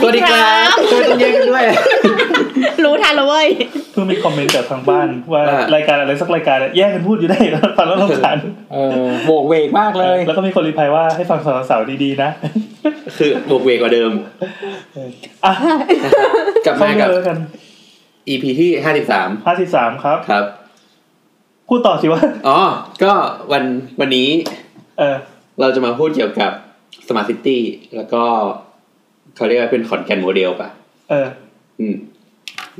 สวัสดีครับตัวเย็นๆกันด้วย รู้ทันแล้วเว้ย เพิ่งมีคอมเมนต์จากทางบ้านว่า อ่ะ รายการอะไรสักรายการอะแยกกันพูดอยู่ได้ ฟังแล้วรำคาญ เออโบกเวกมากเลย แล้วก็มีคนรีพลายว่าให้ฟังสาวๆดีๆนะ คือโบกเวกกว่าเดิม อ่ะ กลับ เข้า มากัเรื่อบ งแล้วกัน EP ที่ห้าสิบสาม ภาคที่สามครับ ครับ พูดต่อสิว่า อ๋อ ก็วันวันนี้ เออ เราจะมาพูดเกี่ยวกับ Smart City แล้วก็เขาเรียกว่าเป็นขอนแก่นโมเดลป่ะ เออ อืม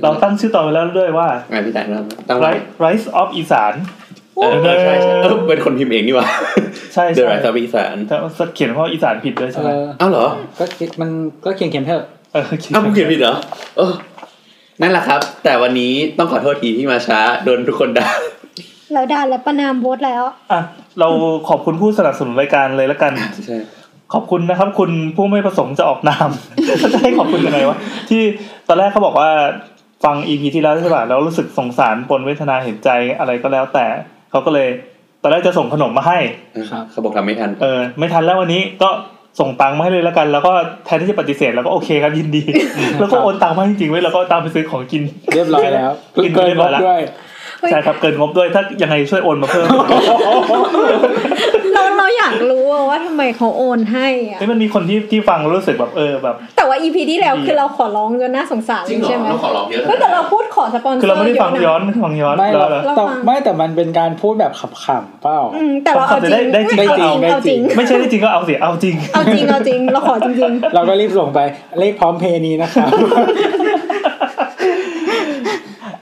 เราตั้งชื่อตอนไว้แล้วด้วยว่า งานพี่แต่งเราตั้งไว้ Rise- Rise of อีสาน เออเออใช่ใช่เออเป็นคนพิมพ์เองนี่หว่า ใช่ เดอะ ใช่ ไรซ์อีสาน แต่เขียนว่าอีสานผิดด้วย เอ ใช่ไหม อ อ้าวเหรอ ก็คิดมันก็เคียงเคียงเถอะ เออเขียน อ้าวผมเขียนผิดเหรอเออนั่นแหละครับ แต่วันนี้ต้องขอโทษทีที่มาช้า โดนทุกคนด่า แล้วด่านและประนามโบสแล้ว อ่ะเราขอบคุณผู้สนับสนุนรายการเลยละกัน ใช่ ขอบคุณนะครับ คุณผู้ไม่ประสงค์จะออกนาม จะให้ขอบคุณยังไงวะที่ตอนแรกเขาบอกว่าฟังอีพีที่แล้วใช่ป่ะแล้วรู้สึกสงสารปนเวทนาเห็นใจอะไรก็แล้วแต่เขาก็เลย ตอนแรกจะส่งขนมมาให้ ครับ เขาบอกทำไม่ทัน เออไม่ทันแล้ววันนี้ก็ส่งตังค์มาให้เลยละกัน แล้วก็แทนที่จะปฏิเสธแล้วก็โอเคครับยินดี แล้วก็โอนตังค์มาให้จริงๆไว้ยแล้วก็ตามไปซื้อของกิน เรียบร้อยแล้ว กินไป เกิ เรี น ยบ ง ร้อย บ แล้ว ด้วย ใช่ครับเกินงบด้วยถ้ายังไงช่วยโอนมา เพิ่ม เราเราอยากรู้อะว่าทำไมเขาโอนให้อะ เฮ้ยมันมีคนที่ที่ฟังแล้วรู้สึกแบบเออแบบ แต่ว่าอีพีที่แล้ว ดีอะ คือเราขอร้องจนน่าสงสาร จริงเหรอ ใช่ไหม เราขอร้องเยอะ เฮ้ยแต่เราพูดขอสปอนเซอร์ คือเราไม่ได้ฟัง เะะ ย้อนฟังย้อน ไม่ แล้ว เรา เหรอ แต่ เราฟัง ไม่แต่มันเป็นการพูดแบบขำๆเปล่า อืมแต่เราเอาจริง ได้ได้จริง เว้ยเอาจริงเอาจริงได้จริงไม่ใช่ได้จริงก็เอาสิเอาจริง เอาจริงเอาจ ริงเราขอจริง เราก็รีบส่งไปเลขพร้อมเพย์นี้นะครับ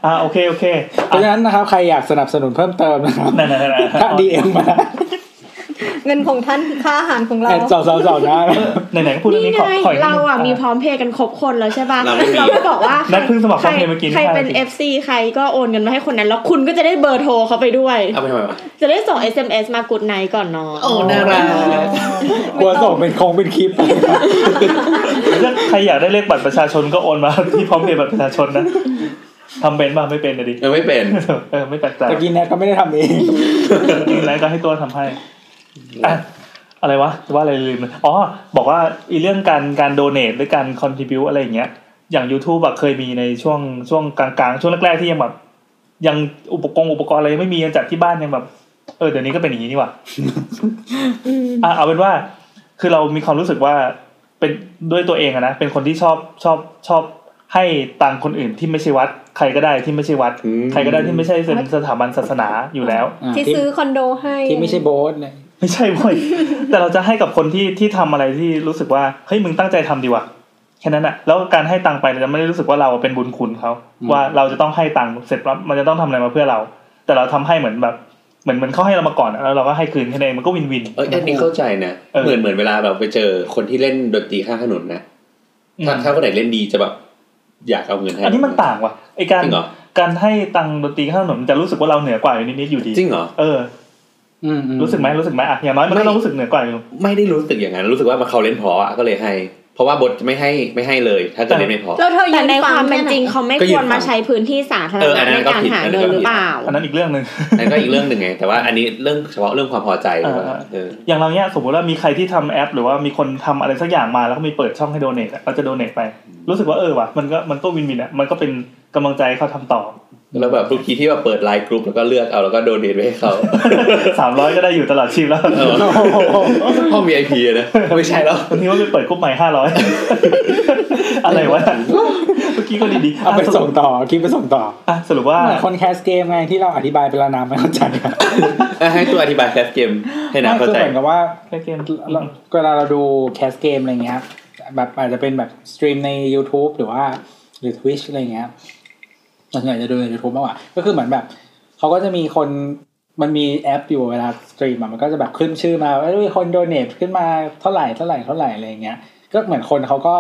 อ่าโอเคโอเค เพราะฉะนั้นนะครับ ใครอยากสนับสนุนเพิ่มเติมนะครับ นั่นนั่นนั่น ถ้าดีเอ็มมา ๆ เงินของท่านคือค่าอาหารของเรา แอดสองสองสอง นะ ไหนๆก็พูดเรื่อง นี่ นี้ข ไง อขออีกนิด เรา นึง อ่ะมีพร้อมเพย์กันครบคนแล้วใช่ป่ะ เราไม่มี เราก็บอกว่า นัดเพิ่งสมัครพร้อมเพย์เมื่อกี้ ใคร นี่ห้า เป็น นาที FC ใครก็โอนกันมาให้คนนั้น แล้วคุณก็จะได้เบอร์โทรเขาไปด้วย เอาไปทำไมวะ จะได้ส่ง SMS มากุดไนก่อนนอน โอ้น่ารัก กลัวส่งเป็นคงเป็นคลิป ถ้าใครอยากได้เลขบัตรประชาชนก็โอนมา ที่พร้อมเพย์บัตรประชาชนนะทำเป็นบ้างไม่เป็นนะดิ เออไม่เป็น เออไม่แปลกใจ แต่กินแนทก็ไม่ได้ทำเอง จริงๆแล้วก็ให้ตัวทำให้อ่ะอะไรวะจะว่าอะไรลืมเลยอ๋อบอกว่าอีเรื่องการการโดเนทหรือการคอนทิบิวอะไรอย่างเงี้ย อย่าง YouTube อะเคยมีในช่วงช่วงกลางๆ ช่วงแรกๆที่ยังแบบยังอุปกรณ์อุปกรณ์อะไรยังไม่มียังจัดที่บ้านยังแบบ เออเดี๋ยวนี้ก็เป็นอย่างนี้นี่หว่า อืม อ่ะเอาเป็นว่าคือเรามีความรู้สึกว่าเป็นด้วยตัวเองอะนะเป็นคนที่ชอบชอบชอบให้ตังค์คนอื่นที่ไม่ใช่วัด ใครก็ได้ที่ไม่ใช่วัด อืม ใครก็ได้ที่ไม่ใช่สถาบันศาสนาอยู่แล้ว อ่า ที่ซื้อคอนโดให้ ที่ไม่ใช่โบสเนี่ย ไม่ใช่เว้ย แต่เราจะให้กับคนที่ที่ทำอะไรที่รู้สึกว่าเฮ้ยมึงตั้งใจทำดีว่ะแค่นั้นอะแล้วการให้ตังค์ไปเราจะไม่ได้รู้สึกว่าเราเป็นบุญคุณเขาว่าเราจะต้องให้ตังค์เสร็จแล้วมันจะต้องทำอะไรมาเพื่อเรา แต่เราทำให้เหมือนแบบเหมือนเหมือนเขาให้เรามาก่อนอะแล้วเราก็ให้คืนแค่นั้นเองมันก็วินวิน เอออันนี้เข้าใจนะ เออ เหมือนเหมือนเวลาแบบไปเจอคนที่เล่นดนตรีข้างถนนนะ อืม ถ้าถ้าคนไหนเล่นดีจะแบบ อยากเอาเงินให้ อันนี้มันต่างว่ะไอการ จริงเหรอ การให้ตังค์ดนตรีข้างถนนมันจะรู้สึกว่าเราเหนือกว่าอยู่นิดๆอยู่ดี จริงเหรอ เออ อืมอื รู้สึกไหมรู้สึกไหมอ่ะอย่างน้อยมัน ไม่ ก็ต้องรู้สึกเหนือกว่าอยู่ ไม่ได้รู้สึกอย่างนั้น รู้สึกว่ามันเขาเล่นเพออ่ะก็เลยให้ เพราะว่าบทไม่ให้ไม่ให้เลย ถ้าเกิดเล่นไม่เพอ แล้วเธอยื แต่ใน น ค ฟั วาม ง เป็นจริงเขาไม่ควรมาใช้พื้นที่สาธาร เอออันณะนั้ ใน นก็ การ ผิด หา อันนั้ เงิ นก็ผิดนหรือเปล่า อันนั้นอีกเรื่องหนึ่ง นั่นก็อีกเรื่องหนึ่งไง แต่ว่าอันนี้เรื่องเฉพาะเรื่องความพอใจ เออ ว่าเออ อย่างเราเนี้ยสมมติว่ามีใครที่ทำแอป หรือว่ามีคนทำอะไรสักอย่างมาแล้วก็มีเปิดช่องให้โดเนทเราจะโดเนทไป รู้สึกว่าเออว่ะมันก็มันก็วินวินอ่ะมันก็เป็นกำลังใจให้เขาทำต่อ แล้วแบบทุกทีที่แบบเปิดไลน์กลุ่มแล้วก็เลือกเอาแล้วก็โดเนทไปให้เขา สามร้อยก็ได้อยู่ตลอดชีพ แล้ว เออห้อง VIP อะนะไม่ใช่ แล้ว บางทีว่าไปเปิดกรุ๊ปใหม่ห้าร้อย อะไรวะเมื่อกี้ก็ดีดีๆ เอาไป อ่ะส ส่ รุปงต่อคลิปไปส่งต่อ อ่ะสรุปว่า เหมือนคนแคสเกมไงที่เราอธิบายไปแล้วน้ำไม่เข้าใจอะ อ่ะให้ตัวอธิบายแคสเกมให้ ไม่ น้ำเข้า คือ ใจ เหมือนกับว่า แคสเกม เราเวลาเราดูแคสเกมอะไรเงี้ยครับแบบอาจจะเป็นแบบสตรีมใน YouTube หรือว่าหรือ Twitch อะไรเงี้ยส่วนใหญ่จะดูใน YouTube มากกว่าก็คือเหมือนแบบเขาก็จะมีคนมันมีแอปอยู่เวลาสตรีมอะมันก็จะแบบขึ้นชื่อมาว่าเอ้ยมีคนโดเนทขึ้นมาเท่าไหร่เท่าไหร่เท่าไหร่อะไรเงี้ย ก็เหมือนคนเขาก็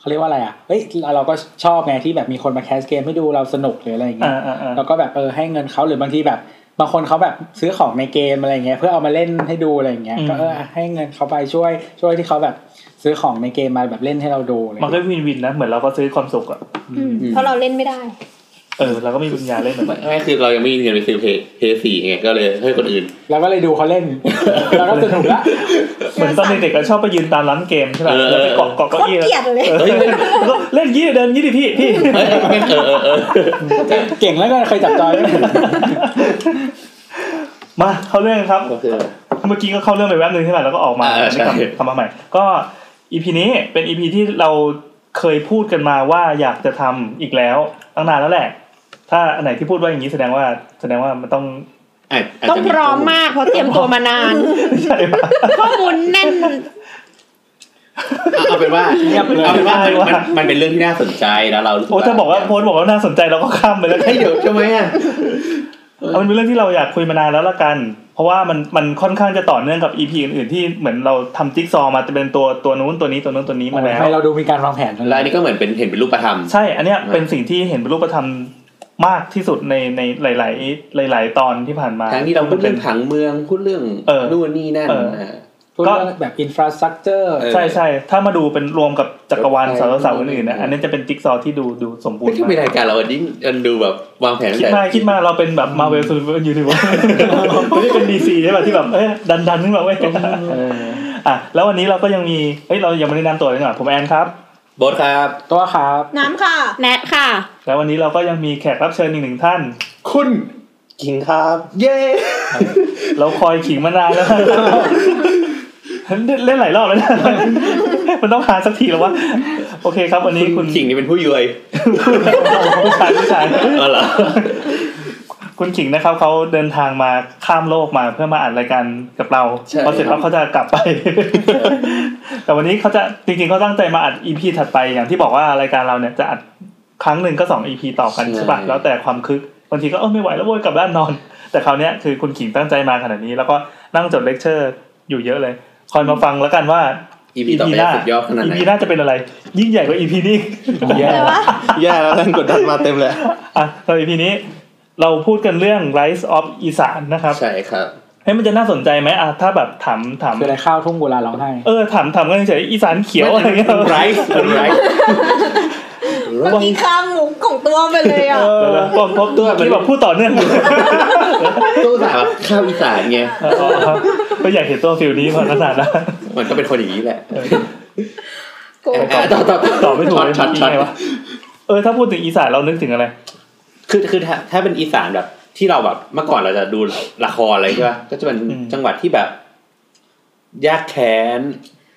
เขาเรียกว่าอะไรอ่ะเฮ้ยเราก็ชอบไงที่แบบมีคนมาแคสเกมให้ดูเราสนุกหรืออะไรอย่างเงี้ย อ่าอ่าอ่า แล้วก็แบบเออให้เงินเขาหรือบางทีแบบบางคนเขาแบบซื้อของในเกมอะไรเงี้ยเพื่อเอามาเล่นให้ดูอะไรเงี้ย อืม ก็เออให้เงินเขาไปช่วยช่วยที่เขาแบบซื้อของในเกมมาแบบเล่นให้เราดูอะไร มันก็ เงี้วิยนวินนะเหมือนเราก็ซื้อความสุขอะ อืมเพราะเราเล่นไม่ได้ เออเราก็ไม่มีปัญญาเล่นเหมือนกัน ไม่คือเรายังไม่มีเงินไปซื้อเพย์เพย์สี่ไงก็เลยให้คนอื่น แล้วก็เลยดูเขาเล่น แล้วก็สนุกละ เหมือนตอนเด็กๆเราชอบไปยืนตามร้านเกมใช่ไหม เออ แล้วไปเกาะเกาะ โคตรเก้าอี้ เกลียดเลย เออแล้วก็เล่นยี่เดินยี่ดิพี่พี่ เอ้ยไม่เออเออเออ เก่งแล้วก็เคยจับจอยด้วย มาเข้าเรื่องครับ ก็คือ เมื่อกี้ก็เข้าเรื่องไปแวบนึงใช่ไหมแล้วก็ออกมา อ่าใช่ กลับกลับมาใหม่ ก็อีพีนี้เป็นอีพีที่เราเคยพูดกันมาว่าอยากจะทำอีกแล้วตั้งนานแล้วแหละ ถ้าอันไหนที่พูดว่าอย่างนี้แสดงว่าแสดงว่ามันต้อง อาจาจ ต้อง จะ พร้อมมากเพราะเตรียมตัวมานาน ไม่ใช่ปะ ข้อมูลแน่น เอาเอาเป็นว่า เงียบเลย เอาเป็นว่ามัน ว่ามั นมันเป็นเรื่องที่น่าสนใจแล้วเรารู้สึ โอ้ถ้าบอกว่าโพสต์บอกว่าน่าสนใจเราก็ข้ามไปแล้ว เฮ้ยเดี๋ยวทำไมอ่ะ เอามันเป็นเรื่องที่เราอยากคุยมานานแล้วละกัน เพราะว่ามันมันค่อนข้างจะต่อเนื่องกับอีพีอื่นๆที่เหมือนเราทำจิ๊กซอว์มาจะเป็นตัวตัวนู้นตัวนี้ตัวนู้นตัวนี้ โอ้ มา โห แล้ ทำ ว ไมเราดูมีการวางแผนกัน แล้ แล้ว ว อันนี้ก็เหมือนเป็นเห็นเป็นรูปธรรม ใช่ อันเนี้ยเป็นสิ่งที่เห็นเป็นรูปธรรมมากที่สุดในในหลาย ๆ หลาย ๆ ตอนที่ผ่านมา ทั้งที่เราพูดเรื่องผังเมืองพูดเรื่อง เออ นู่นนี่นั่น เออ นะฮะ พูดเรื่องแบบอินฟราสตรักเจอร์ เออ ใช่ใช่ถ้ามาดูเป็นรวมกับจักรวาล รถไฟ สารสาวอื่นๆนะอันนี้จะเป็นจิ๊กซอว์ที่ดูดูสมบูร ไม่ ณ์ ใช่เป็น มาก รายการเราอันนี้อันดูแบบวางแผน คิดมาคิดมาเราเป็นแบบมาเวลซูยูนิเวิร์สไม่ได้เป็นดีซีใช่ป่ะที่แบบเอ้ยดันดันๆขึ้นมาเว้ยอ่ะแล้ววันนี้เราก็ยังมีเอ้ยเรายังไม่ได้แนะนำตัวเลยหน่อยผมแอนครับ โบทครับ ตัวครับ น้ำค่ะ แนทค่ะ แล้ววันนี้เราก็ยังมีแขกรับเชิญอีกหนึ่งท่าน คุณกิงครับ เย้ เราคอยขิงมานานแล้ว เล่นหลายรอบแล้วนะ มันต้องหาสักทีแล้ววะโอเคครับ วันนี้ คุ คุณ ณ ขิงนี่เป็นผู้ยวย ผู้ชายผู้ชาย อ๋อเหรอ คุณขิงนะครับเขาเดินทางมาข้ามโลกมาเพื่อมาอัดรายการกับเรา ใช่ พอเสร็จแล้วเขาจะกลับไป แต่วันนี้เขาจะจริงๆเขาตั้งใจมาอัดอีพีถัดไปอย่างที่บอกว่ารายการเราเนี่ยจะอัดครั้งหนึ่งก็สองอีพีต่อกันใช่ปะ ใช่ แล้วแต่ความคึกบางทีก็เออไม่ไหวแล้วโว้ยกลับบ้านนอน แต่คราวเนี้ยคือคุณขิงตั้งใจมาขนาดนี้ แล้วก็นั่งจดเลคเชอร์อยู่เยอะเลย คอยมาฟังแล้วกันว่า อีพีต่อไป หน้า สุดยอดขนาด อี ไหน พีหน้าจะเป็นอะไร ยิ่งใหญ่กว่าอีพีนี้ แย่ แต่ว่า แย่แล้วแรงกดดันมาเต็มเลย อ่ะตอนอีพีนี้เราพูดกันเรื่อง rise of อีสานนะครับ ใช่ครับ เฮ้ยมันจะน่าสนใจไหมอ่ะถ้าแบบถามถาม คืออะไรข้าวทุ่งโบราณร้องไห้ เออถามถามกันเฉยๆอีสานเขียวอะไรเงี้ย ไรส์ไรส์ เมื่อกี้ข้ามมุกของตัวไปเลยอ่ะ เออพบพบตัวมันแบบพูดต่อเนื่องอยู่ ตู้สาแบบข้าวอีสานไง ก็อยากเห็นตัวฟิลนี้มานานแล้ว มันก็เป็นคนอย่างนี้แหละ เออ โกรธ เออต่อต่อ ต่อไม่ถูก ช็อต เลย ช็อตช็อต ไงวะ เออถ้าพูดถึงอีสานเรานึกถึงอะไร คือคือถ้าถ้าเป็นอีสานแบบ ที่เราแบบเมื่อก่อนเราจะดูละครอะไรใช่ป่ะก็จะเป็น อืม จังหวัดที่แบบ ยากแค้น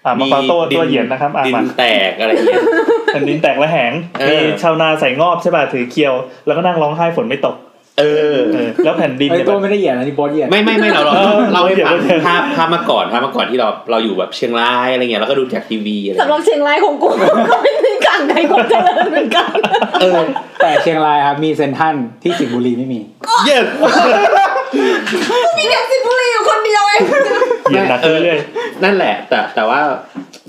อ่ะมาฟังตัวตัวเหยียนนะครับอ่ะ ดิ มาน แตกอะไรอย่างเงี้ย แผ่นดินแตกละแหง เออ มีชาวนาใส่งอบใช่ป่ะถือเคียว แล้วก็นั่งร้องไห้ฝนไม่ตก เออ เออแล้วแผ่นดิน ไอ้ เนี่ย ตัว แบบ ไม่ได้เหยียดนะนี่โบอสเหยียด ไม่ไม่ไม่เราเรา เออ เราให้ฟัง เดี๋ยว ภาพภาพมาก่อนภาพมาก่อนที่เราเราอยู่แบบเชียงรายอะไรเงี้ยเราก็ดูจากทีวีอะไร สำหรับเชียงรายของกู ก็ไม่ถึงกลางใดของเจริญเหมือนกัน เออ แต่เชียงรายครับมีเซนทรันที่สิงห์บุรีไม่มี เย็ด มีเด็กสิงห์บุรีอยู่คนเดียวเอง เหยียนหนักขึ้นเรื่อย นั่นแหละ แต่แต่ว่า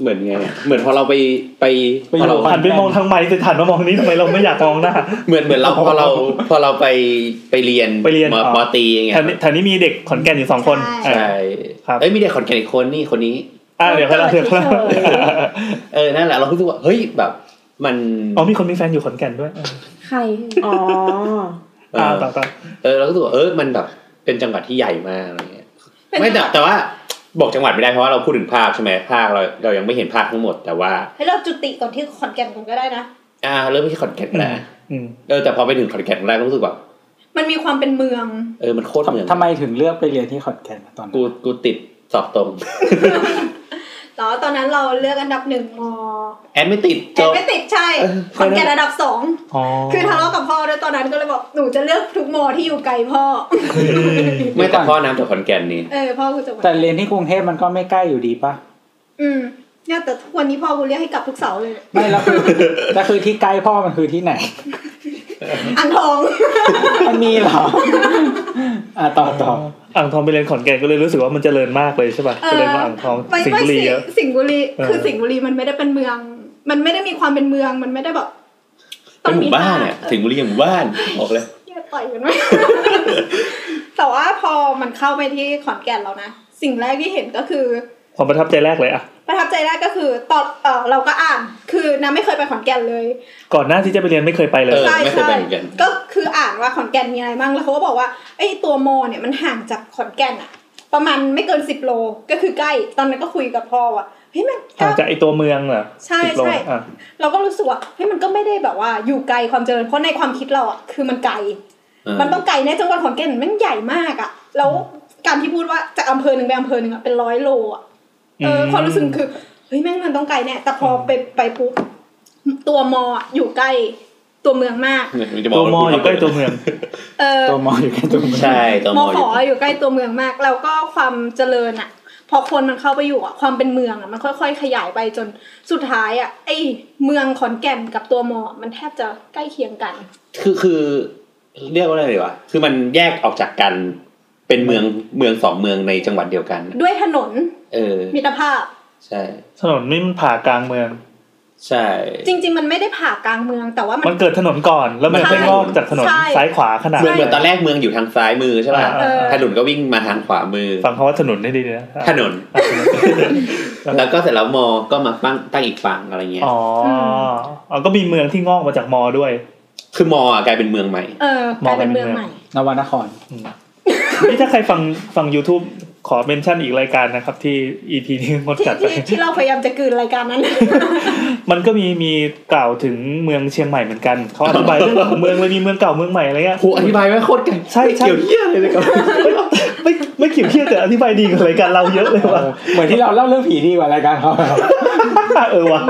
เหมือนไงเนี่ยเหมือนพอเราไปไป ไปอพอยู่เรา บ้ ๆหันไปมองทางไม้จะหันมามองนี้ทำไมเราไม่อยากมองหน้า เหมือนเหมือนเราพอเราพอเราไปไปเรียน ไปเรียน ม อ๋อ มตรีอย่างเงี้ แถ ยว นี้แถวนี้มีเด็กขอนแก่นอยู่สองคน ใช่ อ่ะ ใช่ ครับ เอ้ยมีเด็กขอนแก่นอีกคนนี่คนนี้ อ่ะเดี๋ยวเขาเราเดี๋ยวเขา เฉย เออนั่นแหละเรารู้สึกว่าเฮ้ยแบบมัน อ๋อมีคนมีแฟนอยู่ขอนแก่นด้วย ใคร อ๋อ เอ อ่า อ ต่อต่อ เออเราก็รู้สึกว่าเออมันแบบเป็นจังหวัดที่ใหญ่มากอะไรเงี้ย เป็น ไม่แต่แต่ว่าบอกจังหวัดไม่ได้เพราะว่าเราพูดถึงภาคใช่ไหมภาคเราเรายังไม่เห็นภาคทั้งหมด แต่ว่า ให้เราจุติก่อนที่ขอนแก่นก็ได้นะ อ่าเริ่มที่ขอนแก่น อืม แล้ว อืม เออแต่พอไปถึงขอนแก่นแรกก็รู้สึกแบบ มันมีความเป็นเมือง เออมันโคตรเหมือน ทำไมถึงเลือกไปเรียนที่ขอนแก่นตอนนั้น กูกูติดสอบตรง แต่ว่าตอนนั้นเราเลือกอันดับหนึ่งม แอดไม่ติดจ แต่ บ ไม่ติดใช่ เออ ขอนแก่นอันดับสอง อ๋อ คือทะเลาะกับพ่อด้วยตอนนั้นก็เลยบอกหนูจะเลือกทุกมอที่อยู่ไกลพ่อ ไม่แต่พ่อน้ำจากขอนแก่นนี่ เออพ่อกูจะ แต่เรียนที่กรุงเทพมันก็ไม่ใกล้อยู่ดีปะ อืมเนี่ยแต่ทุกวันนี้พ่อกูเรียกให้กลับทุกเสาร์เลย ไม่แล้วคือ แล้วคือที่ใกล้พ่อมันคือที่ไหน อันทอง มันมีเหรอ อ่ะต่อต่อ อ่างทองไปเรียนขอนแก่นก็เลยรู้สึกว่ามันเจริญมากเลยใช่ป่ะเจริญกว่าอ่างทอง ไม่ สิงห์ ไม่ บุรีเยอะ สิงห์บุรี เออ คือสิงห์บุรีมันไม่ได้เป็นเมือง มันไม่ได้มีความเป็นเมืองมันไม่ได้แบบ เป็นหมู่บ้านเนี่ย เออ ถึงบุรีอย่างหมู่บ้านบอกเลย เหี้ยต่อยกันไหม แต่ว่าพอมันเข้าไปที่ขอนแก่นแล้วนะ สิ่งแรกที่เห็นก็คือ ความประทับใจแรกเลยอะ ประทับใจแรกก็คือตอนเออเราก็อ่านคือน้ำไม่เคยไปขอนแก่นเลย ก่อนหน้าที่จะไปเรียนไม่เคยไปเลย เออ ใช่ ไม่เคย ใช่ ไปเหมือนกัน ก็คืออ่านว่าขอนแก่นมีอะไรบ้างแล้วเขาก็บอกว่าไอ้ตัวโมเนี่ยมันห่างจากขอนแก่นอะประมาณไม่เกินสิบโลก็คือใกล้ตอนนั้นก็คุยกับพ่อว่าเฮ้ยมันก็ ห่างจากไอตัวเมืองเหรอ ใช่ สิบโล ใช่ อ่ะ เราก็รู้สึกว่าเฮ้ยมันก็ไม่ได้แบบว่าอยู่ไกลความเจริญเพราะในความคิดเราอะคือมันไกล เออ มันต้องไกลแน่จังหวัดขอนแก่นมันใหญ่มากอะแล้วการที่พูดว่าจากอำเภอหนึ่งไปอำเภอหนึ่งอะเป็นร้อยโลอะเออความรู้สึกคือเฮ้ยแม่งมันต้องไกลแน่แต่พอไปไปปุ๊บตัวมอะอยู่ใกล้ตัวเมืองมาก เนี่ยนจะบก ตัว ว่าม ออยู่ใกล้ตัวเมือง เออ ตัวมออยู่แค่ตัวมอ ใช่ตัว ม ม อ อ ข อยู่ ออยู่ใกล้ตัวเมืองมาก แล้วก็ความเจริญอะพอคนมันเข้าไปอยู่อะความเป็นเมืองอะมันค่อย ๆ ขยายไปจนสุดท้ายอะไอเมืองขอนแก่นกับตัวมอ มันแทบจะใกล้เคียงกัน คือคือเรียกว่าอะไรดีวะคือมันแยกออกจากกันเป็นเมืองเมืองสองเมืองในจังหวัดเดียวกัน ด้วยถนน เออ มิตรภาพ ใช่ ถนนนี่มันผ่ากลางเมือง ใช่ จริง ๆ มันไม่ได้ผ่ากลางเมืองแต่ว่ามั มัน นเกิดถนนก่อนแล้วมัน ใช่ ค่อยงอกจากถนน ใช่ ซ้ายขวาขนาด เหมือน ใช่ เหมือนตอนแรกเมืองอยู่ทางซ้ายมือใช่ป่ะ เออ ถนนก็วิ่งมาทางขวามือ ฟังคำว่าถนนได้ดีนะ ถนน แล้วก็เสร็จแล้วมอก็มาตั้งตั้งอีกฝั่งอะไรเงี้ย อ๋ออ ม อ๋อก็มีเมืองที่งอกมาจากมอด้วย คือมออ่ะกลายเป็นเมืองใหม่ เออกลายเป็นเมืองใหม่ นวนคร นี่ถ้าใครฟังฟัง YouTube ขอเมนชั่นอีกรายการนะครับ ที่ EP นี้งด ที่ จัดไป ที่ที่เราพยายามจะกลืนรายการนั้น มันก็มีมีกล่าวถึงเมืองเชียงใหม่เหมือนกันเขาอธิบายเรื่องของเมืองเลยมีเมืองเก่าเมืองใหม่อะไรเงี้ย โหอธิบายไว้โคตรไกัน ใช่ใช่ เกี่ยวเหี้ยอะไรเลยครับ ไม่ไม่ไม่เกี่ยวเพี้ยแต่อธิบายดีกว่ารายการเราเยอะเลยว่ะ เหมือนที่เราเล่าเรื่องผีดีกว่ารายการเขา เออว่ะ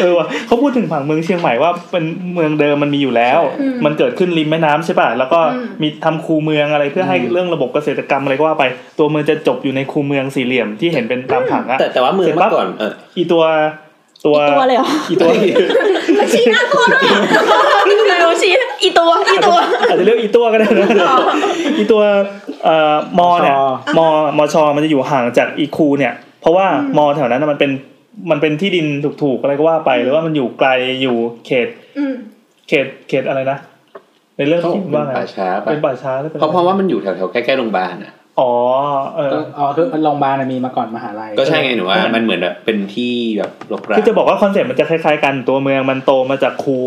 เออว่ะเขาพูดถึงผังเมืองเชียงใหม่ว่าเป็นเมืองเดิมมันมีอยู่แล้ว อืม มันเกิดขึ้นริมแม่น้ำใช่ป่ะแล้วก็ อืม มีทำคูเมืองอะไรเพื่อให้ อืม เรื่องระบบเกษตรกรรมอะไรก็ว่าไป ตัวเมืองจะจบอยู่ในคูเมืองสี่เหลี่ยมที่เห็นเป็นตามผังอะ แต่แต่ว่าเมืองเมื่อก่อนเออ อีตัวตัว อีตัวเลยเหรอ อีตัว มันชี้หน้าตัวด้วยอะ ไม่รู้ชี้อีตัวอีตัว อาจจะเรียกอีตัวก็ได้นะอีตัวเอ่อมอเนี่ย มช มอมชมันจะอยู่ห่างจากอีคูเนี่ย เพราะว่ามอแถวนั้นนะมันเป็นมันเป็นที่ดินถูกๆอะไรก็ว่าไปหรือว่ามันอยู่ไกลอยู่เขต อืม เขตเขตอะไรนะในเรื่อง เขา ที่ เป็น ว่าไง ป่าช้าปะ เป็นป่าช้าหรือเป็น เพราะเพราะว่ามันอยู่แถวๆใกล้ๆโรงพยาบาลอ่ะ อ๋อเออ อ๋อคือโรงพยาบาลน่ะมีมาก่อนมหาลัย ก็ใช่ไงหนูว่า เออ มันเหมือนแบบเป็นที่แบบรกร้าง คือจะบอกว่าคอนเซ็ปต์มันจะคล้ายๆกันตัวเมืองมันโตมาจากคู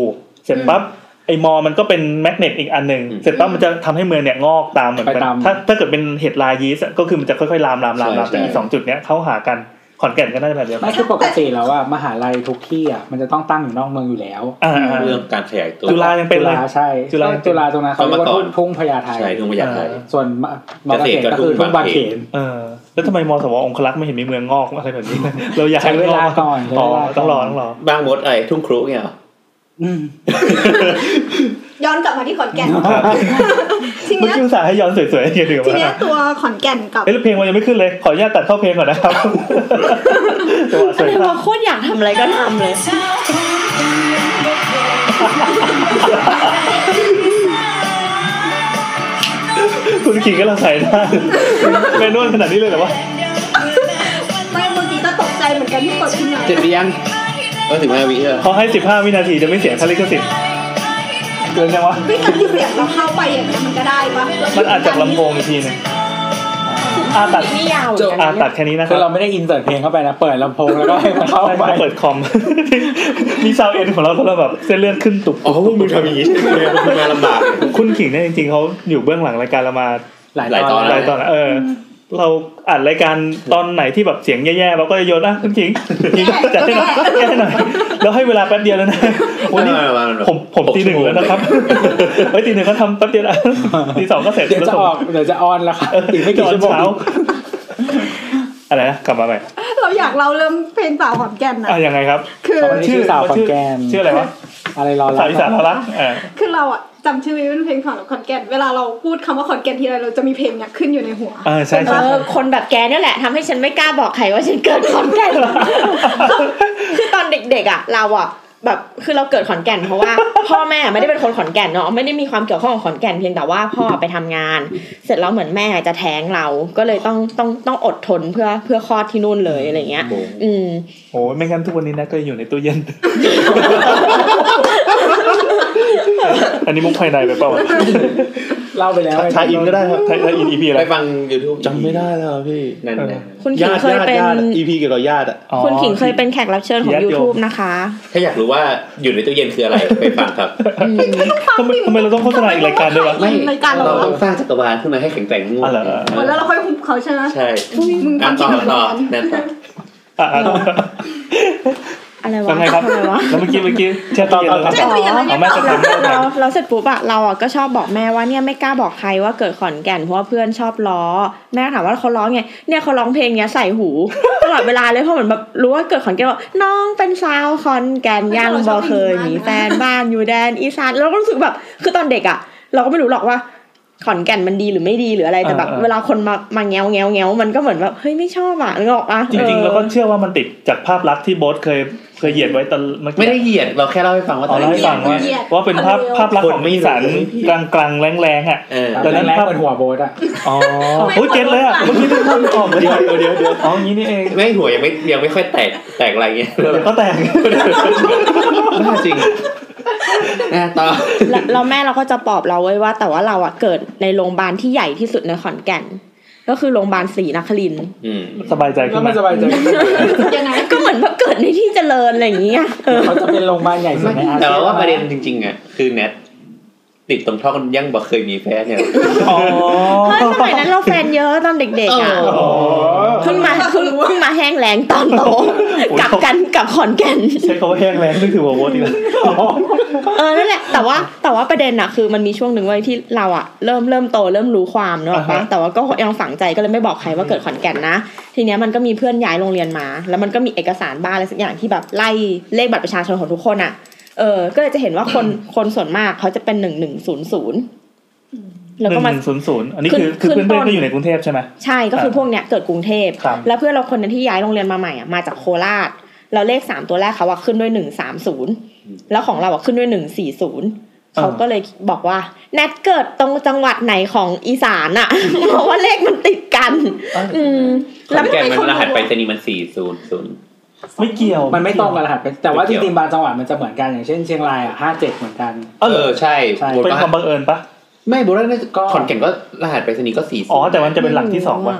เสร็จปั๊บไอมอมันก็เป็นแมกเนตอีกอันหนึ่ง อืม เสร็จปั๊บมันจะทำให้เมืองเนี่ยงอกตามเหมือนกัน ไปตาม ถ้าถ้าเกิดเป็นเห็ดลายยีสต์อะก็คือมันจะค่อยๆลามลามลามลาม ใช่ใช่ แต่อีกสองจุดเนี้ยเข้าหากันขอนแก่นก็น่าจะแบบเดียวกั ไม่ น คือปกติแล้วว่ามหาลัยทุกที่อ่ะมันจะต้องตั้งอยู่นอกเมืองอยู่แล้ว อ่าอ่า เรื่องการขยายตัว จุฬายังเป็น จุ เลย ฬาใช่ จุฬา จุฬาตรงนั้นเขาเรียกว่า เอามาก่อน ทุ่งทุ่งพญาไท ใช่ทุ่งพญาไท เออ ส่วนมมอเกษตรก็คือทุ่งบางเขน เออแล้วทำไมมอสวองคลักษ์ไม่เห็นมีเมืองงอกอะไรแบบนี้ เราอยากให้ ใช้เวลา มัง ก่อนใช้เวลา อ๋อ ก่อน ต้องรอต้องรอ บางมดไอ้ทุ่งครุเนี่ยเหรอ อืม ย้อนกลับมาที่ขอนแก่น ครับ ที เมื่อ เนี้ย กี้อุตส่าห์ให้ย้อนสวยๆอย่างเดียว ทีเนี้ย มา ตัวขอนแก่นกับ เอ้ยแล้วเพลงมันยังไม่ขึ้นเลย ขออนุญาตตัดเข้าเพลงก่อน นะครับ จังหวะสวอันยคนี้รั เรา บ โคตรอยากทำอะไรก็ทำเลย คุณขิงก็ลังใส่หน้าเป็นนวดขนาดนี้เลยเหรอวะ ไม่เมื่อกี้ก็ตกใจเหมือนกันที่กดขึ้นมา เจ็ดไปยังก็ถึงห้าวิเออ เขาให้ 15 วินาทีจะไม่เสียค่าลิขสิทธิ์เกินยังวะ ไม่การที่เสียงเราเข้าไปอย่างนี้ยมันก็ได้ปะ มันอาจจากลำโพงอีกทีหนึงอาตัด นี่ยาวเหมือนกัน อา นะเนี่ ตั ย ดแค่นี้นะค คือ รั เรา บ ไม่ได้อินเสิร์ตเพลงเข้าไปนะ เปิดลำโพงแล้วก็ให้มันเข้าไป เปิดคอม มีซาวเอ็นของเราก็เราแบบเส้นเลื่อนขึ้นตุก อ๋อพวกมึงทำอย่างนี้ใช่ไหมมึงมาลำบาก คุณขิงเนี่ยจริงๆเขาอยู่เบื้องหลังรายการเรามา หลาย หลาย ต ต อ อน น หลายตอนนะเออ เราอัดรายการตอนไหนที่แบบเสียงแย่ๆเราก็จะโยนอ่ะคุณขิงขิงจัดให้หน่อยแก้ให้หน่อยแล้วให้เวลาแป๊บเดียวแล้วนะวันนี้ผมผมตีหนึ่งแล้วนะครับเฮ้ยตีหนึ่งก็ทำแป๊บเดียวนะตีสองก็เสร็จ เดี๋ยวจะ ส่ง ออกเดี๋ยวจะออนแล้วครับอีกไม่กี่ชั่วโมง เช้าอะไรนะกลับมาใหม่ เราอยากเราเริ่มเพลงสาวขอนแก่นนะ อ่ะยังไงครับ คือ เขาไม่ได้ชื่อสาวขอนแก่น ชื่ออะไรวะ อะไรรอ สาวอีสานเรารักเออ คือเราอะจำชื่อไม่เป็นเพลงของขอนแก่น เวลาเราพูดคำว่าขอนแก่นทีไรเราจะมีเพลงเนี้ยขึ้นอยู่ในหัว เออใช่ เอ ใช่ อคนแบบแกเนี่ยแหละทำให้ฉันไม่กล้าบอกใครว่าฉันเกิดขอนแก่น คือตอนเด็กๆอ่ะ เราอ่ะแบบคือเราเกิดขอนแก่นเพราะว่า พ่อแม่ไม่ได้เป็นคนขอนแก่นเนาะไม่ได้มีความเกี่ยวข้องกับขอนแก่นเพียงแต่ว่าพ่อไปทำงาน เสร็จแล้วเหมือนแม่จะแท้งเราก็เลยต้องต้องต้องอดทนเพื่อเพื่อคลอดที่นู่นเลยอะไรเงี้ย อืม โอ้ยไม่งั้นทุกวันนี้นะก็อยู่ในตู้เย็น อันนี้มุกภายในไปเปล่าวะ เล่าไปแล้ว ทายอินก็ได้ครับทายอินอีพีอะไร ไปฟัง YouTube จำไม่ได้แล้วพี่ นั่น เออ นะ คุณขิง ญาติ เคยเป็น ญาติญาติ EP เกี่ยวกับญาติอ่ะ อ๋อ คุณขิงเคยเป็นแขกรับเชิญของ ญาติโยม YouTube นะคะ ถ้าอยากรู้ว่าอยู่ในตู้เย็นคืออะไร ไปฟังครับ ทำไมทำไมเราต้องโฆษณาอีกรายการด้วยวะ ไม่รายการเรา เรา เหร ต้อ อง สร้างจักรวาลขึ้นมาให้แข็งแกร่งง อ๋อเหรอ หมดแล้วเราค่อยคุบเขาใช่ไหม ใช่ มึง อ่ะ ทำ ต่ ที่ อ ทำ ต่อ ร้อน แน่นต่อ อ่ะอ่ะ อะไรวะ แล้วไงครับ อะไรวะ แล้วเมื่อกี้เมื่อกี้เชื่อตอนเลยครับ ใช่ตัวอย่างนั้น เอา ยัง แม่จะ ต่อ ทำเรื่องไหน เราเราเสร็จปุ๊บอะเราอะก็ชอบบอกแม่ว่าเนี่ยไม่กล้าบอกใครว่าเกิดขอนแก่นเพราะว่าเพื่อนชอบล้อ แม่ถามว่าเขาร้องไงเนี่ยเขาร้องเพลงเนี้ยใส่หู ตลอดเวลาเลยเพราะเหมือนแบบรู้ว่าเกิดขอนแก่นบอกน้องเป็นสาวขอนแก่นยังบ่เคยมีแฟนบ้านอยู่แดนอีสานเราก็รู้สึกแบบคือตอนเด็กอะเราก็ไม่รู้หรอกว่า ขอนแก่นมันดีหรือไม่ดีหรืออะไรแต่แบบ เออเออ เวลาคนมามาแงวแงวแงวมันก็เหมือนแบบเฮ้ยไม่ชอบอะนึกออกปะ จริงๆ ออ เราก็เชื่อว่ามันติดจากภาพลักษณ์ที่โบสเคยเคยเหยียดไว้ตอนเมื่อกี้ ไม่ได้เหยียดเราแค่เล่าให้ฟังว่าต อ๋ อ อน เล่า นั้น ให้ฟังว่าว่าเป็นภาพภาพลักษณ์ของอีสานกลางกลางๆแรงๆอ่ะ เออ ตอนนั้นแรกเปิดหัวโบสอ่ะ อ๋อเฮ้ยเก็ตเลยอ่ะเมื่อกี้เพิ่งเข้าไปออกเลย เดี๋ยวเดี๋ยวเดี๋ยวเดี๋ยว อ๋ออย่างนี้นี่เอง ไม่หัวยังไม่ยังไม่ค่อยแตกแตกอะไรเงี้ย เดี๋ยวก็แต่ง น่าจริงนะต่อ แล้วแล้วแม่เราก็จะปลอบเราไว้ว่า แต่ว่าเราอะเกิดในโรงพยาบาลที่ใหญ่ที่สุดในขอนแก่น ก็คือโรงพยาบาลศรีนครินทร์ อืม สบายใจขึ้ ก็ นไหม ไม่สบายใจ ยังไง ก็เหมือนแบบเกิดในที่เจริญอะไรอย่างเงี้ยเออ เขาจะเป็นโรงพยาบาลใหญ่สุดในอาเซียน แต่เราว่าประเด็นจริงๆอ่ะคือแนทติดตรงท่อกันยังบอกเคยมีแฟนเนี่ย อ๋อ เฮ้ยสมัยนั้นเราแฟนเยอะตอนเด็กๆอ่ะ เออ อ๋อ เพิ่งมาเพิ่งเพิ่งมาแห้งแรงตอนโตกลับกันกับขอนแก่น ใช้คำว่าแห้งแรงนี่คือหัวโบสอีกแล้ว เออนั่นแหละแต่ว่าแต่ว่าประเด็นอะคือมันมีช่วงหนึ่งไว้ยที่เราอะเริ่มเริ่มโตเริ่มรู้ความเนกอะปะแต่ว่าก็ยังฝังใจก็เลยไม่บอกใครว่าเกิดขอนแก่นนะ ทีเนี้ยมันก็มีเพื่อนย้ายโรงเรียนมา แล้วมันก็มีเอกสารบ้านอะไรสักอย่างที่แบบไล่เลขบัตรประชาชนของทุกคนอะเออก็เลยจะเห็นว่าคน คนส่วนมากเขาจะเป็นหนึ่งหนึ่งศูนย์ศูนย์ ห แล้ว นึ่ ก็ ง มา หนึ่งศูนย์ศูนย์อันนี้คือ ขึ้ คือน เพื่อน ต้น ๆก็อยู่ในกรุงเทพใช่ไหม ใช่ก็คืคอรับ พวกเนี้ยเกิดกรุงเทพ ครับ แล้วเพื่อนเราคนนั้นที่ย้ายโรงเรียนมาใหม่อ่ะมาจากโคราช เราเลขสามตัวแรกเขาว่าขึ้นด้วยหนึ่งสามศูนย์แล้วของเราอ่ะขึ้นด้วยหนึ่งสี่ศูนย์เขาก็เลยบอกว่าแนทเกิดตรงจังหวัดไหนของอีสานอ่ะ เพราะว่าเลขมันติดกัน อืม แล้ แล้ว ว แกนมันรหัสไปรษณีย์มันสี่ศูนย์ศูนย์ ไม่เกี่ยว มันไม่ตรงกันรหัสแต่ว่า ไม่ จ เกี่ยว ริงๆบางจังหวัดมันจะเหมือนกันอย่างเช่นเชียงรายอ่ะห้าเจ็ดเหมือนกัน เออเหร เอ อ อใช่ ใช่ บท เป็น ว่า ความบังเอิญปะ ไม่บทว่าน่าจะ ก็ ขอนแก่นก็รหัสไปรษณีย์ก็สี่ อ๋อแต่มันจะเป็นหลักที่สองว่ะ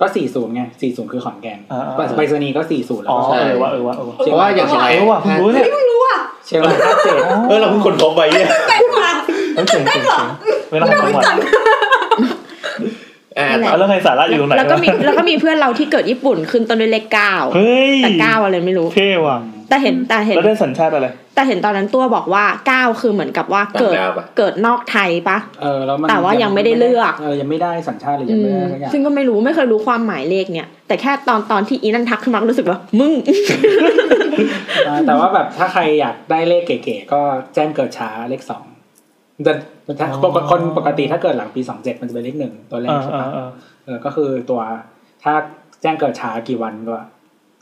ก็สี่ศูนย์ไงสี่ศูนย์คือขอนแก่น อ่าๆ ไปรษณีย์ก็สี่ศูนย์แล้ อ๋ ว อ ก็ เออว่าเออว่าเออว่ะ เพราะว่าอย่างเชียงราย เออว่ะเพิ่งรู้เนี่ย รู้อ่ะ เชียงรายห้าเจ็ด เออเราเพิ่งคนพบไปเนี่ย เป็นว่ะ เออเจ๋งเจ๋งเจ๋ง เวลาของจังหวัด อ่าต่อ เอาแล้วไงสาระอยู่ตรงไหน แล้วก็มีแล้วก็มีเพื่อนเราที่เกิดญี่ปุ่นขึ้นต้นด้วยเลขเก้า เฮ้ย แต่เก้าอะไรไม่รู้ เท่ว่ะ แต่เห็นแต่เห็น แล้วได้สัญชาติอะไร แต่เห็นตอนนั้นตัวบอกว่าเก้าคือเหมือนกับว่าเกิด ต่างดาวปะ เกิดนอกไทยปะ เออแล้วมัน แต่ว่ายังไม่ได้เลือก เออยังไม่ได้สัญชาติเลยยั อื งไม่ ม ได้สักอย่าง ซึ่งก็ไม่รู้ไม่เคยรู้ความหมายเลขเนี่ย แต่แค่ตอนตอนที่อีนั่นทักขึ้นมารู้สึกว่ามึง เออแต่ว่าแบบถ้าใครอยากได้เลขเก๋ๆก็แจ้งเกิดช้าเลขสองแต่ถ้า อ๋อ ปกติคนปกติถ้าเกิดหลังปีสองเจ็ดมันจะเป็นเลขหนึ่งตัวแร เอก อเอใช่ปะ อเออ เออก็คือตัวถ้าแจ้งเกิดช้ากี่วันก็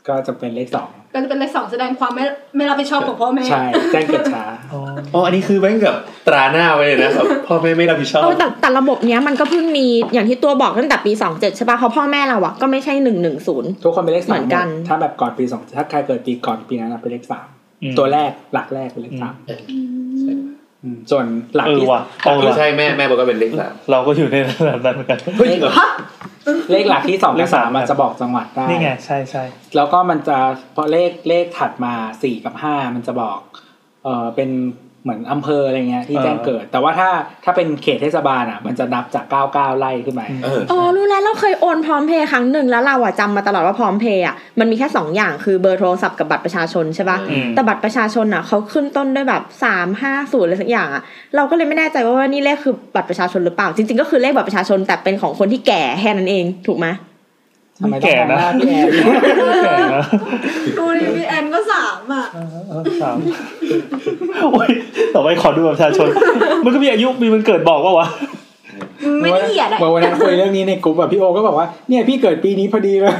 ก็จะเป็นเลขสอง ก็จะเป็นเลขสองแสดงความไม่ไม่รับผิดชอบของพ่อแม่ ใช่ แจ้งเกิด ช้า อ๋อ อ๋ออันนี้คือแม่งแบบตราหน้าไว้เลยนะครับพ่อแม่ไม่รับผิดชอบ เออแต่แต่ระบบเนี้ยมันก็เพิ่งมีอย่างที่ตัวบอกตั้งแต่ปี 27 ใช่ป่ะเพราะพ่อแม่เราอะก็ไม่ใช่ 110 ทุกคนเป็นเลขสาม เหมือนกัน หดถ้าแบบก่อนปีสองถ้าใครเกิดปีก่อนปีนั้นอะเป็นเลขสาม อืม ตัวแรกหลักแรกเป็นเลขสามอืมส่วนหลัก เออ ที่ ว่ะ เอ เอา อ ว่ะ ใช่แม่แม่บอกว่าเป็นเลขสาม เราก็อยู่ในระดับนั้นเหมือนกัน เฮ้ยจริงเหรอ เลขหลักที่สอง เล กับ ขสา สาม มมันจะบอกจังหวัดได้ นี่ไงใช่ใช่ แล้วก็มันจะพอเลขเลขถัดมาสี่กับห้ามันจะบอก เออเป็นเหมือนอำเภออะไรเงี้ยที่แจ้งเกิด แต่ว่าถ้าถ้าเป็นเขตเทศบาลอ่ะ มันจะนับจากเก้าเก้าไล่ขึ้นไป เออ อ๋อรู้แล้วเราเคยโอนพร้อมเพย์ครั้งหนึ่งแล้วเราอะจำมาตลอดว่าพร้อมเพย์อะมันมีแค่สองอย่างคือเบอร์โทรศัพท์กับบัตรประชาชนใช่ป่ะ อื อืม แต่บัตรประชาชนอ่ะเขาขึ้นต้นด้วยแบบสามห้าศูนย์อะไรสักอย่างอ่ะเราก็เลยไม่แน่ใจว่าว่านี่เลขคือบัตรประชาชนหรือเปล่า จริง ๆ ก็คือเลขบัตรประชาชนแต่เป็นของคนที่แก่แค่นั้นเองถูกไหม ทำไมต้องมองหน้าพี่แอน แก่นะ ดูดิพี่แอนก็สามอ่ะ เออเออสามโอ้ยต่อไปขอดูบัตรประชาชน มันก็มีอายุมีมันเกิดบอกว่าวะ ไม่ได้เหยียดอ่ะ เมื่อวันนั้นคุยเรื่องนี้ในกลุ่มแบบพี่โอก็บอกว่าเนี่ยพี่เกิดปีนี้พอดีเลย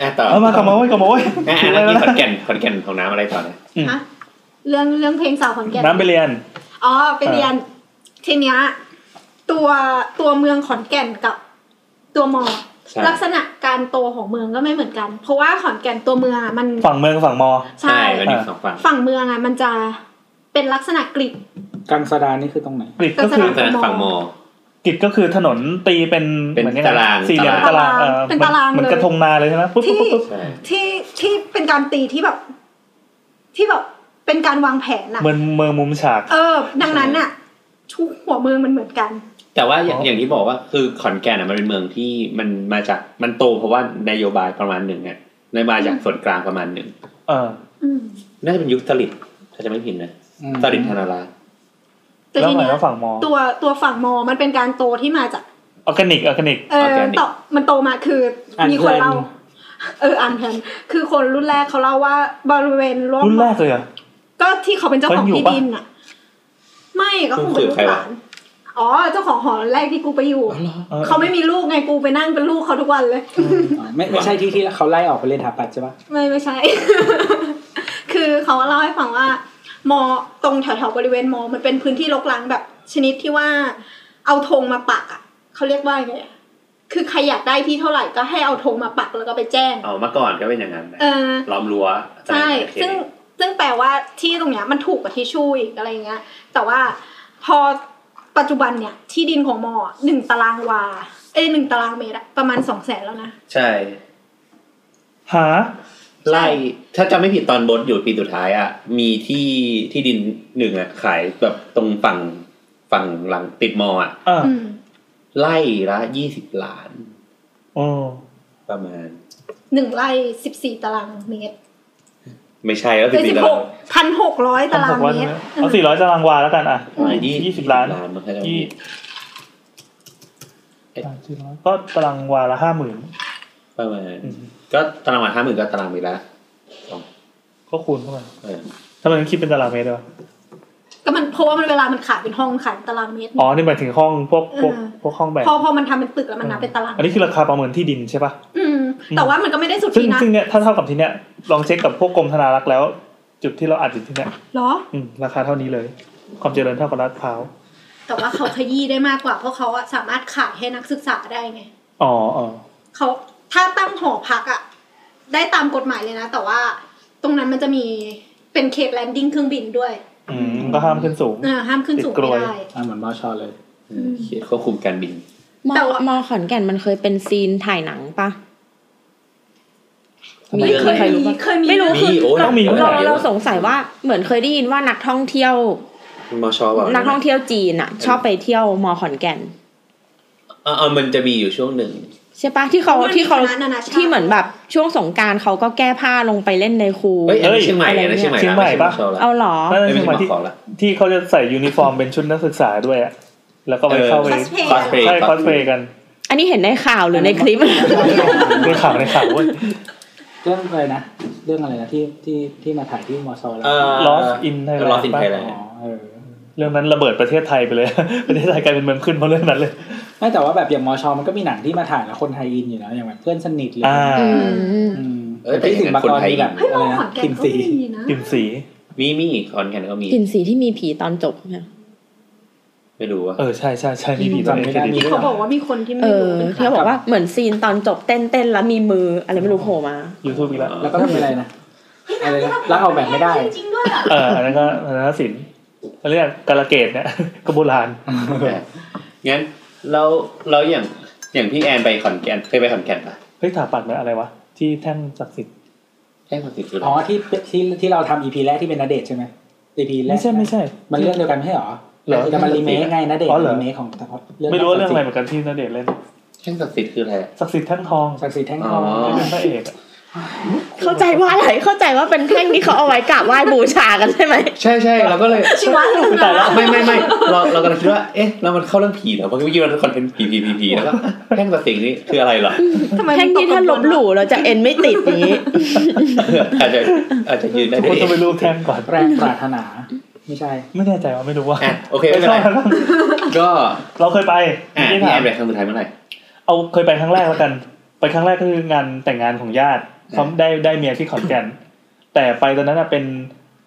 อ่ะต่อ เอามากลับมาไว้ยกลับมาไว้ย อ่ะ ถึ อ่ะ ง แล้วนี่แล้วขอ นะ นแก่นขอนแก่นของน้ำอะไรต่อเนี่ย อืม ฮะเรื่องเรื่องเพลงสาวขอนแก่น น้ำไปเรียน อ๋อไปเรียนทีเนี้ยตัวตัวเมืองขอนแก่นกับตัวมอ ใช่ ลักษณะการโตของเมืองก็ไม่เหมือนกัน เพราะว่าขอนแก่นตัวเมืองอ่ะมัน ฝั่งเมืองฝั่งมอ ใช่ ใช่มันมีสองฝั่ง ฝั่งเมืองอ่ะมันจะเป็นลักษณะกริด กังสดานนี่คือตรงไหน กริดก็คือ ลักษณะ แต่ฝั่งมอ กริดก็คือถนนตีเป็น เป็น หมือยังไง ตาราง สี่เหลี่ยมตารางออ เป็นตาราง หมือน เลย กระทงนาเลยใช่ไหมปุ๊บปุ๊บปุ๊บปุ๊บ ใช่ ที่ที่เป็นการตีที่แบบ ที่แบบเป็นการวางแผนอะ เหมือนเมืองมุมฉาก เออ ดังนั้นอะทุกหัวเมืองมันเหมือนกัน แต่ว่าอย่าง อ๋ออ อย่างที่บอกว่าคือขอนแก่นอ่ะมันเป็นเมืองที่มันมาจากมันโตเพราะว่านโยบายประมาณหนึ่งอ่ะนโยบายจากส่วนกลางประมาณหนึ่ง เออ อืม น่าจะเป็นยุคสลิดถ้าจะไม่ผิดนะ อืม สลิดธนาราช แต่ แล้ว ที หมาย เนี้ย ว่าฝั่งมอ ตัวตัวฝั่งมอมันเป็นการโตที่มาจาก ออร์แกนิกออร์แกนิก เออต่อมันโตมาคืออน มีคนเล่า แรน เอออ่านแทนคือคนรุ่นแรกเขาเล่าว่าบริเวณรอบ รุ่นแรกเลยเหรอ่ะ ก็ที่เขาเป็นเจ้าของ เขาอยู่ ที่ ปะ ดินอะไม่ก็คงเป็นลูกหลานอ๋อเจ้าของหอแรกที่กูไปอยู่ เขาไม่มีลูกไงกูไปนั่งเป็นลูกเขาทุกวันเลย อ๋อไม่ไม่ใช่ที่ที่เขาไล่ออกไปเล่นถาปัดใช่ปะ ไม่ไม่ใช่ คือเขาเล่าให้ฟังว่า มอตรงแถวๆบริเวณมอ มันเป็นพื้นที่รกร้างแบบ ชนิดที่ว่า เอาธงมาปักอ่ะเขาเรียกว่าไงอะคือใครอยากได้ที่เท่าไหร่ก็ให้เอาธงมาปักแล้วก็ไปแจ้ง อ๋อเมื่อก่อนก็เป็นอย่างนั้นนะ เออ ล้อมรั้ว ใช่ โอเค ซึ่งซึ่งแปลว่าที่ตรงเนี้ยมันถูกกว่าที่ชู่อีกอะไรเงี้ย แต่ว่าพอปัจจุบันเนี่ยที่ดินของมอหนึ่งตารางวา เอ้ยหนึ่งตารางเมตรอะประมาณสองแสนแล้วนะ ใช่ หา ไล่ถ้าจำไม่ผิดตอนบดอยู่ปีสุดท้ายอ่ะมีที่ที่ดินหนึ่งอ่ะขายแบบตรงฝั่งฝั่งหลังติดมออ่ะ อ่า อืม ไล่ละยี่สิบล้าน โอ้ ประมาณ หนึ่งไร่สิบสี่ตารางเมตร ไม่ใช่แล้ว เป็น สิ สิ บบ หกพันหกร้อยตาราง วัน เมตร เอาสี่ร้อยตารางวาแล้วกันอ่ะยี่สิบล้าน ล้านมั้งใช่ไหม ยี่ก็ตารางวาละห้าหมื่น ประมาณก็ตารางวาห้าหมื่นก็ตารางเมตรละ ก็คูณเข้าไป เออ ถ้ามันคิดเป็นตารางเมตรด้วยวะ ก็มันเพราะว่ามันเวลามันขายเป็นห้องขายเป็นตารางเมตร อ๋อนี่หมายถึงห้องพวกพวก เออ พวกห้องแบ่ง พอพอมันทำเป็นตึกแล้วมันนับเป็นตาราง อันนี้คือราคาประเมินที่ดินใช่ป่ะ อืม แต่ว่ามันก็ไม่ได้สุด ซึ่ง ที่นะ ซึ่งเนี่ยถ้าเท่ากับที่เนี่ยลองเช็คกับพวกกรมธนารักษ์แล้ว จุดที่เราอัดอยู่ที่เนี่ย เหรอ อืมราคาเท่านี้เลย ความเจริญเท่ากับลาดพร้าว แต่ว่าเขาขยี้ได้มากกว่า เพราะเขาอะสามารถขายให้นักศึกษาได้ไง อ๋ออ๋อ เขาถ้าตั้งหอพักอะได้ตามกฎหมายเลยนะ แต่ว่าตรงนั้นมันจะมีเป็นเขตแลนดิ้งเครื่องบินด้วย อืมมันก็ห้ามขึ้นสูง เออห้ามขึ้นสูงไม่ได้ อ่าเหมือนมอชอเลย เขตควบคุมการบิน มอ แต่ว่า มอขอนแก่นมันเคยเป็นซีนถ่ายหนังปะ มี มี เคย ใครรู้ มี ปะ เคยมี ไม่รู้ นะ คือ โอ้ย เรา ต้องมี เราเราสงสัยว่าเหมือนเคยได้ยินว่านักท่องเที่ยว มอชอบอก นักท่องเที่ยวจีนอ่ะ ชอบไปเที่ยวมอขอนแก่น เออเออมันจะมีอยู่ช่วงหนึ่ง ใช่ปะที่เขา มันมี ที่เขา คณะนนาชาติ ที่เหมือนแบบช่วงสงกรารเขาก็แก้ผ้าลงไปเล่นในคู เฮ้ยอัน เอ้ นี้ ย เชียงใหม่ อะไร อันนี้นเชียงใหม่นะ เชียงเนี่ยใหม่ปะ ไใช่มอชอละ เอาเหรอ นั่น ไม่ ใช่ไหม ไม่ ที่ ขอละ ที่เขาจะใส่ยูนิฟอร์มเป็นชุดนักศึกษาด้วยอะแล้วก็ไปเข้าไป เออ cosplay คอสเพลย์ ใช่คอสเพลย์กัน อันนี้เห็นในข่าวหรือในคลิป ในข่าวในข่าวเว้ย เรื่องอะไรนะ เรื่องอะไรนะที่ที่ที่มาถ่ายที่มอชอแล้ว เออ Lost in Thailand ลอสอินไทยแลนด์ อ๋อเออ เรื่องนั้นระเบิดประเทศไทยไปเลย ประเทศไทยกลายเป็นเมืองขึ้นเพราะเรื่องนั้นเลย ไม่แต่ว่าแบบอย่างมอชอมันก็มีหนังที่มาถ่ายแล้วคนไทยอินอยู่นะอย่างแบบเพื่อนสนิทเลย อ่า อืม อืม เออแต่ แต่ที่ถึงมา คน ตอน ไทย มีแบบ เฮ้ย อะ ม ไร อ นะ ขอนแก่ คิ น ม ก็ ซี มีนะ กิมสี มีมีอีกขอนแก่นก็มี กลิ่นสีที่มีผีตอนจบเนี่ย ไม่รู้ว่า เออใช่ใช่ใช่มีผีตอน จำ นี้ ไม่ เคร ได้ ดิต มี ที่เขาบอกว่ามีคนที่ไม่ เอ รู้ อ เป็นใคร เขาบอกว่าเหมือนซีนตอนจบเต้นเต้นแล้วมีมืออะไรไม่รู้โผล่มา ยูทูบอีกแล้ว แล้วก็มีอะไรนะอะไรนะรักเอาแบบไม่ได้ จริงๆด้วยอะ เอออันนั้นก็อันนั้นก็ศิลป์เขาเรียกกาลเกตเนี่ย ก็โบราณ งั้นแล้วแล้วอย่างอย่างพี่แอนไปขอนแก่นเคยไปขอนแก่นปะ เฮ้ยถาปัดมันอะไรวะ ที่แท่งศักดิ์สิทธิ์ ใช่ขอนแก่นคืออะไร อ๋อที่ที่ที่เราทำอีพีแรกที่เป็นนาเดชน์ใช่ไหมอีพีแรก ไม่ใช่ไม่ใช่ มันเรื่องเดียวกันไม่ใช่หรอ เหรอ แต่มันรีเมคไงนาเดช อ๋อ น์ เหรอ รีเมคของ ไม่รู้ว่าเรื่องอะไรเหมือนกันที่นเดชน์เล่น แท่งศักดิ์สิทธิ์คืออะไรอะ ศักดิ์สิทธิ์แท่งทอง สักดิ์สีแท่งทอง อ๋อ เป็นพระเอกอะ เข้าใจว่าอะไรเข้าใจว่าเป็นแท่งที่เขาเอาไว้กราบไหว้บูชากันใช่ไหม ใช่ใช่เราก็เลย ชีวะหนูนะ ไม่ไม่ไม่เราเรากำลังคิดว่าเอ๊ะแล้วมันเข้าเรื่องผีเหรอเพราะเมื่อกี้มันคอนเทนต์ผีผีผีผีแล้วก็แท่งศักดิ์สิทธิ์นี่คืออะไร เหรอ ทำไม แท่งนี้ถ้าลบหลู่เราจะเอ็นไม่ติดอย่างนี้ อาจจะอาจจะยืนได้ ทุก ด้วน ยคต้องไปรู้แท่งก่อน แรงปรารถนา ไม่ใช่ ไม่แน่ใจว่าไม่รู้ว่า อ่ะโอเคไม่เป็นไร ชอบ ก็ เราเคยไป อ่ะ ที่ พี่ ถา แอ ม นไปครั้งสุดท้ายเมื่อไหร่ เอาเคยไปครั้งแรกแล้วกัน ไปครั้งแรกก็คืองานแต่งงานของญาติเขาได้ได้เมียที่ขอนแก่น แต่ไปตอนนั้นน่ะเป็น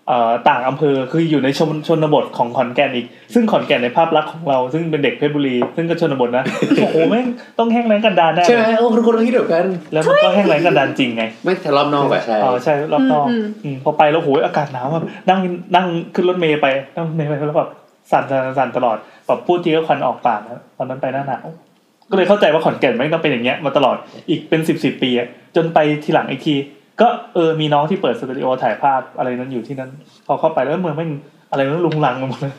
เอ่อต่างอำเภอคืออยู่ในชนชนบทของขอนแก่นอีก ซึ่งขอนแก่นในภาพลักษณ์ของเรา ซึ่งเป็นเด็กเพชรบุรี ซึ่งก็ชนบทนะ โอ้โหแม่งต้องแห้งแล้งกันดานแน่ ใช่ไหมโอ้คนคนละที่เดียวกัน แล้วมันก็แห้งแล้งกันดานจริงไง ไม่แต่รอบนอกอะใช่ อ๋อใช่รอบนอก อืม อืมพอไปแล้วโอ้โหอากาศหนาวแบบนั่งนั่งขึ้นรถเมย์ไปนั่งรถเมย์ไปแล้วแบบ สั่นสั่นสั่นสั่นตลอดแบบพูดทีก็ควันออกปากนะตอนนั้นไปหน้าหนาวก็เลยเข้าใจว่าขอนแก่นไม่งต้องเป็นอย่างเงี้ยมาตลอดอีกเป็นสิบสิบปีอะจนไปทีหลังอีกที ก็เออมีน้องที่เปิดสตูดิโอถ่ายภาพอะไรนั้นอยู่ที่นั้น พอเข้าไปแล้วเมืองไม่งอะไรนั้นลุงลังหมดเลย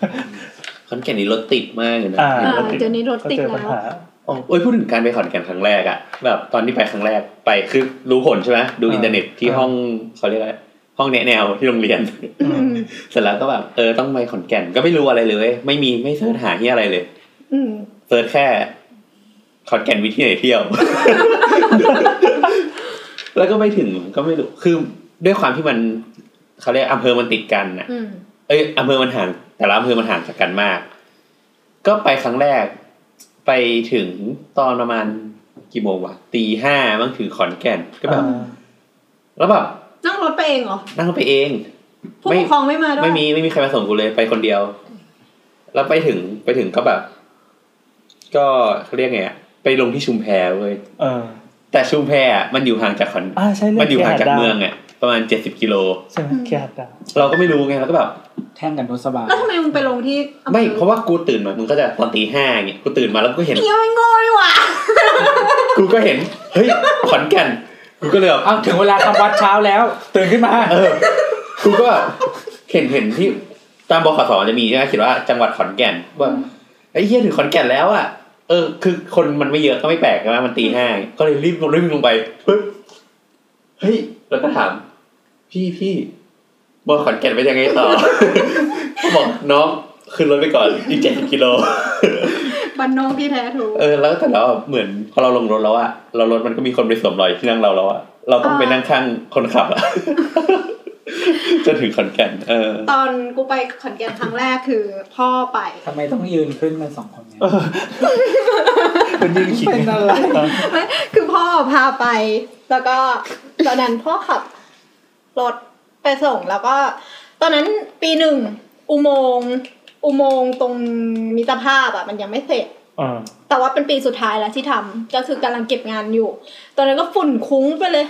ขอนแก่นนี่รถติดมากเลยนะ อ่า อ่าเดี๋ยวนี้รถ ก็ ติด เจอปัญ แล้ว หา โอ้โอ้ยพูดถึงการไปขอนแก่นครั้งแรกอะแบบตอนที่ไปครั้งแรกไปคือรู้ผลใช่ไหมดู อ่า อินเทอร์เน็ตที่ห้องเขาเรียกว่าห้องแนะแนวที่โรงเรียน อืม เสร็จแล้วก็แบบเออต้องไปขอนแก่นก็ไม่รู้อะไรเลย ไม่มีไม่เสิร์ชหาที่อะไรเลย อืม เสิร์ชแค่ขอนแก่นวิธีไหนเที่ยว แล้วก็ไม่ถึงก็ไม่รู้คือด้วยความที่มันเขาเรียกอำเภอมันติดกันน่ะ อืม เอ้ยอำเภอมันห่างแต่ละอำเภอมันห่างจากกันมาก ก็ไปครั้งแรก ไปถึงตอนประมาณกี่โมงวะตีห้ามั้งถึงขอนแก่นก็แบบ อ่า แล้วแบบ นั่งรถไปเองเหรอ นั่งรถไปเอง ผู้ ไม่ ปกครองไม่มาด้วย ไม่มีไม่มีใครมาส่งกูเลยไปคนเดียว แล้วไปถึงไปถึงก็แบบ ก็เขาเรียกไงอะไปลงที่ชุมแพเว้ย เออ แต่ชุมแพอะมันอยู่ห่างจากขอน อ่าใช่เรื่อ มันงอยู่ห่างจาก คหดว เมืองอะประมาณเจ็ดสิบกิโล ใช่ไหมเคหัดดาว เราก็ไม่รู้ไงแล้วก็แบบ แท่งกันทศบาล แล้วทำไมมึงไปลงที่อำภอ ไม่เพราะว่ากูตื่นมามึงก็จะตอนตีห้าเงี้ยกูตื่นมาแล้วกูเห็น เหี้ยไม่โง่ดีหว่า กูก็เห็น เฮ้ยขอนแก่น กูก็เลยแบบ อ้าวถึงเวลาทำวัดเช้าแล้ว ตื่นขึ้นมา เออ กูก็แบบเห็นเห็นที่ตามบขสจะมีใช่ไหมเขียนว่าจังหวัดขอนแก่นว่าไอ้ยเฮียถึงขอนแก่นแล้วอ่ะเออ คือคนมันไม่เยอะก็ไม่แปลกใช่ไหมมันตีห้าก็เลยรีบลงรีบลงไปปึ๊บเฮ้ยแล้วก็ถาม พี่พี่บอขอนแก่นไปยังไงต่อ เขาบอกน้องขึ้นรถไปก่อนอีกเจ็ดกิโล บันนองที่แท้ถูก เออแล้วแต่เราเหมือนพอเราลงรถแล้วอะเรารถมันก็มีคนไปสวมรอยที่นั่งเราแล้วอะเราต้องไป อ่า นั่งข้างคนขับอะ จนถึงขอนแก่นเออ ตอนกูไปขอนแก่นครั้งแรกคือพ่อไป ทำไมต้องยืนขึ้นกันสองคนเนี่ย เออเป็นยืนขิง เป็นอะไร ไม่คือพ่อพาไป แล้วก็ตอนนั้นพ่อขับรถไปส่งแล้วก็ ตอนนั้นปีหนึ่งอุโมงค์อุโมงค์ตรงมิตรภาพอ่ะ มันยังไม่เสร็จ เออ แต่ว่าเป็นปีสุดท้ายแล้วที่ทำก็คือกำลังเก็บงานอยู่ ตอนนั้นก็ฝุ่นคุ้งไปเลย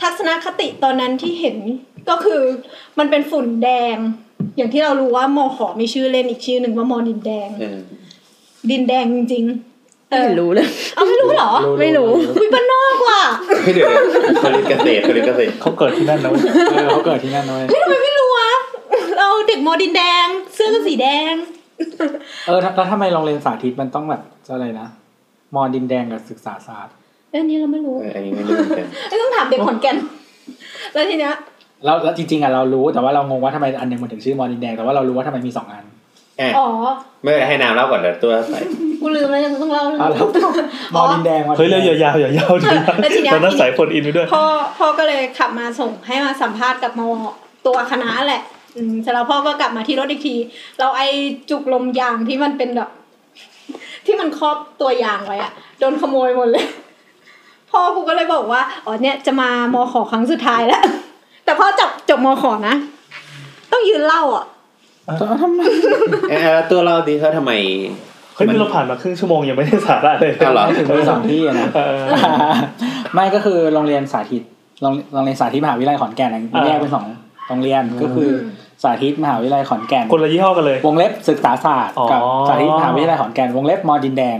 ทัศนคติตอนนั้นที่เห็นก็คือมันเป็นฝุ่นแดง อย่างที่เรารู้ว่ามอขอมีชื่อเล่นอีกชื่อหนึ่งว่ามอดินแดง เออ ดินแดงจริงๆเอ ไม่ อ เห็นรู้เลย เอาไม่รู้เหรอ ไม่รู้ คุยบ้านนอกว่ะ เฮ้ยเดี๋ยวๆเขาเรียนเกษตรเขาเรียนเกษตร เขาเกิดที่นั่นแล้ว เออเขาเกิดที่นั่นเลย เฮ้ยทำไมไม่รู้วะ เราเด็กมอดินแดง เสื้อก็สีแดง เออแล้วทำไมโรงเรียนสาธิตมันต้องแบบอะไรนะมอดินแดงกับศึกษาศาสตร์ เอ้ยอันนี้เราไม่รู้ เอออันนี้ไม่รู้เหมือนกัน ไอ้ยต้องถามเด็กขอนแก่น แล้วทีเนี้ย แล้วแล้วจริงๆอ่ะเรารู้แต่ว่าเรางงว่าทำไมอันหนึงมันถึงชื่อมอดินแดงแต่ว่าเรารู้ว่าทำไมมีสองอัน อ่ะ อ๋อ ไม่เป็นไรให้น้ำเล่าก่อนเดี๋ยวตัวใส่ กูลืมแล้วยังต้องเล่าเลย เอาแล้ว มอดินแดงมอดินแดง เฮ้ยเรื่องยาวๆอย่ายาวดีนะ แล้วทีเนี้ย ตอนนั้นสายฝนอินไปด้วย พ่อพ่อก็เลยขับมาส่งให้มาสัมภาษณ์กับมอตัวคณะแหละ อืมเสร็จแล้วพ่อก็กลับมาที่รถอีกที เราไอจุกลมยางที่มันเป็นแบบ ที่มันครอบตัวยางไว้อะโดนขโมยหมดเลย พ่อกูก็เลยบอกว่าอ๋อเนี่ยจะมามอขอครั้งสุดท้ายแล้ว แต่พ่อจบจบมอขอนะ ต้องยืนเล่าอ่ะ ทำไม เออแล้วตัวเราดีเขาทำไม เฮ้ยนี่เราผ่านมาครึ่งชั่วโมงยังไม่ได้สาระเลย เอาเหรอ ถึงมีสองที่อะ นะ เออ ไม่ก็คือโรงเรียนสาธิตโรงโรงเรียนสาธิตมหาวิทยาลัยขอนแก่นอะมันแยกเป็นสองโรงเรียนก็คืออสาธิตมหาวิทยาลัยขอนแก่น คนละยี่ห้อกันเลย วงเล็บศึกษาศาสตร์ อ๋อ กับสาธิตมหาวิทยาลัยขอนแก่นวงเล็บมอดินแดง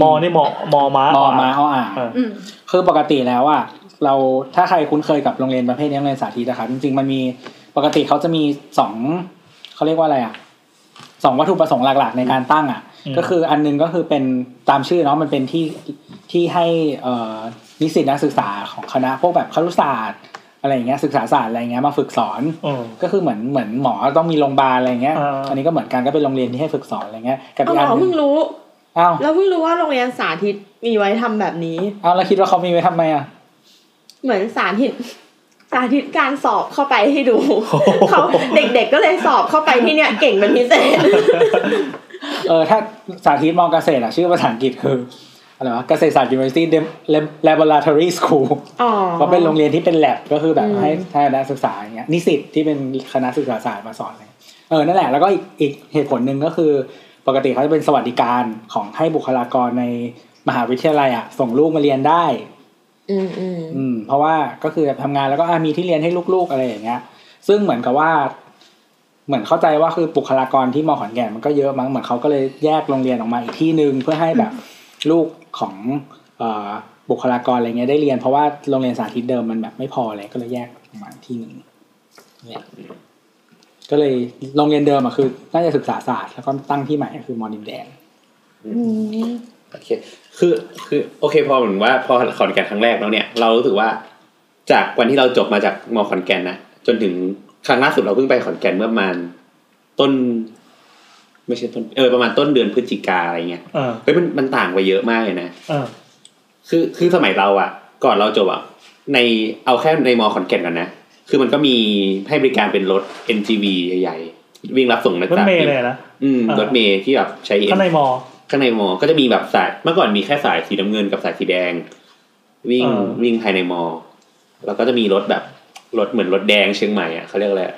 มอนี่มอมอม้าม ม อมาอ้ออ่าง เออ อืม คือปกติแล้วอะเราถ้าใครคุ้นเคยกับโรงเรียนประเภทนี้โรงเรียนสาธิตนะครับจริงๆมันมีปกติเขาจะมีสองเขาเรียกว่าอะไรอะสองวัตถุประสงค์หลักๆ ในการตั้งอะ อืม ก็คืออันหนึงก็คือเป็นตามชื่อเนาะมันเป็นที่ที่ให้เอ่อนิสิตนักศึกษาของคณะพวกแบบครุศาสตร์อะไรอย่างเงี้ยศึกษาศาสตร์อะไรอย่างเงี้ยมาฝึกสอน เออ ก็คือเหมือนเหมือนหมอต้องมีโรงพยาบาลอะไรอย่างเงี้ย อ่า อันนี้ก็เหมือนกันก็เป็นโรงเรียนที่ให้ฝึกสอนอะไรเงี้ยกับ เอา อีก เหร อันหอนึ เพิ่ ง งรู้ อ้าว แล้วเพิ่งรู้ว่าโรงเรียนสาธิตมีไว้ทำแบบนี้ อ้าวแล้วคิดว่าเขามีไว้ทำไมอะ เหมือนสาธิต สาธิตการสอบเข้าไปให้ดู เขาเด็กๆก็เลยสอบเข้าไปที่เนี่ยเก่งเป็นพิเศษ เออถ้าสาธิตมองเกษตรอ่ะ ชื่อภาษาอังกฤษคืออะไรวะเกษตรศาสตร์ University Dem- Lab- Laboratory School อ๋อ ก็เป็นโรงเรียนที่เป็น lab ก็คือแบบ อืม ให้ให้นักศึกษาอย่างเงี้ยนิสิตที่เป็นคณะศึกษาศาสตร์มาสอนเลยเออนั่นแหละแล้วก็อีกอีกเหตุผลหนึ่งก็คือปกติเขาจะเป็นสวัสดิการของให้บุคลากรในมหาวิทยาลัยอ่ะส่งลูกมาเรียนได้ อืมอืม อืมเพราะว่าก็คือทำงานแล้วก็อ่ะมีที่เรียนให้ลูกๆอะไรอย่างเงี้ย ซึ่งเหมือนกับว่า เหมือนเข้าใจว่าคือบุคลากรที่มอขอนแก่นมันก็เยอะมั้งเหมือนเขาก็เลยแยกโรงเรียนออกมาอีกที่หนึ่งเพื่อให้แบบลูกของเอ่อบุคลากรอะไรเงี้ยได้เรียนเพราะว่าโรงเรียนสาธิตเดิมมันแบบไม่พอเลยก็เลยแยกออกมาที่หนึ่งเนี่ยก็เลยโรงเรียนเดิมอะคือน่าจะศึกษาศาสตร์แล้วก็ตั้งที่ใหม่ก็คือมอดินแดง โอเค คือ คือ โอเค พอเหมือนว่า พอขอนแก่นครั้งแรกแล้วเนี่ย เรารู้สึกว่า จากวันที่เราจบมาจากมอขอนแก่นนะ จนถึงครั้งล่าสุดเราเพิ่งไปขอนแก่นเมื่อประมาณต้น ไม่ใช่ต้น เออ ประมาณต้นเดือนพฤศจิกาอะไรเงี้ย เออ เฮ้ย มัน มันต่างไปเยอะมากเลยนะ เออ คือ คือสมัยเราอะก่อนเราจบอะใน เอาแค่ในมอขอนแก่นก่อนนะ คือมันก็มีให้บริการเป็นรถ NGV ใหญ่ๆ วิ่งรับส่งนัก รถ ศึก เม ษา ล์เลยนะ อืม อ่าร รถเมย์ที่แบบใช้ ข้างในมอ ข้างในมอ ก็จะมีแบบสาย เมื่อก่อนมีแค่สายสีน้ำเงินกับสายสีแดง วิ่ง อ่า วิ่งภายในมอ แล้วก็จะมีรถแบบรถเหมือนรถแดงเชียงใหม่อ่ะเขาเรียกอะไรอะ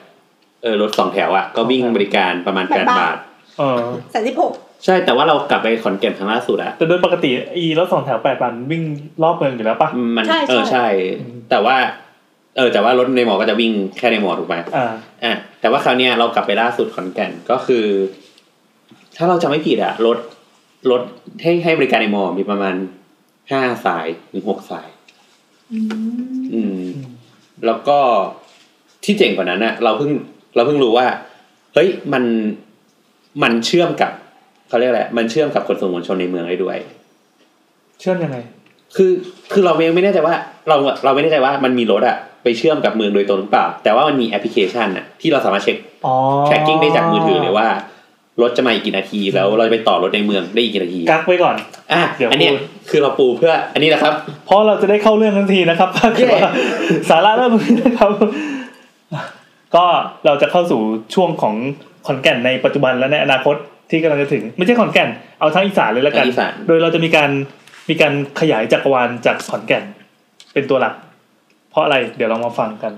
เออรถสองแถวอ่ะก็วิ่งบริการประมาณ แป แป ด ด บาท บาท เออ สามสิบหก ใช่แต่ว่าเรากลับไปขอนแก่นครั้งล่าสุดอะ แต่โดยปกติอีรถสองแถวแปดบาทวิ่งรอบเมืองอยู่แล้วปะ มัน ใช่ใช่ เออใช่ แต่ว่า เออ แต่ว่ารถในมอก็จะวิ่งแค่ในมอถูกไหม อ่า อ่ะแต่ว่าคราวเนี้ยเรากลับไปล่าสุดขอนแก่นก็คือ ถ้าเราจำไม่ผิดอะรถรถให้ให้บริการในมอ มีประมาณห้าสายถึงหกสาย อืม แล้วก็ที่เจ๋งกว่านั้นอะเราเพิ่งเราเพิ่งรู้ว่า เฮ้ยมันมันเชื่อมกับเขาเรียกอะไรมันเชื่อมกับขนส่งมวลชนในเมืองได้ด้วย เชื่อมยังไง คือคือเรายังไม่แน่ใจว่าเราเราไม่แน่ใจว่ามันมีรถอะไปเชื่อมกับเมืองโดยตรงหรือเปล่า แต่ว่ามันมีแอปพลิเคชันอะที่เราสามารถเช็ค อ๋อ แทร็กกิ้งได้จากมือถือเลยว่า รถจะมาอีกกี่นาทีแล้วเราจะไปต่อรถในเมืองได้อีกกี่นาที กักไว้ก่อน อ่ะ เดี๋ยว อันเนี้ย พูด คือเราปูเพื่ออันนี้นะครับ เพราะเราจะได้เข้าเรื่องทันทีนะครับถ้าเกิดว่าสาระเริ่มนะครับ ก็เราจะเข้าสู่ช่วงของขอนแก่นในปัจจุบันและในอนาคตที่กำลังจะถึง ไม่ใช่ขอนแก่นเอาทั้งอีสานเลยละกัน ทั้งอีสาน โดยเราจะมีการมีการขยายจักรวาลจากขอนแก่น เป็นตัวหลัก เพราะอะไรเดี๋ยวเรามาฟังกัน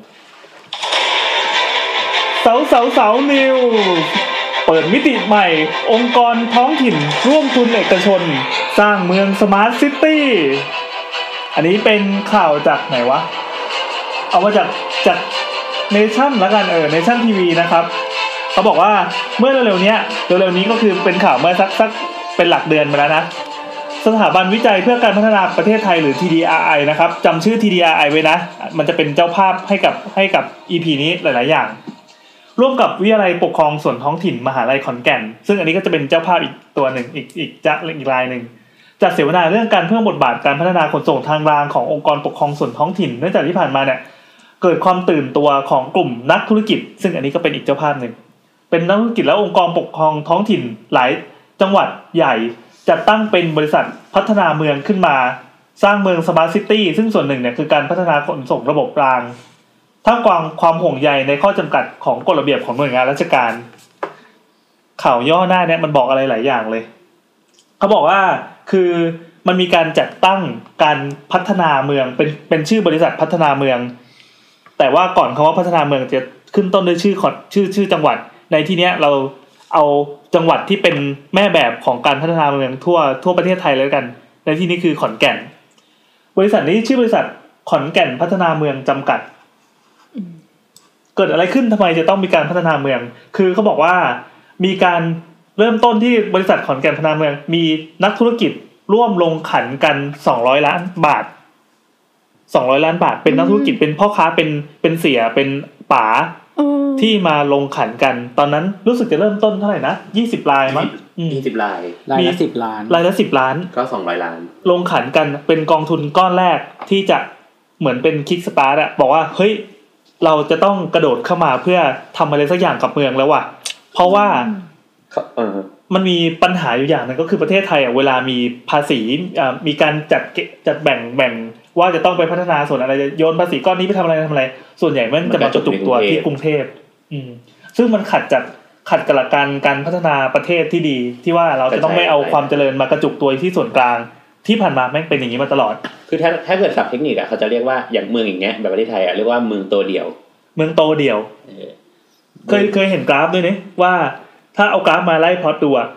เสาเสาเสานิว เปิดมิติใหม่ องค์กรท้องถิ่น ร่วมทุนเอกชน สร้างเมืองสมาร์ทซิตี้ อันนี้เป็นข่าวจากไหนวะ เอามาจากจากเนชั่นละกันเออเนชั่นทีวีนะครับ เขาบอกว่าเมื่อเร็วๆเนี้ยเร็วๆนี้ก็คือเป็นข่าวเมื่อสักสักเป็นหลักเดือนมาแล้วนะ สถาบันวิจัยเพื่อการพัฒนาประเทศไทยหรือ TDRI นะครับจำชื่อ TDRI ไว้นะ มันจะเป็นเจ้าภาพให้กับให้กับ EP นี้หลาย ๆ อย่าง ร่วมกับวิทยาลัยปกครองส่วนท้องถิ่นมหาลัยขอนแก่น ซึ่งอันนี้ก็จะเป็นเจ้าภาพอีกตัวหนึ่งอีกอีกจะอีกรายหนึ่ง จัดเสวนาเรื่องการเพิ่มบทบาทการพัฒนาขนส่งทางรางขององค์กรปกครองส่วนท้องถิ่นเนื่องจากที่ผ่านมาเนี่ยเกิดความตื่นตัวของกลุ่มนักธุรกิจ ซึ่งอันนี้ก็เป็นอีกเจ้าภาพหนึ่ง เป็นนักธุรกิจและองค์กรปกครองท้องถิ่นหลายจังหวัดใหญ่ จัดตั้งเป็นบริษัทพัฒนาเมืองขึ้นมา สร้างเมืองสมาร์ทซิตี้ซึ่งส่วนหนึ่งเนี่ยคือการพัฒนาขนส่งระบบรางท่ามกลางความห่วงใยในข้อจำกัดของกฎระเบียบของหน่วยงานราชการ ข่าวย่อหน้าเนี่ยมันบอกอะไรหลายอย่างเลย เขาบอกว่าคือมันมีการจัดตั้งการพัฒนาเมืองเป็นเป็นชื่อบริษัทพัฒนาเมือง แต่ว่าก่อนคำว่าพัฒนาเมืองจะขึ้นต้นด้วยชื่อขอชื่อชื่อจังหวัด ในที่เนี้ยเราเอาจังหวัดที่เป็นแม่แบบของการพัฒนาเมืองทั่วทั่วประเทศไทยแล้วกัน ในที่นี้คือขอนแก่น บริษัทนี้ชื่อบริษัทขอนแก่นพัฒนาเมืองจำกัด เกิดอะไรขึ้นทำไมจะต้องมีการพัฒนาเมือง คือเขาบอกว่ามีการเริ่มต้นที่บริษัทขอนแก่นพัฒนาเมือง มีนักธุรกิจร่วมลงขันกัน 200 ล้านบาท 200 ล้านบาท เป็นนักธุรกิจเป็นพ่อค้าเป็นเป็นเสียเป็นป๋า ที่มาลงขันกัน ตอนนั้นรู้สึกจะเริ่มต้นเท่าไหร่นะยี่สิบลายมั้งอืม ยี่สิบลาย ราย มี ละสิบล้าน รายละสิบล้าน ก็สองร้อยล้าน ลงขันกันเป็นกองทุนก้อนแรกที่จะเหมือนเป็นคิกสตาร์ทอะบอกว่า เฮ้ย เราจะต้องกระโดดเข้ามาเพื่อทำอะไรสักอย่างกับเมืองแล้วว่ะ เพราะว่า เออ มันมีปัญหาอยู่อย่างหนึงก็คือประเทศไทยอะเวลามีภาษีเอ่อมีการจัดเกจัดแบ่งแบ่งว่าจะต้องไปพัฒนาส่วนอะไรจะโยนภาษีก้อนนี้ไปทำอะไรทำอะไร ส่วนใหญ่มันจะมาจุกตัวที่กรุงเทพอืมซึ่งมันขัดจากขัดกับหลักการการพัฒนาประเทศที่ดีที่ว่าเราจะต้องไม่เอาความเจริญมากระจุกตัวที่ส่วนกลาง ที่ผ่านมาแม่งเป็นอย่างนี้มาตลอด คือถ้าถ้าเกิดศัพท์เทคนิคอะเขาจะเรียกว่าอย่างเมืองอย่างเงี้ยแบบประเทศไทยอะเรียกว่าเมืองตัวเดียว เมืองโตเดียว เออ เคยเคยเห็นกราฟด้วยนี่ว่าถ้าเอากราฟมาไล่พลอตดูอะ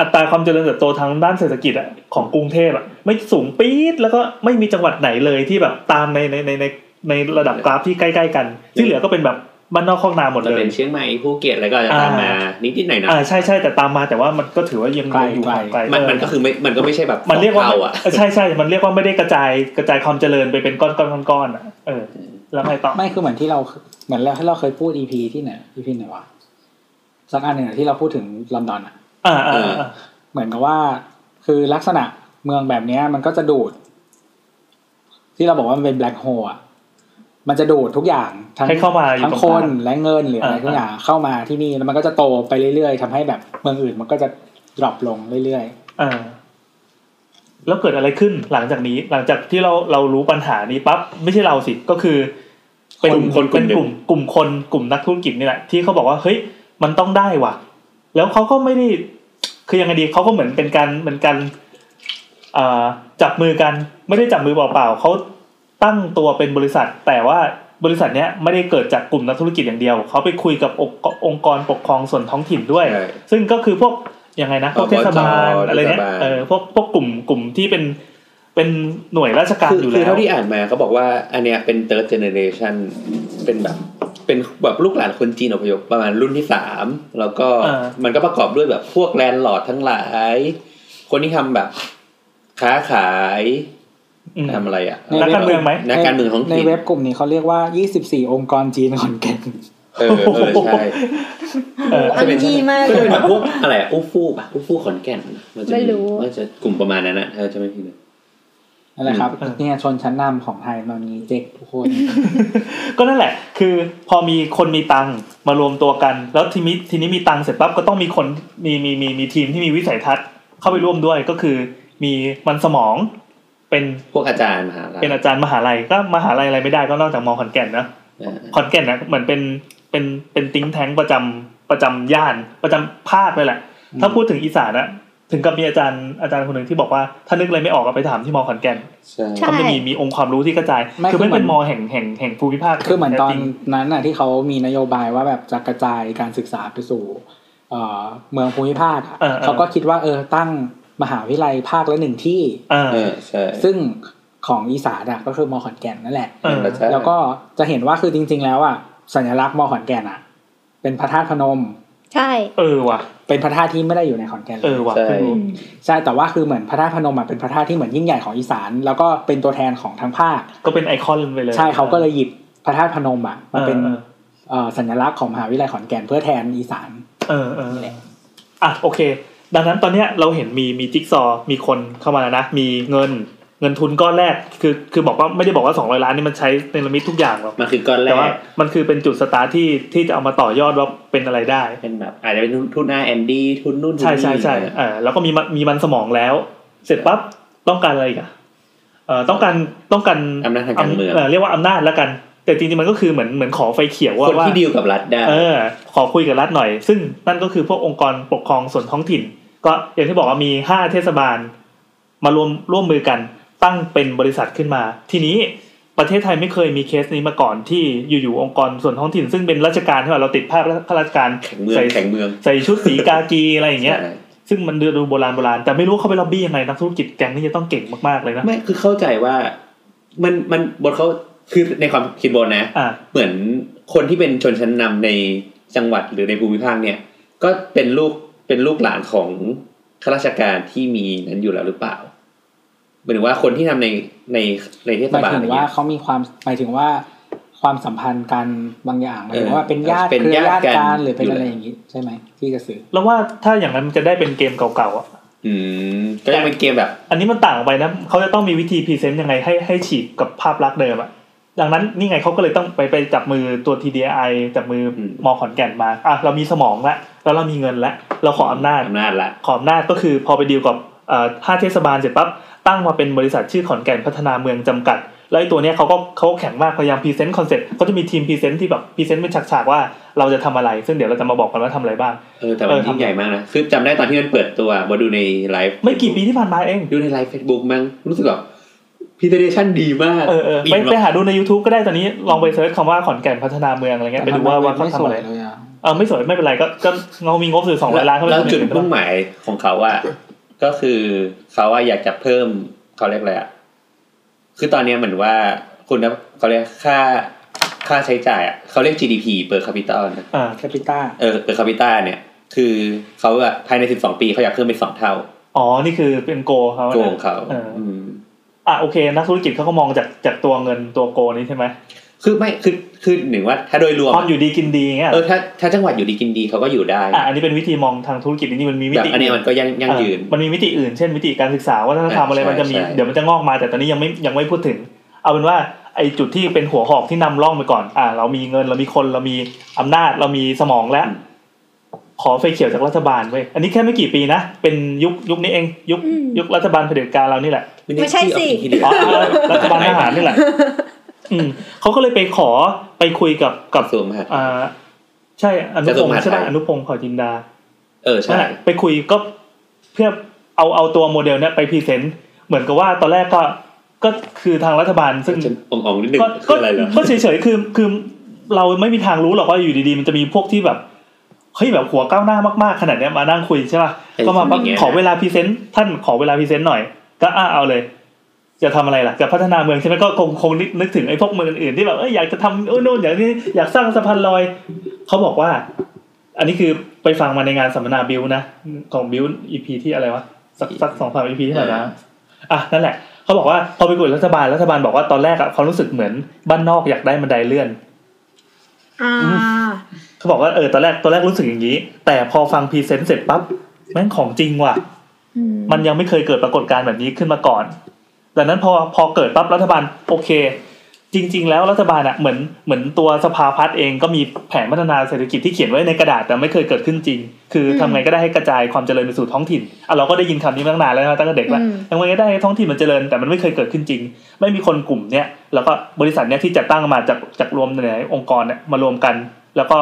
อัตราความเจริญเติบโตทางด้านเศรษฐกิจอะของกรุงเทพอะไม่สูงปี๊ดแล้วก็ไม่มีจังหวัดไหนเลยที่แบบตามในในในในในระดับกราฟที่ใกล้ ๆ กัน ที่เหลือก็เป็นแบบ บ้านนอกคอกนาหมด จะ เลย เป็นเชียงใหม่ภูเก็ตแล้วก็จะตามมานิดนิดๆหน่อยหน่อ อ่าย ใช่ใช่แต่ตามมาแต่ว่ามันก็ถือว่ายัง ไกล อยู่ ไกล ห่างไกล มัน เออ มันก็คือไม่มันก็ไม่ใช่แบบ มันเรียกว่า เท่าอ่ะ เออใช่ใช่มันเรียกว่าไม่ได้กระจายกระจายความเจริญไปเป็นก้อนก้อนก้อนก้อนอ่ะเออ แล้วไงต่อ ไม่คือเหมือนที่เราเหมือนเราที่เราเคยพูด EP ที่ไหน EP ไหนวะสักอันหนึ่งอะที่เราพูดถึงลอนดอนอะ อ่าอ่าอ่า เหมือนกับว่า คือลักษณะเมืองแบบเนี้ย มันก็จะดูด ที่เราบอกว่ามันเป็นแบล็คโฮอ่ะมันจะดูดทุกอย่างทั้ง ให้เข้ามาอยู่ ทั้ง ตรง ค กลาน ง และเงินหรืออะไร อ่า ทุกอย่างเข้ามาที่นี่แล้วมันก็จะโตไปเรื่อยๆทำให้แบบเมืองอื่น มันก็จะดรอปลงเรื่อย อ่าแล้วเกิดอะไรขึ้นหลังจากนี้ หลังจากที่เราเรารู้ปัญหานี้ปั๊บไม่ใช่เราสิก็คือ เป็น คนคนกลุ่ เป็ ม น หนึ่ ก ง ลุ่มกลุ่มคนกลุ่มนักธุรกิจนี่แหละที่เขาบอกว่าเฮ้ยมันต้องได้ว่ะ แล้วเขาก็ไม่ได้คือยังไงดีเขาก็เหมือนเป็นการเป็นการอ่าจับมือกัน ไม่ได้จับมือเปล่าๆเขาตั้งตัวเป็นบริษัท แต่ว่าบริษัทเนี้ยไม่ได้เกิดจากกลุ่มนักธุรกิจอย่างเดียวเขาไปคุยกับองค์องค์กรปกครองส่วนท้องถิ่นด้วย ใช่ ซึ่งก็คือพวกยังไงนะ พวกเทศบาล อบจ อะไรเนี่ย เทศบาล เออพวกพวกกลุ่มกลุ่มที่เป็นเป็นหน่วยราชการ คือ อยู่ คือแล้ว เท่าที่อ่านมาเขาบอกว่าอันเนี้ยเป็น third generation เป็นแบบ เป็นแบบลูกหลานคนจีนอพยพประมาณรุ่นที่สามแล้วก็ อ่า มันก็ประกอบด้วยแบบพวกแลนด์ลอร์ดทั้งหลาย คนที่ทำแบบค้าขาย อืม ทำอะไรอ่ะ ๆใน นักการเมืองไหม นักการเมืองของ ใน จีน เว็บกลุ่มนี้เขาเรียกว่า 24 องค์กรจีนขอนแก่น เออเออใช่ เอ อ อันที่มาก ก็ เล จะ ย เป็นแบบพวกอะไรอ่ะอู้ฟู่ป่ะอู้ฟู่ขอนแก่นมันจะ ไม่รู้ มันจะกลุ่มประมาณนั้นนะถ้าจะไม่ผิดเลย นั่นแหละครับ อืม เนี่ยชนชั้นนำของไทยตอนนี้เจ๊กทุกคน ก็นั่นแหละ คือพอมีคนมีตังค์มารวมตัวกัน แล้วทีนี้ทีนี้มีตังค์เสร็จปั๊บก็ต้องมีคนมีมีมีมีทีมที่มีวิสัยทัศน์เข้าไปร่วมด้วยก็คือ มีมันสมอง เป็น พวกอาจารย์มหาลัย เป็นอาจารย์มหาลัยก็มหาลัยอะไรไม่ได้ก็นอกจากมอขอนแก่นนะ อ่า ขอนแก่นนะเหมือนเป็นเป็นเป็นติ้งแท้งประจำประจำย่านประจำภาคเลยแหละ อืม ถ้าพูดถึงอีสานนะถึงกับมีอาจารย์อาจารย์คนหนึ่งที่บอกว่าถ้านึกอะไรไม่ออกก็ไปถามที่มอขอนแก่น ใช่ ใช่ เขาไม่มีมีองค์ความรู้ที่กระจาย ไม่ คือไม่ คือเหมื เป็ อน น มอแห่งแห่งแห่งภูมิภาค คือเหมือนตอแท้นจริง นั้นน่ะที่เขามีนโยบายว่าแบบจะกระจายการศึกษาไปสู่เอ่อเมืองภูมิภาคอะ เออเออ เขาก็คิดว่าเออตั้งมหาวิทยาลัยภาคละหนึ่งที่ อ่า เออใช่ ซึ่งของอีสานอะก็คือมอขอนแก่นนั่นแหละ เออ ใช่ แล้วก็จะเห็นว่าคือจริง ๆ แล้วอะสัญลักษณ์มอขอนแก่นอะเป็นพระธาตุพนม ใช่ เออว่ะ เป็นพระธาตุที่ไม่ได้อยู่ในขอนแก่นลย เออว่ะ ใช่ เพิ่งรู้ ใช่แต่ว่าคือเหมือนพระธาตุพนมอะเป็นพระธาตุที่เหมือนยิ่งใหญ่ของอีสาน แล้วก็เป็นตัวแทนของทั้งภาค ก็เป็นไอคอนไปเลย ใช่เขาก็เลยหยิบพระธาตุพนมอ่ะมาเป็น ออ เอ่อสัญลักษณ์ของมหาวิทยาลัยขอนแก่นเพื่อแทนอีสาน เออเออ นี่ เออแหละ อ่ะโอเค ดังนั้นตอนเนี้ยเราเห็นมีมีจิ๊กซอว์มีคนเข้ามาแล้วนะ มีเงินเงินทุนก้อนแรก คือคือบอกว่าไม่ได้บอกว่า 200 ล้านนี่มันใช้ในระมิดทุกอย่างหรอก มันคือก้อนแร แต่ว่าก มันคือเป็นจุดสตาร์ทที่ที่จะเอามาต่อยอดว่าเป็นอะไรได้ เป็นแบบอาจจะเป็นทุนหน้าแอนดี้ทุนนู่นทุน ใช่ นี่ ใช่ใช่เออแล้วก็มีมันมีมันสมองแล้ว เสร็จปั๊บต้องการอะไรอีกอ่ะเออต้องการต้องการ อำนาจทางการเมือง เรียกว่าอำนาจแล้วกัน แต่จริงๆมันก็คือเหมือนเหมือนขอไฟเขียวว่า คน ว่า ที่ดีลกับรัฐได้ เออ ขอคุยกับรัฐหน่อย ซึ่งนั่นก็คือพวกองค์กรปกครองส่วนท้องถิ่น ก็อย่างที่บอกว่ามีห้าเทศบาล มารวมร่วมมือกันตั้งเป็นบริษัทขึ้นมา ทีนี้ประเทศไทยไม่เคยมีเคสนี้มาก่อนที่อยู่ๆองค์กรส่วนท้องถิ่น ซึ่งเป็นราชการที่ว่าเราติดภาพข้าราชการ แข่งเมือง ใส่ แข่งเมือง ใส่ชุดสีกากีอะไรอย่างเงี้ย ใช่ ซึ่งมันดูโบราณโบราณแต่ไม่รู้เขาไปล็อบบี้ยังไงนักธุรกิจแก๊งนี่จะต้องเก่งมากๆเลยนะ ไม่คือเข้าใจว่า มันมันบทเขาคือในความคิดบนนะ อ่า เหมือนคนที่เป็นชนชั้นนำในจังหวัดหรือในภูมิภาคเนี่ย ก็เป็นลูกเป็นลูกหลานของข้าราชการที่มีนั้นอยู่แล้วหรือเปล่าหมายถึงว่าคนที่ทำในในในเทศ หมาย บาล ถึ อะไร งว่า เงี้ย เขามีความหมายถึงว่าความสัมพันธ์กันบางอย่างหมายถึงว่าเป็นญาติ เป็น เครือ ญาติ ญาติ กัน กันหรือเป็น อยู่ อะไร แล้ว อย่างนี้ใช่ไหมที่จะสื่อ แล้วว่าถ้าอย่างนั้นมันจะได้เป็นเกมเก่าๆอ่ะ อืมก็ยังเป็นเกมแบบ อันนี้มันต่างออกไปนะเขาจะต้องมีวิธีพรีเซนต์ยังไงให้ให้ฉีกกับภาพลักษณ์เดิมอะดังนั้นนี่ไงเขาก็เลยต้องไปไปจับมือตัว TDI จับมืออ ม มอขอนแก่นมาอ่ะเรามีสมองละแล้วเรามีเงินละเราขออำนาจ อำนาจละ ขออำนาจก็คือพอไปดีลกับเอ่อห้าเทศบาลเสร็จปั๊บตั้งมาเป็นบริษัทชื่อขอนแก่นพัฒนาเมืองจำกัด แล้วไอ้ตัวเนี้ยเขาก็เขาแข็งมากพยายามพรีเซนต์คอนเซ็ปต์เขาจะมีทีมพรีเซนต์ที่แบบพรีเซนต์เป็นฉากๆว่าเราจะทำอะไร ซึ่งเดี๋ยวเราจะมาบอกกันว่าทำอะไรบ้าง เออแต่มัน เออ ยิ่ง ทำ ใหญ่มากนะคือจำได้ตอนที่มันเปิดตัวว่าดูในไลฟ์ ไม่กี่ปีที่ผ่านมาเอง ดูในไลฟ์เฟซบุ๊กมั้งรู้สึกแบบพิเตเดชันดีมาก เออเออ ปี ไป น ไปหาดูใน YouTube ก็ได้ตอนนี้ลองไปเซิร์ชคำว่าขอนแก่นพัฒนาเมืองอะไรเงี้ยไปดูว่าว่าเขา ไม่ส ทำ ว อะไร ยเลยอะ เออไม่สวยไม่เป็นไรก็ก็เรามีงบสื่อสองร้อยล้านเขาไป แล้ว ทำ จุด อย่างอื่น มุ่ง ได้ หมายของเขาว่า ก็คือเขาว่าอยากจะเพิ่มเขาเรียกอะไรอ่ะ คือตอนเนี้ยเหมือนว่าคุณนะเขาเรียกค่า ค่าใช้จ่ายอะเขาเรียก GDP per capita นะ อ่า แคปิต้า เออ per capita เนี่ย คือเขาอะภายใน 12 ปีเขาอยากเพิ่มเป็น 2 เท่า อ๋อ นี่คือเป็นโกเขานะ โกงเขา ออ อืม อ่ะโอเค นักธุรกิจเขาก็มองจากจากตัวเงินตัวโกนี้ใช่ไหม คือไม่คือคือหนึ่งว่าถ้าโดยรวม ความอยู่ดีกินดีเงี้ย เออถ้าถ้าจังหวัดอยู่ดีกินดีเขาก็อยู่ได้ อ่ะอันนี้เป็นวิธีมองทางธุรกิจจริงๆมันมีมิ แบบ ติ อันเนี้ยมันก็ยังยั่ง อ่ะ ยืน มันมีมิติอื่น เช่นมิติการศึกษาวัฒนธรรม อ่ะ อะไรมันจะมี ใช่ใช่ เดี๋ยวมันจะงอกมา แต่ตอนนี้ยังไม่ยังไม่พูดถึง เอาเป็นว่าไอ้จุดที่เป็นหัวหอกที่นำร่องไปก่อน อ่ะเรามีเงินเรามีคนเรามีอำนาจเรามีสมองแล้วขอไฟเขียวจากรัฐบาลเว้ยอันนี้แค่ไม่กี่ปีนะเป็นยุคยุคนี้เองยุค อืม ยุครัฐบาลเผด็จการเรานี่แหละ ไม่ใช่สิ ที่เดือด อ๋อรัฐบาลทหาร นี่แหละ อืมเขาก็เลยไปขอไปคุยกับ ก กั ระ บ ทรวงมหาด อ่าใช่อนุ กระท พ รวงงศ์ มหาดไทย ใช่ไหมอนุพงศ์เผ่าจินดา เออใช่ นั่นแหละไปคุยก็เพื่อเอาเอาตัวโมเดลเนี้ยไปพรีเซนต์เหมือนกับว่าตอนแรกก็ก็คือทางรัฐบาลซึ่ง ฉันององๆนิดนึง ก็ คืออะไรเหรอ ก็เฉยๆ คือ คือ เราไม่มีทางรู้หรอกว่าอยู่ดีๆ มันจะมีพวกที่แบบ เฮ้ย แบบหัวก้าวหน้ามากๆ ขนาดเนี้ยมานั่งคุยใช่ป่ะ ไอ้ ก็มา คนอย่างเงี้ย ขอเวลาพรีเซนต์ ท่านขอเวลาพรีเซนต์หน่อย ก็อ่ะเอาเลย จะทำอะไรล่ะ จะพัฒนาเมืองใช่ไหมก็คงคงนึกนึกถึงไอ้พวกเมืองอื่นๆที่แบบเอ้ยอยากจะทำโอ้ยนู่นอย่างนี้อยากสร้างสะพานลอย เขาบอกว่า อันนี้คือไปฟังมาในงานสัมมนาบิวนะ ของบิวอีพีที่อะไรวะ สักสักสองสามอีพีที่ผ่านมา อ่ะนั่นแหละเขาบอกว่าพอไปคุยกับรัฐบาลรัฐบาลบอกว่าตอนแรกอะเขารู้สึกเหมือนบ้านนอกอยากได้บันไดเลื่อน อ่า เขาบอกว่าเออตอนแรกตอนแรกรู้สึกอย่างนี้ แต่พอฟังพรีเซนต์เสร็จปั๊บแม่งของจริงว่ะ มันยังไม่เคยเกิดปรากฏการณ์แบบนี้ขึ้นมาก่อนดังนั้นพอพอเกิดปั๊บรัฐบาลโอเค จริง ๆ แล้วรัฐบาลอะเหมือนเหมือนตัวสภาพัฒน์เองก็มีแผนพัฒนาเศรษฐกิจที่เขียนไว้ในกระดาษแต่ไม่เคยเกิดขึ้นจริง คืออ ม ทำไงก็ได้ให้กระจายความเจริญไปสู่ท้องถิ่นอ่ะเราก็ได้ยินคำนี้มาตั้งนานแล้วนะตั้งแต่เด็กแล้ว อืม ยังไงก็ได้ให้ท้องถิ่นมันเจริญแต่มันไม่เคยเกิดขึ้นจริง ไม่มีคนกลุ่มเนี้ยแล้วก็บริษัทเนี้ยที่จะตั้งมาจากจากรวมหลายๆองค์กรเนี่ยมารวมกัน แล้วก็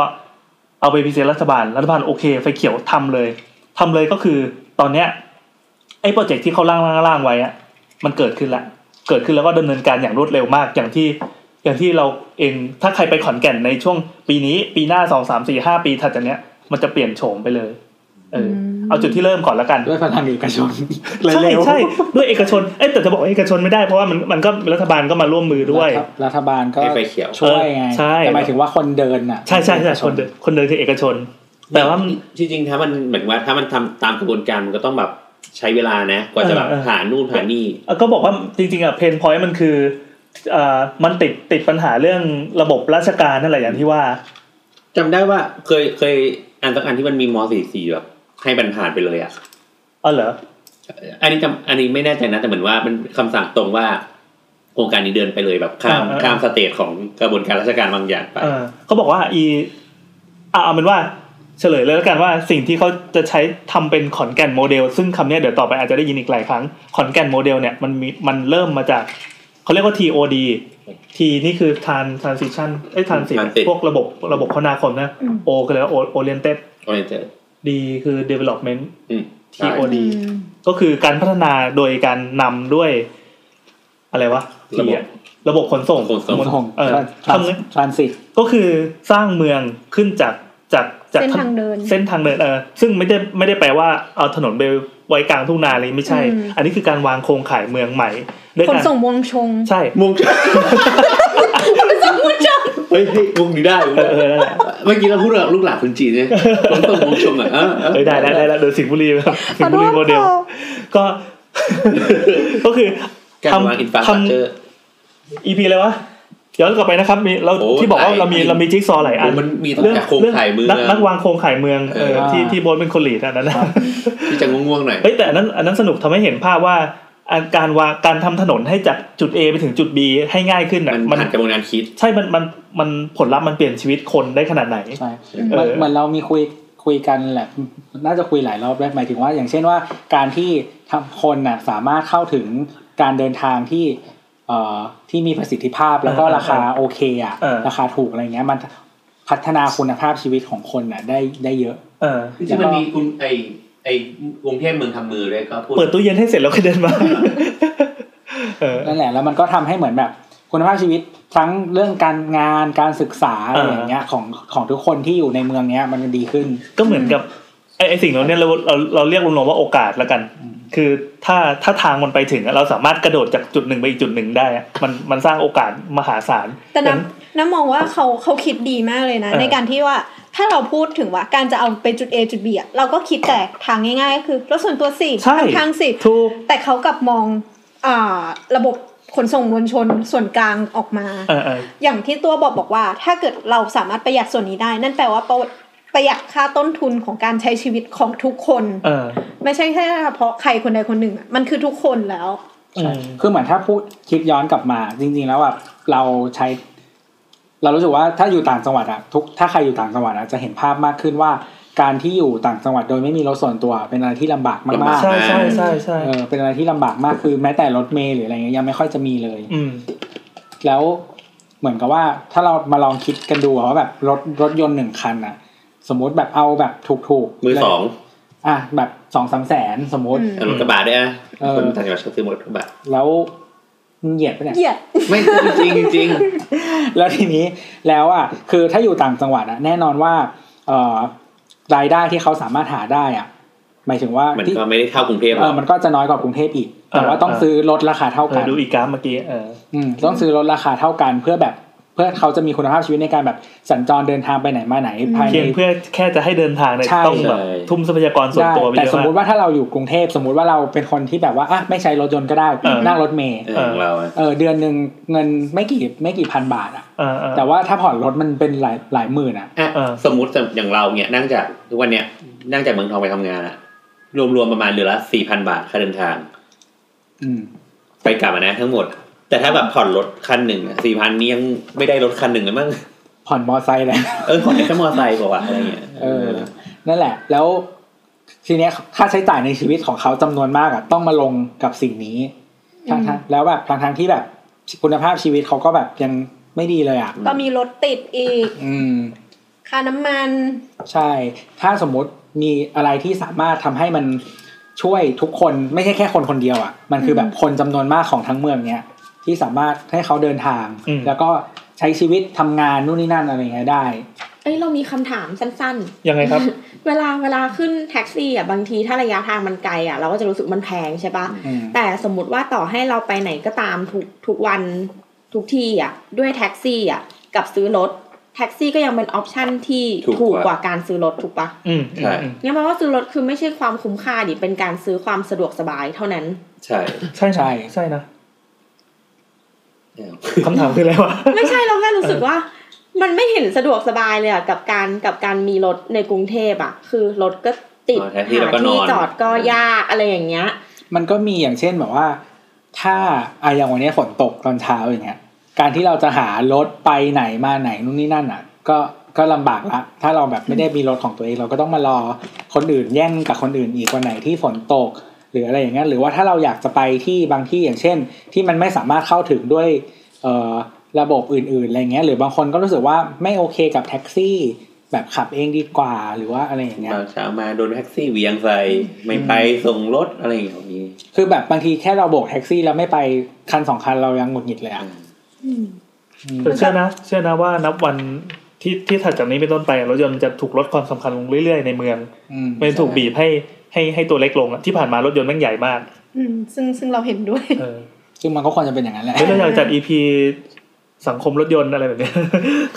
เอาไปพิเศษรัฐบาลรัฐบาลโอเค ไฟเขียวทำเลยทำเลยก็คือตอนเนี้ยไอ้โปรเจกต์ที่เขาล่างล่างล่างไว้อะมันเกิดขึ้นละเกิดขึ้นแล้วก็ดำเนินการอย่างรวดเร็วมากอย่างที่ อย่างที่เราเองถ้าใครไปขอนแก่นในช่วงปีนี้ ปีหน้าสองสามสี่ห้าปีถัดจากเนี้ยมันจะเปลี่ยนโฉมไปเลยเอออเอาจุดที่เริ่มก่อนละกัน ด้วยพลังเอกชน ใช่ เร็วๆ ใช่ด้วยเอกชนเอ้ยแต่จะบอกว่าเอกชนไม่ได้เพราะว่ามันมันก็รัฐบาลก็มาร่วมมือด้วย รัฐรัฐบาลก็ ให้ไฟเขียว ช่วยไง เออใช่ แต่หมายถึงว่าคนเดินอ่ะ ใช่ใช่ใช่คนเดินคนเดินคือเอกชน แต่ว่ามัน จริงๆถ้ามันเหมือนว่าถ้ามันทำตามกระบวนการมันก็ต้องแบบใช้เวลานะ กว่าจะแบบ เออเออ หานู่นหานี่ เอ่อก็บอกว่าจริงๆอ่ะเพนพอยต์มันคือเอ่อมันติดติดปัญหาเรื่องระบบราชการนั่นแหละอย่างที่ว่า จำได้ว่าเคยเคยอ่านสักอันที่มันมีม .44 แบบให้บันผ่านไปเลยอ่ะ เออเหรอ อันนี้จำอันนี้ไม่แน่ใจนะแต่เหมือนว่ามันคำสั่งตรงว่าโครงการนี้เดินไปเลยแบบข้าม อ่าอ่า ข้ามสเตจของกระบวนการราชการบางอย่างไป เออเขาบอกว่าอีอ่ะเอาเป็นว่าเฉลยเลยแล้วกันว่าสิ่งที่เขาจะใช้ทำเป็นขอนแก่นโมเดล ซึ่งคำเนี้ยเดี๋ยวต่อไปอาจจะได้ยินอีกหลายครั้ง ขอนแก่นโมเดลเนี่ยมันมีมันเริ่มมาจากเขาเรียกว่า TOD T นี่คือ Trans transition เอ้ย transit Transit พวกระบบระบบคมนาคมนะ O คืออะไรว่า O- oriented โอเคเจอ D คือ development อืม TOD ก็คือการพัฒนาโดยการนำด้วย อะไรวะ T อะระบบขนส่ง ขนส่ คนของ เออ ท ทำไง ำทรานสิต ก็คือสร้างเมืองขึ้นจากจากจาก เส้นทางเดิน เส้นทางเดินเออซึ่งไม่ได้ไม่ได้แปลว่าเอาถนนไปไว้กลางทุ่งนาเลยไม่ใช่ อืม อันนี้คือการวางโครงข่ายเมืองใหม่ด้วย ขน การ ส่งมวลชน ใช่ มุงจเฮ้ยเฮ้ยมุงนี้ได้ เออเออนั่นแหละ เมื่อกี้เราพูดเรื่องลูกหลานคนจีนเนี่ยผมต้องมุงชมอ่ะเออเออ เออได้ได้ได้แล้วโดยสิงห์บุ รีครับสิงห์บุรีโมเดล ค่ะ ก็ ก็คือ การวาง ทำ อินฟราส ท ตรัคเจอร์ ำ EP อะไรวะย้อนกลับไปนะครับมีเรา โอ้ ที่บอกว่า หลาย เรามี อัน เรามีจิ๊กซอว์หลายอัน มันมีตั้งแต่โครงข่ายเมือง นักนักวางโครงข่ายเมืองเออ เออ ที่ที่โบนเป็นคนหลีดอันนั้นนะ ที่จะง่วงๆหน่อย เฮ้ยแต่อันนั้นอันนั้นสนุกทำให้เห็นภาพว่าอ่าการวางการทำถนนให้จากจุด A ไปถึงจุด B ให้ง่ายขึ้นอ่ะ มันผ่านกระบวนการคิด ใช่มันมันมันผลลัพธ์มันเปลี่ยนชีวิตคนได้ขนาดไหน ใช่ เออ เหมือนเหมือนเรามีคุยคุยกันแหละ น่าจะคุยหลายรอบแล้วหมายถึงว่า อย่างเช่นว่าการที่ทำคนน่ะสามารถเข้าถึงการเดินทางที่เอ่อที่มีประสิทธิภาพแล้วก็ เออเออ ราคาโอเคอ่ะ เออ ราคาถูกอะไรเงี้ยมันพัฒนาคุณภาพชีวิตของคนน่ะได้ได้เยอะ เออ จริงๆมันมีคุณไอไอกรุงเทพเมืองทำมือด้วยก็พูด เปิดตู้เย็นให้เสร็จแล้วก็เดิ นมาเออ นั่นแหละแล้วมันก็ทำให้เหมือนแบบคุณภาพชีวิตทั้งเรื่องการงานการศึกษาอะไร อ่า อย่างเงี้ยของของทุกคนที่อยู่ในเมืองเนี้ยมันดีขึ้น ก็เหมือนกับไอไอสิ่งเหล่านี้เราเราเราเรียกรวมๆว่าโอกาสแล้วกัน อืม คือถ้าถ้าทางมันไปถึงอะเราสามารถกระโดดจากจุดหนึ่งไปอีกจุดหนึ่งได้อะมันมันสร้างโอกาสมหาศาล แต่น้ำน้ำมองว่าเขาเขาคิดดีมากเลยนะ เออ ในการที่ว่าถ้าเราพูดถึงว่าการจะเอาไปจุด A จุด B อะเราก็คิดแต่ทางง่าย ๆ ก็คือรถส่วนตัวสิ ใช่ ทำทางสิ ถูก แต่เขากลับมองอ่าระบบขนส่งมวลชนส่วนกลางออกมา เออเออ อย่างที่ตัวบอกบอกว่า ถ้าเกิดเราสามารถประหยัดส่วนนี้ได้ นั่นแปลว่าประประหยัดค่าต้นทุนของการใช้ชีวิตของทุกคน เออ ไม่ใช่แค่เฉพาะใครคนใดคนหนึ่งอะมันคือทุกคนแล้ว อืม คือเหมือนถ้าพูดคิดย้อนกลับมา จริง ๆ แล้วแบบเราใช้ เรารู้สึกว่าถ้าอยู่ต่างจังหวัดอะทุกถ้าใครอยู่ต่างจังหวัดอะจะเห็นภาพมากขึ้นว่า การที่อยู่ต่างจังหวัดโดยไม่มีรถส่วนตัว เป็นอะไรที่ลำบาก ลำ มา บาก ก ใช่ใช่ใช่ใช่ ๆเออเป็นอะไรที่ลำบากมากคือ แม้แต่รถเมล์หรืออะไรเงี้ยยังไม่ค่อยจะมีเลย อืม แล้วเหมือนกับว่าถ้าเรามาลองคิดกันดูอะว่าแบบรถรถยนต์หนึ่งคันอะสมมติแบบเอาแบบถูกๆ มือสอง อ่ะแบบสองสามแสนสมมติ อืม เอารถกระบะด้วยนะ เออ คนต่างจังหวัดชอบซื้อรถกระบะ แล้วมึงเหยียดไปะเนี่ย เหยียด ไม่จริงจริง แล้วทีนี้แล้วอ่ะคือถ้าอยู่ต่างจังหวัดอ่ะแน่นอนว่าเอ่อรายได้ที่เขาสามารถหาได้อ่ะหมายถึงว่า มัน ที่ ก็ไม่ได้เท่ากรุงเทพหร เอ อ อก มันก็จะน้อยกว่ากรุงเทพอีก แต่ว่า เออ ต้อง เออ ซื้อรถราคาเท่า เอ กั อน ดูอีกกราฟเมื่อกี้เออ อืมต้องซื้อรถราคาเท่ากัน เพื่อแบบเพื่อเขาจะมีคุณภาพชีวิตในการแบบสัญจรเดินทางไปไหนมาไหน อืม ภายใน เพียงเพื่อแค่จะให้เดินทางเนี่ย ใช่ ต้องแบบทุ่มทรัพยากรส่วน ได้ ตัวไป แต่ เยอะ สมมติ มาก ว่าถ้าเราอยู่กรุงเทพสมมติว่าเราเป็นคนที่แบบว่าอ่ะไม่ใช้รถยนต์ก็ได้ เออ นั่งรถเมล์ เออของเราอะ เออเดือนหนึ่งเงินไม่กี่ไม่กี่พันบาทอ่ะ เออเออ แต่ว่าถ้าผ่อนรถมันเป็นหลายหลายหมื่นอ่ะ อ่ะ เออ สมมติอย่างเราเนี่ยนั่งจากทุกวันเนี่ยนั่งจากเมืองทองไปทำงานอะรวมๆประมาณเดือนละสี่พันบาทค่าเดินทาง อืม ไปกลับอะนะทั้งหมด แต่ถ้าแบบผ่อนรถคันหนึ่งสี่พันนี้ยังไม่ได้รถคันหนึ่งเลยมั้ง ผ่อนมอไซค์แหละ เออผ่อนได้แค่มอไซค์กว่าอะไรเงี้ย เออ นั่นแหละ แล้วทีเนี้ยค่าใช้จ่ายในชีวิตของเขาจำนวนมากอะต้องมาลงกับสิ่งนี้ทางทางแล้วแบบทางทางๆที่แบบคุณภาพชีวิตเขาก็แบบยังไม่ดีเลยอ่ะ ก็มีรถติดอีก อืม ค่าน้ำมัน ใช่ ถ้าสมมติมีอะไรที่สามารถทำให้มันช่วยทุกคนไม่ใช่แค่คนคนเดียวอ่ะ มันคือแบบคนจำนวนมากของทั้งเมืองเนี้ยที่สามารถให้เขาเดินทาง อืม แล้วก็ใช้ชีวิตทำงานนู่นนี่นั่นอะไรอย่างเงี้ยได้ เอ้ยเรามีคำถามสั้น ๆ ยังไงครับ เวลาเวลาขึ้นแท็กซี่อ่ะบางทีถ้าระยะทางมันไกลอ่ะเราก็จะรู้สึกมันแพงใช่ปะ อืม แต่สมมติว่าต่อให้เราไปไหนก็ตามทุกทุกวันทุกที่อ่ะด้วยแท็กซี่อ่ะกับซื้อรถแท็กซี่ก็ยังเป็นออปชันที่ถูกกว่าการซื้อรถถูกปะ อืมอืมอืม งั้นแปลว่าซื้อรถคือไม่ใช่ความคุ้มค่าดิเป็นการซื้อความสะดวกสบายเท่านั้น ใช่ ใช่ ใช่ ใช่ใช่นะ เออ คำถามคืออะไรวะ ไม่ใช่เราแค่รู้สึกว่า มันไม่เห็นสะดวกสบายเลยอ่ะกับการกับการมีรถในกรุงเทพอ่ะคือรถก็ติดหาที่จอดก็ยากอะไรอย่างเงี้ย มันก็มีอย่างเช่นแบบว่า ถ้าอะอย่างวันนี้ฝนตกตอนเช้าอย่างเงี้ยการที่เราจะหารถไปไหนมาไหนนู่นนี่นั่นอ่ะ ก็ก็ลำบากละถ้าเราแบบไม่ได้มีรถของตัวเองเราก็ต้องมารอคนอื่นแย่งกับคนอื่นอีกวันไหนที่ฝนตก หรืออะไรอย่างเงี้ยหรือว่าถ้าเราอยากจะไปที่บางที่อย่างเช่น ที่มันไม่สามารถเข้าถึงด้วยเอ่อระบบอื่นๆอะไรเงี้ยหรือบางคนก็รู้สึกว่าไม่โอเคกับแท็กซี่ แบบขับเองดีกว่าหรือว่าอะไรอย่างเงี้ย ตอนเช้ามาโดนแท็กซี่เหวียงใส่ไม่ไปส่งรถอะไรอย่างเงี้ยมี คือแบบบางทีแค่เราโบกแท็กซี่แล้วไม่ไปคันสองคันเรายังหงุดหงิดเลยอ่ะ แต่เชื่อนะเชื่อนะว่านับวันที่ที่ถัดจากนี้เป็นต้นไปรถยนต์มันจะถูกลดความสำคัญลงเรื่อยๆในเมือง อืม มันจะถูกบีบให้ให้ให้ตัวเล็กลงอะที่ผ่านมารถยนต์แม่งใหญ่มาก อืม ซึ่งซึ่งเราเห็นด้วย เออ ซึ่งมันก็ควรจะเป็นอย่างนั้นแหละ เฮ้ยเราอยากจัดอีพีสังคมรถยนต์ อะไรแบบเนี้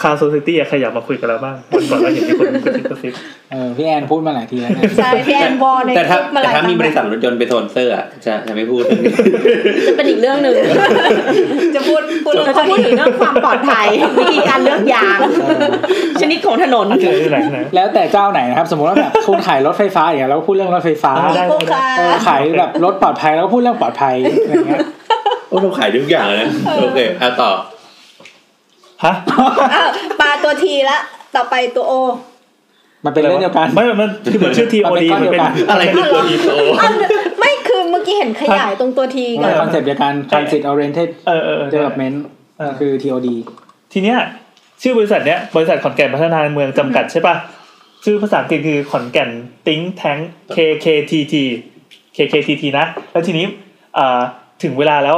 คาร์โซซิตี้ ใครอยากมาคุยกับเราบ้างวันก่อนเราเห็นมีคนกระซิบกระซิบ เออพี่แอนพูดมาหลายทีแล้วนะ ใช่พี่แอนวอลใน แต่ถ้า ทุกหล แต่ ย ถ้ามีบริษั จังห ทรถยนต์ไปนสปอนเซอร์อ่ะจะจะไม่พูดเรื่องนี้ จะเป็นอีกเรื่องหนึ่ง วัดจะพูดพูด เรา เรื่อง จะ ข้อ พูด นี้ ถึงเรื่องความปลอดภัย วิธีการเลือกยาง ชนิดของถนน อ่ะที่ไหนที่ไหนที่ไหน แล้วแต่เจ้าไหนนะครับ สมมติว่าแบบคุณขายรถไฟฟ้าอย่างเงี้ยเราก็พูดเรื่องรถไฟฟ้า อ่า ได้ โคคา เออขายแบบรถปลอดภัยเราก็พูดเรื่องปลอดภัยอะไรเงี้ย โอ้เราขายทุกอย่างเลยนะโอเคเอาต่อ ฮะ อ้าวปลาตัวทีละ ต่อไปตัวโอ มันเป็นเรื่องเดียวกัน ไม่มันคือเหมือนชื่อทีโอดีมันเป็น มันเป็นข้ออะไรคือเดียวกันตัวดีโต อ้าวไม่คือเมื่อกี้เห็นขยายตรงตัวทีกัมัน น คอนเซปต์เดียวกัน transit oriented เออเออเออ development เออ คือ TOD ทีเนี้ยชื่อบริษัทเนี้ยบริษัทขอนแก่นพัฒนาเมืองจำกัดใช่ปะชื่อภาษาอังกฤษคือขอนแก่นติ้งแท้ง KKTT KKTT นะ แล้วทีนี้เอ่อถึงเวลาแล้ว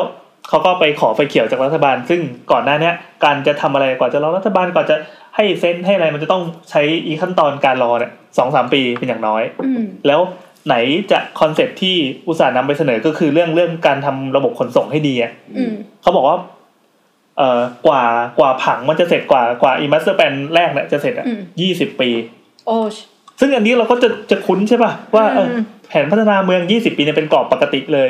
เขาก็ไปขอไฟเขียวจากรัฐบาล ซึ่งก่อนหน้าเนี้ยการจะทำอะไรกว่อนจะรอรัฐบาลกว่อนจะให้เซ็นให้อะไรมันจะต้องใช้อีขั้นตอนการรอเนี่ยสองสามปีเป็นอย่างน้อย อืม แล้ว ไหนจะคอนเซ็ปต์ที่อุตส่าห์นำไปเสนอก็คือเรื่องเรื่องการทำระบบขนส่งให้ดีอะ อืม เขาบอกว่า เอ่อกว่ากว่าผังมันจะเสร็จกว่ากว่าอีมัสเตอร์แปนแรกเนี่ยจะเสร็จอ่ะ อืม ยี่สิบปี โอ้ช ซึ่งอันนี้เราก็จะจะคุ้นใช่ป่ะว่าเออ อืม แผนพัฒนาเมือง 20 ปีเนี่ยเป็นกรอบปกติเลย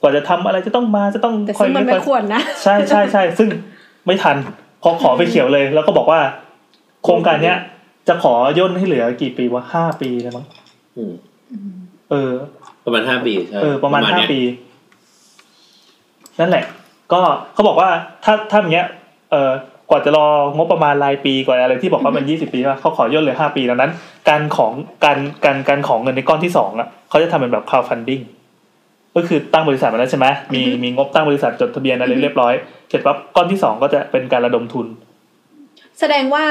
กว่าจะทำอะไรจะต้องมาจะต้อง แต่ซึ่งมันไม่ควรนะ ใช่ใช่ใช่ซึ่งไม่ทันพอขอไปเขียวเลย แล้วก็บอกว่า โครงการเนี้ย จะขอย่นให้เหลือกี่ปีวะห้าปีเลยมั้ง อืม เออ ประมาณห้าปีใช่ เออประมาณห้า เนี้ย ปี นั่นแหละ ก็เขาบอกว่าถ้าถ้าอย่างเงี้ย เออกว่าจะรองบประมาณรายปีกว่าอะไรที่บอกว่ามันยี่สิบปีว่าเขาขอย่นเหลยห้าปีดังนั้น การของการการการของเงินในก้อนที่สองอ่ะเขาจะทำเป็นแบบ crowdfunding ก็คือตั้งบริษัทมาแล้วใช่ไหมมีมีงบตั้งบริษัทจดทะเบียนอะไรเรียบร้อยเสร็จปั๊บก้อนที่สองก็จะเป็นการระดมทุน แสดงว่า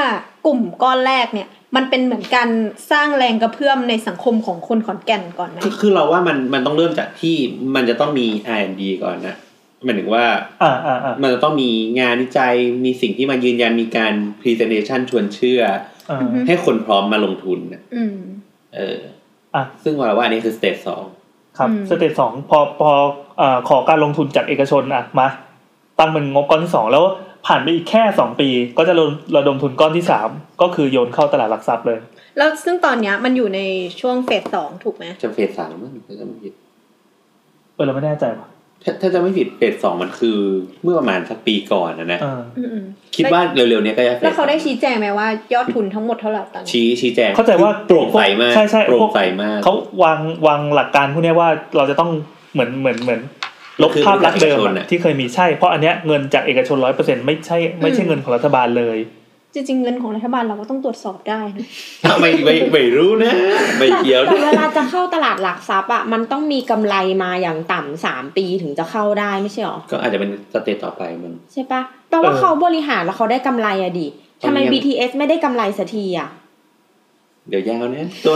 กลุ่มก้อนแรกเนี่ย มันเป็นเหมือนการสร้างแรงกระเพื่อมในสังคมของคนขอนแก่นก่อนไหม คือคือเราว่ามันมันต้องเริ่มจากที่มันจะต้องมี R&D ก่อนนะหมายถึงว่า อ่าอ่าอ่า มันจะต้องมีงานวิจัยมีสิ่งที่มายืนยันมีการ presentation ชวนเชื่อ ให้คนพร้อมมาลงทุนน่ะ อืม เออ อ่ะ ซึ่งว่าเราว่าอันนี้คือสเตจสอง ครับ อืม สเตจสองพอพอเอ่อขอการลงทุนจากเอกชนอ่ะมา ตั้งเป็นงบก้อนที่สองแล้วผ่านไปอีกแค่สองปี ก็จะระดมระดมทุนก้อนที่สามก็คือโยนเข้าตลาดหลักทรัพย์เลย แล้วซึ่งตอนเนี้ยมันอยู่ในช่วงเฟสสองถูกไหม จะเฟสสามมั้งถ้าจะไม่ผิด เออเราไม่แน่ใจว่ะ ถ้าถ้าจะไม่ผิดเฟสสองมันคือ เมื่อประมาณสักปีก่อนนะนะ เออ อืมอืม คิดว่าเร็วๆเนี้ยก็จะเฟส แล้วเขาได้ชี้แจงไหมว่ายอดทุนทั้งหมดเท่าไหร่ตอนนี้ ชี้ชี้แจง เข้าใจว่า โปร่งใสมาก ใช่ใช่ โปร่งใสมาก เขาวางวางหลักการพวกเนี้ยว่าเราจะต้องเหมือนเหมือนเหมือนลบ คือ ภาพลักษณ์เดิม เอกชน อะ น่ะ ที่เคยมีใช่เพราะอันเนี้ยเงินจากเอกชนร้อยเปอร์เซ็นต์ไม่ใช่ไม่ใช่เงินของรัฐบาลเลย จริงๆเงินของรัฐบาลเราก็ต้องตรวจสอบได้นะ ไม่ไม่ไม่รู้นะ ไม่เกี่ยว แต่ นะ เวลาจะเข้าตลาดหลักทรัพย์อ่ะมันต้องมีกำไรมาอย่างต่ำสามปีถึงจะเข้าได้ไม่ใช่หรอ ก็อาจจะเป็นสเตจต่อไปมัน ใช่ปะแปลว่า เออ เขาบริหารแล้วเขาได้กำไรอะดิทำไม เขายัง BTS ไม่ได้กำไรสักทีอ่ะ เดี๋ยวยาวนะตัว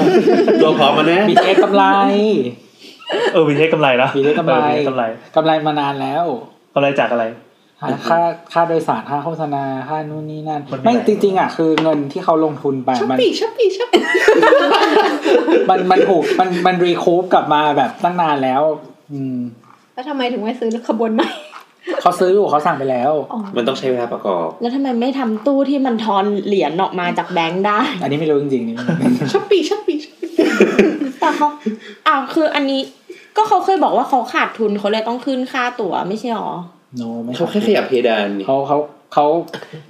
ตัวพร้อมมานะ มีเอกกำไร เออมีได้กำไรนะ BTS กำไร เออ BTS กำไร กำไรมานานแล้ว กำไรจากอะไร หาค่าค่าโดยสารค่าโฆษณาค่านู่นนี่นั่น มันมี ไม่ หลาย จริงๆอ่ะคือเงินที่เขาลงทุนไป ช้อป มัน ปี้ช้อปปี้ช้อปปี้ มันมันถูกมันมันรีคูปกลับมาแบบตั้งนานแล้ว อืม แล้วทำไมถึงไม่ซื้อขบวน ใหม่ เขาซื้ออยู่เขาสั่งไปแล้ว อ๋อ มันต้องใช้เวลาประกอบ แล้วทำไมไม่ทำตู้ที่มันทอนเหรียญออกมาจากแบงค์ได้ อันนี้ไม่รู้จริงๆ นี่ ช้อปปี้ช้อปปี้ช้อปปี้ แต่เขาอ้าวคืออันนี้ก็เขาเคยบอกว่าเขาขาดทุนเขาเลยต้องขึ้นค่าตั๋วไม่ใช่หรอ โนไม่ เขาแค่ขยับเพดานนี่ เขาเขาเขา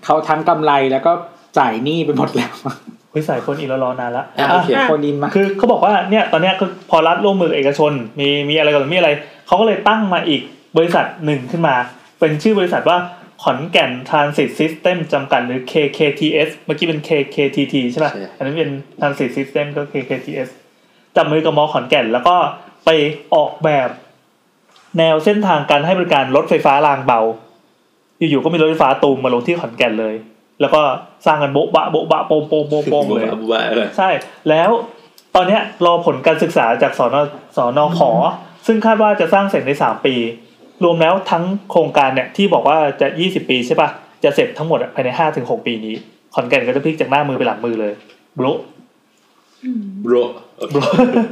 เขาทั้งกำไรแล้วก็จ่ายหนี้ไปหมดแล้ว เฮ้ยสายคนอีกแล้วรอนานละ อ่ะโอเค คนอินมา คือเขาบอกว่าเนี่ยตอนเนี้ยก็พอรัฐร่วมมือกับเอกชน มีมีอะไรกับมีอะไรเขาก็เลยตั้งมาอีกบริษัทหนึ่งขึ้นมา เป็นชื่อบริษัทว่าขอนแก่น Transit System จำกัดหรือ KKTS เมื่อกี้เป็น KKTT ใช่ป่ะ ใช่ อันนี้เป็น Transit System ก็ KKTS จับมือกับมอขอนแก่น แล้วก็ไปออกแบบแนวเส้นทางการให้บริการรถไฟฟ้ารางเบา อยู่ๆก็มีรถไฟฟ้าตูมมาลงที่ขอนแก่นเลย แล้วก็สร้างกันโบ๊ะบะโบ๊ะบะโปมโปมโปมโปมเลย บุบบ้าเลย ใช่แล้วตอนเนี้ยรอผลการศึกษาจากสอนสอนอขอ ซึ่งคาดว่าจะสร้างเสร็จในสามปี รวมแล้วทั้งโครงการเนี่ยที่บอกว่าจะยี่สิบปีใช่ปะจะเสร็จทั้งหมดอะภายในห้าถึงหกปีนี้ขอนแก่นก็จะพลิกจากหน้ามือไปหลังมือเลยบลุ โรโอเค บลุ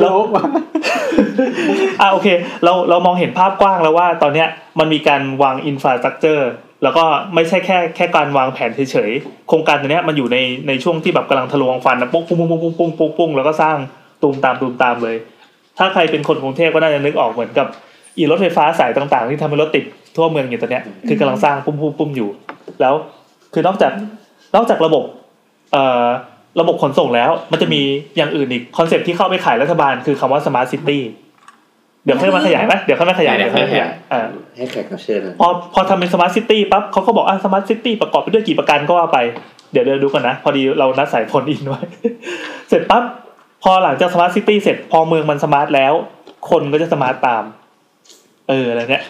แล้ว อ่ะโอเค เราเรามองเห็นภาพกว้างแล้วว่าตอนเนี้ยมันมีการวางอินฟราสตรักเจอร์แล้วก็ไม่ใช่แค่แค่การวางแผนเฉยๆโครงการตัวเนี้ยมันอยู่ในในช่วงที่แบบกำลังทะลวงฟันนะปุ๊บปุ้งปุ้งปุ้งปุ้งปุ้งปุ้งปุ้งแล้วก็สร้างตูมตามตูมตามเลย ถ้าใครเป็นคนกรุงเทพก็น่าจะนึกออกเหมือนกับ อีรถไฟฟ้าสายต่างๆ ที่ทำให้รถติดทั่วเมืองอยู่ตอนเนี้ยคือกำลังสร้างปุ้มปุ้มปุ้มอยู่ แล้วคือนอกจากนอกจากระบบเอ่อระบบขนส่งแล้ว มันจะมีอย่างอื่นอีกคอนเซปที่เข้าไปขายรัฐบาลคือคำว่าสมาร์ทซิตี้เดี๋ยวค่อยมาขยายไหมเดี๋ยวค่อยมาขยาย ได้ เดี๋ได้ยวค่อยมาขยาย ได้ อ่า ให้แขกรับเชิญนะ พอพอทำเป็นสมาร์ทซิตี้ปั๊บเขาก็บอกอ่ะสมาร์ทซิตี้ประกอบไปด้วยกี่ประการก็ว่าไป เดี๋ยวเดี๋ยวดูกันนะ พอดีเรานัดสายพลอินไว้ เสร็จปั๊บ พอหลังจากสมาร์ทซิตี้เสร็จพอเมืองมันสมาร์ทแล้ว คนก็จะสมาร์ทตาม เอออะไรเนี้ย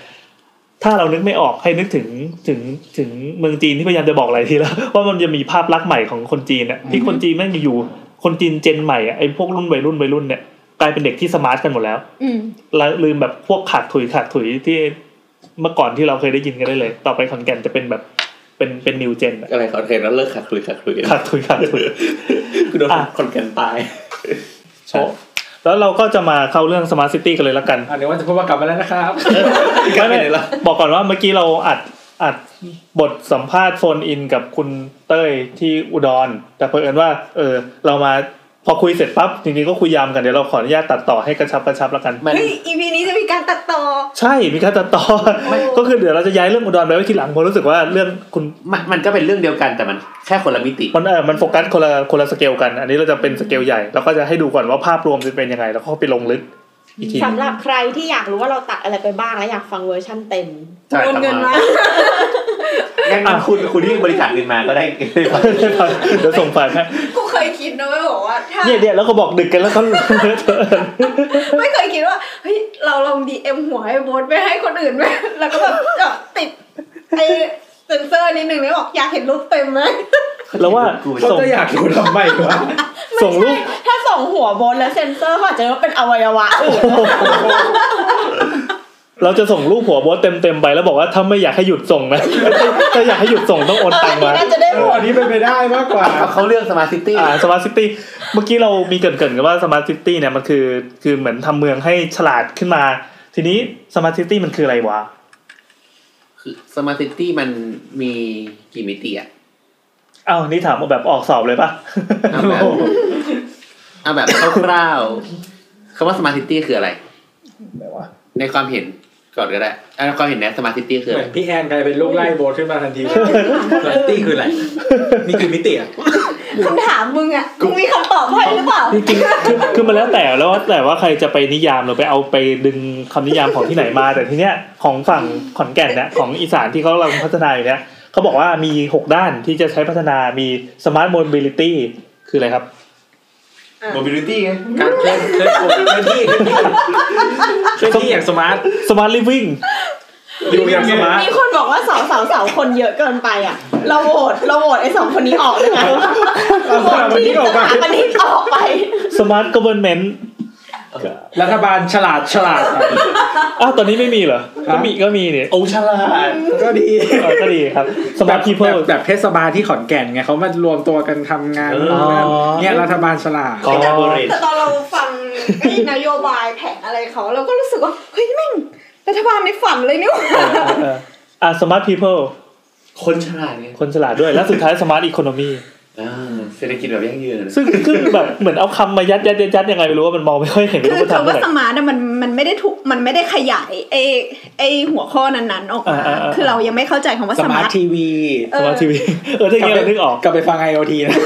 ถ้าเรานึกไม่ออกให้นึกถึงถึงถึงเมืองจีนที่พยายามจะบอกหลายทีแล้ว ว่ามันจะมีภาพลักษณ์ใหม่ของคนจีนน่ะที่คนจีนแม่งอยู่ๆคนจีนเจนใหม่อ่ะไอ้พวกรุ่นวัยรุ่นวัยรุ่นเนี่ยกลายเป็นเด็กที่สมาร์ทกันหมดแล้ว อืม เราลืมแบบพวกขาดถุยขาดถุยที่เมื่อก่อนที่เราเคยได้ยินกันได้เลย ต่อไปขอนแก่นจะเป็นแบบเป็นเป็นนิวเจนอะ อะไรคอนเทนต์แล้วเลิกขัดคุยขัดคุย ขาดถุยขาดถุย คือโดน อ่ะ คนแกันตาย โช แล้วเราก็จะมาเข้าเรื่องสมาร์ทซิตี้กันเลยละกัน อ่ะเดี๋ยวว่าจะพูดว่ากลับมาแล้วนะครับ ไม่ไม่ละ บอกก่อนว่าเมื่อกี้เราอัดอัดบทสัมภาษณ์โฟนอินกับคุณเต้ยที่อุดร แต่เผอิญว่า เออ เรามาพอคุยเสร็จปั๊บจริงๆก็คุยยามกันเดี๋ยวเราขออนุญาตตัดต่อให้กระชับกระชับแล้วกัน มัน เฮ้ย EP นี้จะมีการตัดต่อ ใช่มีการตัดต่อ ก็คือเดี๋ยวเราจะย้ายเรื่องอุดรไปไว้ทีหลังเพราะรู้สึกว่าเรื่องคุณ มันมันก็เป็นเรื่องเดียวกันแต่มันแค่คนละมิติ มันเออมันโฟกัสคนละคนละสเกลกัน อันนี้เราจะเป็นสเกลใหญ่เราก็จะให้ดูก่อนว่าภาพรวมจะเป็นยังไง แล้วก็ไปลงลึกอีกที สำหรับใครที่อยากรู้ว่าเราตัดอะไรไปบ้างและอยากฟังเวอร์ชั่นเต็ม จ่าย โอนเงิน ตั มา งค์มางั้นงั้นคุณคุณที่บริจาคเงินมาก็ได้ เดี๋ยวส่งไปให้ กูเคยคิดนะเว้ยบอกว่าถ้า เนี่ยเนี่ยแล้วก็บอกดึกกันแล้วก็ ไม่เคยคิดว่าเฮ้ยเราลองดีเอ็มหัวให้โบทไปให้คนอื่นไหม แล้วก็แบบเจาะติดไอ้เซนเซอร์นิดนึงแล้วบอกอยากเห็นรูปเต็มไหม แล้วว่า ส่ง ส่ง จะอยากดูทำไมวะ ส่งรูป ถ้าส่งหัวบนและเซ็นเซอร์เขาอาจจะเรียกว่าเป็นอวัยวะอื่น เราจะส่งรูปหัวโบอสเต็มๆไปแล้วบอกว่าถ้าไม่อยากให้หยุดส่งนะ ถ้าอยากให้หยุดส่งต้องโอนตังค์ เอออัมานนี้น่าจะได้ผ อั ล นนี้เป็นไปได้มากกว่า เขาเลือกสมาร์ทซิตี้ อ่าสมาร์ทซิตี้เมื่อกี้เรามีเกรินๆกันว่าสมาร์ทซิตี้เนี่ยมันคือคือเหมือนทำเมืองให้ฉลาดขึ้นมา ทีนี้สมาร์ทซิตี้มันคืออะไรวะ คือสมาร์ทซิตี้มันมีกี่มิติอะ เอ้านี่ถามแบบออกสอบเลยปะ เอาแบบเอาแบบคร่าวๆคำว่าสมาร์ทซิตี้คืออะไร ในความเห็นก่อนก็ได้เอาความเห็นนะสมาร์ทซิตี้คือ เห อะ มื ไร อน พี่แอนกลายเป็นลูกไล่โบสขึ้นมาทันทีสมาร์ตี้คืออะไร นี่คือมิติอ่ะ คำถามมึงอ่ะมึงมีคำตอบให้หรือเปล่า จริงๆคือคือมันแล้วแต่แล้วว่าแต่ว่าใครจะไปนิยามหรือไปเอาไปดึงคำนิยามของที่ไหนมา แต่ทีเนี้ยของฝั่งขอนแก่นเนี่ยของอีสานที่เขากำลังพัฒนาอยู่เนี่ยเขาบอกว่ามีหกด้านที่จะใช้พัฒนามี smart mobility คืออะไรครับ โมบิลิตี้ไง การเคลื่อนเคลื่อนตัวเคลื่อนที่เคลื่อนที่อย่างสมาร์ท smart living อยู่อย่างสมาร์ท มีคนบอกว่าสาวสาวสาวคนเยอะเกินไปอ่ะ เราโหวตเราโหวตไอ้สองคนนี้ออกเลยนะ เอาสลับวันนี้ออกมา อันนี้ออกไป smart government รัฐบาลฉลาดฉลาด อ้าวตอนนี้ไม่มีเหรอ ครับ ก็มีก็มีเนี่ย โอชลาด ก็ดี เออก็ดีครับ smart แบบ people แบบแบบเทศบาลที่ขอนแก่นไงเขามารวมตัวกันทำงาน เออ นู่นนั่นเนี่ยรัฐบาลฉลาด อ๋อ แต่ตอนเราฟังไอ้นโยบายแผนอะไรเขาเราก็รู้สึกว่าเฮ้ยแม่งรัฐบาลในฝันเลยนี่หว่า เอออ่ะ smart people คนฉลาดไง คนฉลาดด้วยและสุดท้าย smart economy อ่าเศรษฐกิจแบบยั่งยืนอะ ซึ่งซึ่งแบบเหมือนเอาคำมายัดยัดยัดยัดยังไงไม่รู้ว่ามันมองไม่ค่อยเห็น คือ รูปธรรม คำ เท่า ว่า ไหร่ สมาร์ทอะมันมันไม่ได้ถูกมันไม่ได้ขยายไอ้ไอ้หัวข้อนั้นๆออกมา อ่าอ่าอ่า คือเรายังไม่เข้าใจคำว่า ส ส มา มา ร์ท ร์ท ทีวี เอ ส อ มาร์ททีวีเออถ้าอย่างเงี้ยเรานึกออก กลับไปฟังไอโอทีนะ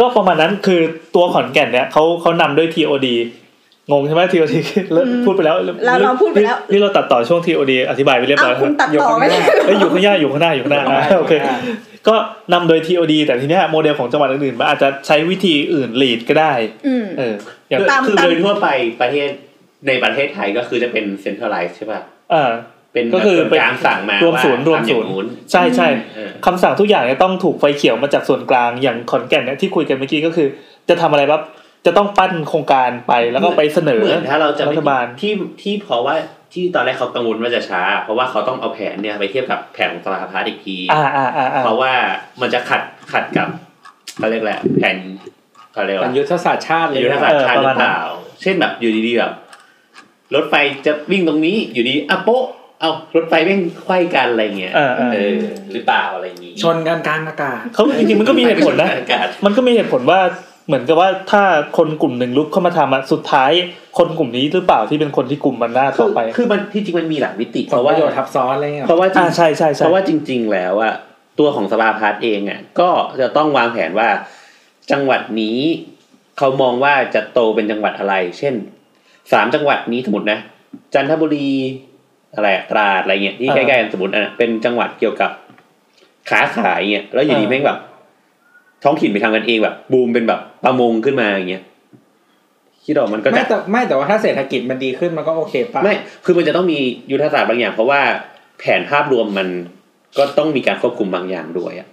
ก็ประมาณนั้นคือตัวขอนแก่นเนี่ยเขาเขานำด้วย TOD งงใช่ไหม TOD เลิกพูดไปแล้ว เราเราพูดไปแล้ว นี่นี่เราตัดต่อช่วง TOD อธิบายไปเรียบ เอา ร้อยแล้ว คุณตัดต่อไม่ได้ เอ้ยอยู่ข้างหน้าอยู่ข้างหน้าอยู่ข้างหน้า อยู่ข้างหน้า อ่ะโอเค อยู่ข้างหน้ ก็นำโดย TOD แต่ทีเนี้ยโมเดลของจังหวัดอื่นๆมันอาจจะใช้วิธีอื่น lead ก็ได้ อืม เอออย่าง ตาม คือ ตาม โดยทั่วไปประเทศในประเทศไทยก็คือจะเป็นเซ็นทรัลไลซ์ใช่ป่ะ เออ เป็น ก็คือ แบบส่วนกลางสั่งมาร ร วมศูนย์รวมศูนย์ ใช่ใช่ เออ คำสั่งทุกอย่างเนี่ยต้องถูกไฟเขียวมาจากส่วนกลางอย่างขอนแก่นเนี่ยที่คุยกันเมื่อกี้ก็คือ จะทำอะไรปั๊บจะต้องปั้นโครงการไปแล้วก็ไปเสนอ เหมือนถ้าเราจะ รัฐบาล ที่ที่เพราะว่าที่ตอนแรกเขากังวลว่าจะช้า เพราะว่าเขาต้องเอาแผนเนี่ยไปเทียบกับแผนของสภาพัฒน์อีกที อ่าอ่าอ่าอ่า เพราะว่ามันจะขัดขัดกับเขาเรียกแหละไรแผนเขาเรียก เป็ ว่าน ยุทธศาสตร์ชาติเลย ยุทธ นะ ศาสตร์ชาติหรือเปล่า เช่นแบบอยู่ดีๆแบบรถไฟจะวิ่งตรงนี้อยู่ดีอ่ะโป๊ะเอารถไฟแม่งไขว้กันอะไรเงี้ย เออเออ เออหรือเปล่าอะไรอย่างงี้ ชนกันกลางอากาศ เขาจริงๆมันก็มีเหตุผลนะ อากาศ มันก็มีเหตุผลว่าเหมือนกับว่าถ้าคนกลุ่มหนึ่งลุกเข้ามาทำอะสุดท้ายคนกลุ่มนี้หรือเปล่าที่เป็นคนที่กลุ่มมันหน้า คื ต่อ อ ไป คือมันที่จริงมันมีหลักมิติ ผ เพ ล ราะ ป ว่า ระโยชน์ทับซ้อนอะไรเงี้ย เพราะว่าจริ อ่าง ใช่ใช่ใช่ เพราะว่าจริง ๆ แล้วอะตัวของสภาพัฒน์เองอะก็จะต้องวางแผนว่าจังหวัดนี้เขามองว่าจะโตเป็นจังหวัดอะไร เช่นสามจังหวัดนี้สมมตินะ จันทบุรีอะไรอะตราดอะไรเงี้ยที่ใกล้ๆกันสมมติอะเป็นจังหวัดเกี่ยวกับขาขายเงี้ยแล้วอยู่ดีแม่งแบบ ท้องถิ่นไปทำกันเองแบบบูมเป็นแบบประมงขึ้นมาอย่างเงี้ยคิดออกมันก็ ไม่ จะ แต่ไม่แต่ว่าถ้าเศรษฐกิจมันดีขึ้นมันก็โอเคป่ะ ไม่ คือมันจะต้องมียุทธศาสตร์บางอย่าง เพราะว่าแผนภาพรวมมันก็ต้องมีการควบคุมบางอย่างด้วยอะ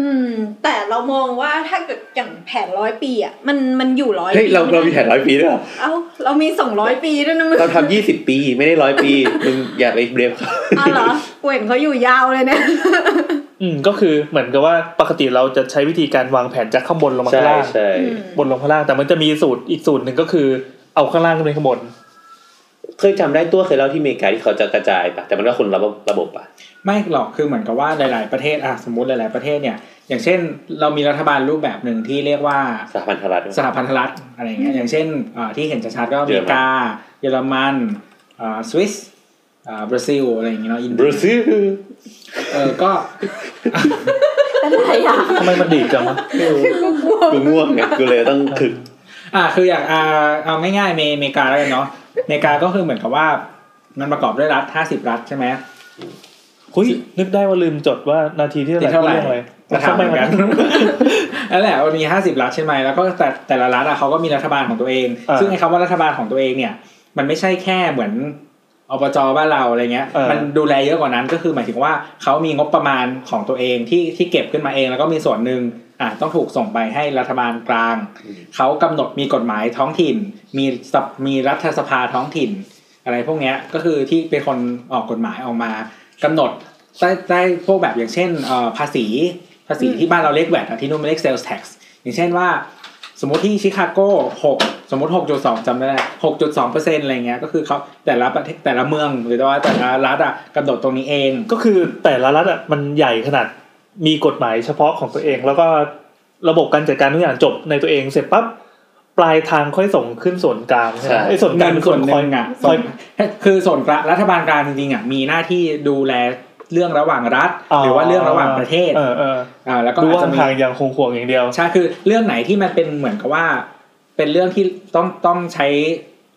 อืม แต่เรามองว่าถ้าเกิดอย่างแผนร้อยปีอ่ะมันมันอยู่ร้อย เฮ้ย เราเรามี ปี แผนร้อยปีด้วยเหรอ เอ้าเรามีสองร้อยปีด้วยนะมึง เราทำยี่สิบปีไม่ได้ร้อยปี มึงอย่าไปเบรฟ อ้าวเหรอกูเห็นเขาอยู่ยาวเลยเนี่ย อืมก็คือเหมือนกับว่าปกติเราจะใช้วิธีการวางแผนจากข้างบนลงมา ใช่ ข้างล่าง ใช่ อืม บนลงข้างล่างแต่มันจะมีสูตรอีกสูตรหนึ่งก็คือ เอาข้างล่างขึ้นไปข้างบน เคยจำได้ตัวเคยเล่าที่อเมริกาที่เขาจะกระจายปะแต่มันก็คนระบบระบบปะ ไม่หรอกคือเหมือนกับว่าหลาย ๆ ประเทศอ่ะสมมติหลาย ๆ ประเทศเนี่ย อย่างเช่น เรามีรัฐบาลรูปแบบหนึ่งที่เรียกว่า สหพันธรัฐ สหพันธรัฐอะไรอย่างเงี้ยอย่างเช่นอ่าที่เห็นชัดๆก็อเมริกา เยอรมันอ่าสวิสอ่าบราซิลอะไรอย่างเงี้ยเนาะอิน บรูซิล เออก็ เป็นไรอ่ะ ทำไมมันดีดจังวะ กูง่วงไงกูเลยต้องถึก อ่าคืออย่างอ่าเอาง่ายๆเมเมกาแล้วกันเนาะเมกาก็คือเหมือนกับว่า มันประกอบด้วยรัฐ 50 รัฐใช่ไหม คุยนึกได้ว่าลืมจดว่านาทีที่ ที่เท่าไหร่ พูดองอะไร จะถามเหมือนกัน ทำไมมัน นั่นแหละมันมี 50 รัฐใช่ไหมแล้วก็แต่แต่ละรัฐอ่ะเขาก็มีรัฐบาลของตัวเอง อ่า ซึ่งไอ้คำว่ารัฐบาลของตัวเองเนี่ย มันไม่ใช่แค่เหมือนอบจบ้านเราอะไรเงี้ย เออ มันดูแลเยอะกว่านั้นก็คือหมายถึงว่าเขามีงบประมาณของตัวเองที่ที่เก็บขึ้นมาเอง แล้วก็มีส่วนหนึ่งอ่ะต้องถูกส่งไปให้รัฐบาลกลาง อืม เขากำหนดมีกฎหมายท้องถิ่น มีสภมีรัฐสภาท้องถิ่น อะไรพวกเนี้ยก็คือที่เป็นคนออกกฎหมายออกมากำหนดได้ได้พวกแบบอย่างเช่นเอ่อภาษีภาษีที่บ้านเราเรียกแวดที่นู่นมันเรียก sales tax อย่างเช่นว่า สมมติที่ชิคาโก้หกสมมติหกจุดสองจำได้หกจุดสองเปอร์เซ็นต์อะไรเงี้ยก็คือเขาแต่ละประเทศแต่ละเมืองหรือว่าแต่ละรัฐอ่ะกำหนดตรงนี้เอง ก็คือแต่ละรัฐอ่ะมันใหญ่ขนาดมีกฎหมายเฉพาะของตัวเอง แล้วก็ระบบการจัดการทุกอย่างจบในตัวเองเสร็จปั๊บปลายทางค่อยส่งขึ้นส่วนกลางใช่ไหม ใช่ ไอ้ส่วนก เงิ ลาง น เป็น ส่ ส่ ว วน น ห คอ นึ่ ย งอ่ะ คอย คือส่วนกลางรัฐบาลกลางจริงๆอ่ะมีหน้าที่ดูแลเรื่องระหว่างรัฐ หรือว่าเรื่องระหว่างประเทศ เออเออ อ่าแล้วก็ ดู อาจ ว่า จะมี ทางอย่างคงควงอย่างเดียว ใช่คือเรื่องไหนที่มันเป็นเหมือนกับว่า เป็นเรื่องที่ต้องต้องใช้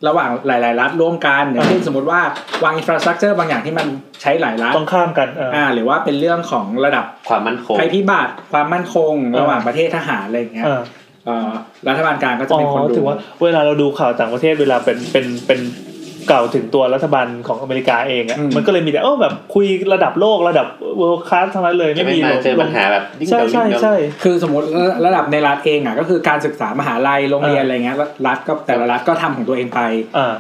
ระหว่างหลาย ๆ รัฐร่วมกันอย่างเช่นสมมติว่าวางอินฟราสตรักเจอร์บางอย่างที่มันใช้หลายรัฐ ต้องข้ามกันเอออ อ่าหรือว่าเป็นเรื่องของระดับ ความมั่นคง ภัยพิบัติความมั่นคง เออ ระหว่างประเทศทหารอะไรอย่างเงี้ย เออ เอ่อรัฐบาลกลางก็จะ อ๋ เป็นคน อ ดู ถือว่าเวลาเราดูข่าวต่างประเทศเวลาเป็นเป็นเป็นกล่าวถึงตัวรัฐบาลของอเมริกาเองอ่ะ อืม มันก็เลยมีแต่เออแบบคุยระดับโลกระดับ world class ทั้งนั้นเลย จะ ไม่ ไม่ มี มา ลง เจอปัญหาแบบยิ่ง ใช่ เดายิ่ ใช่ งเดา ใช่ คือสมมติระดับในรัฐเองอ่ะก็คือการศึกษามหาลัยโรงเรียนอะไรเงี้ยรัฐรัฐก็แต่ละรัฐก็ทำของตัวเองไป อ่า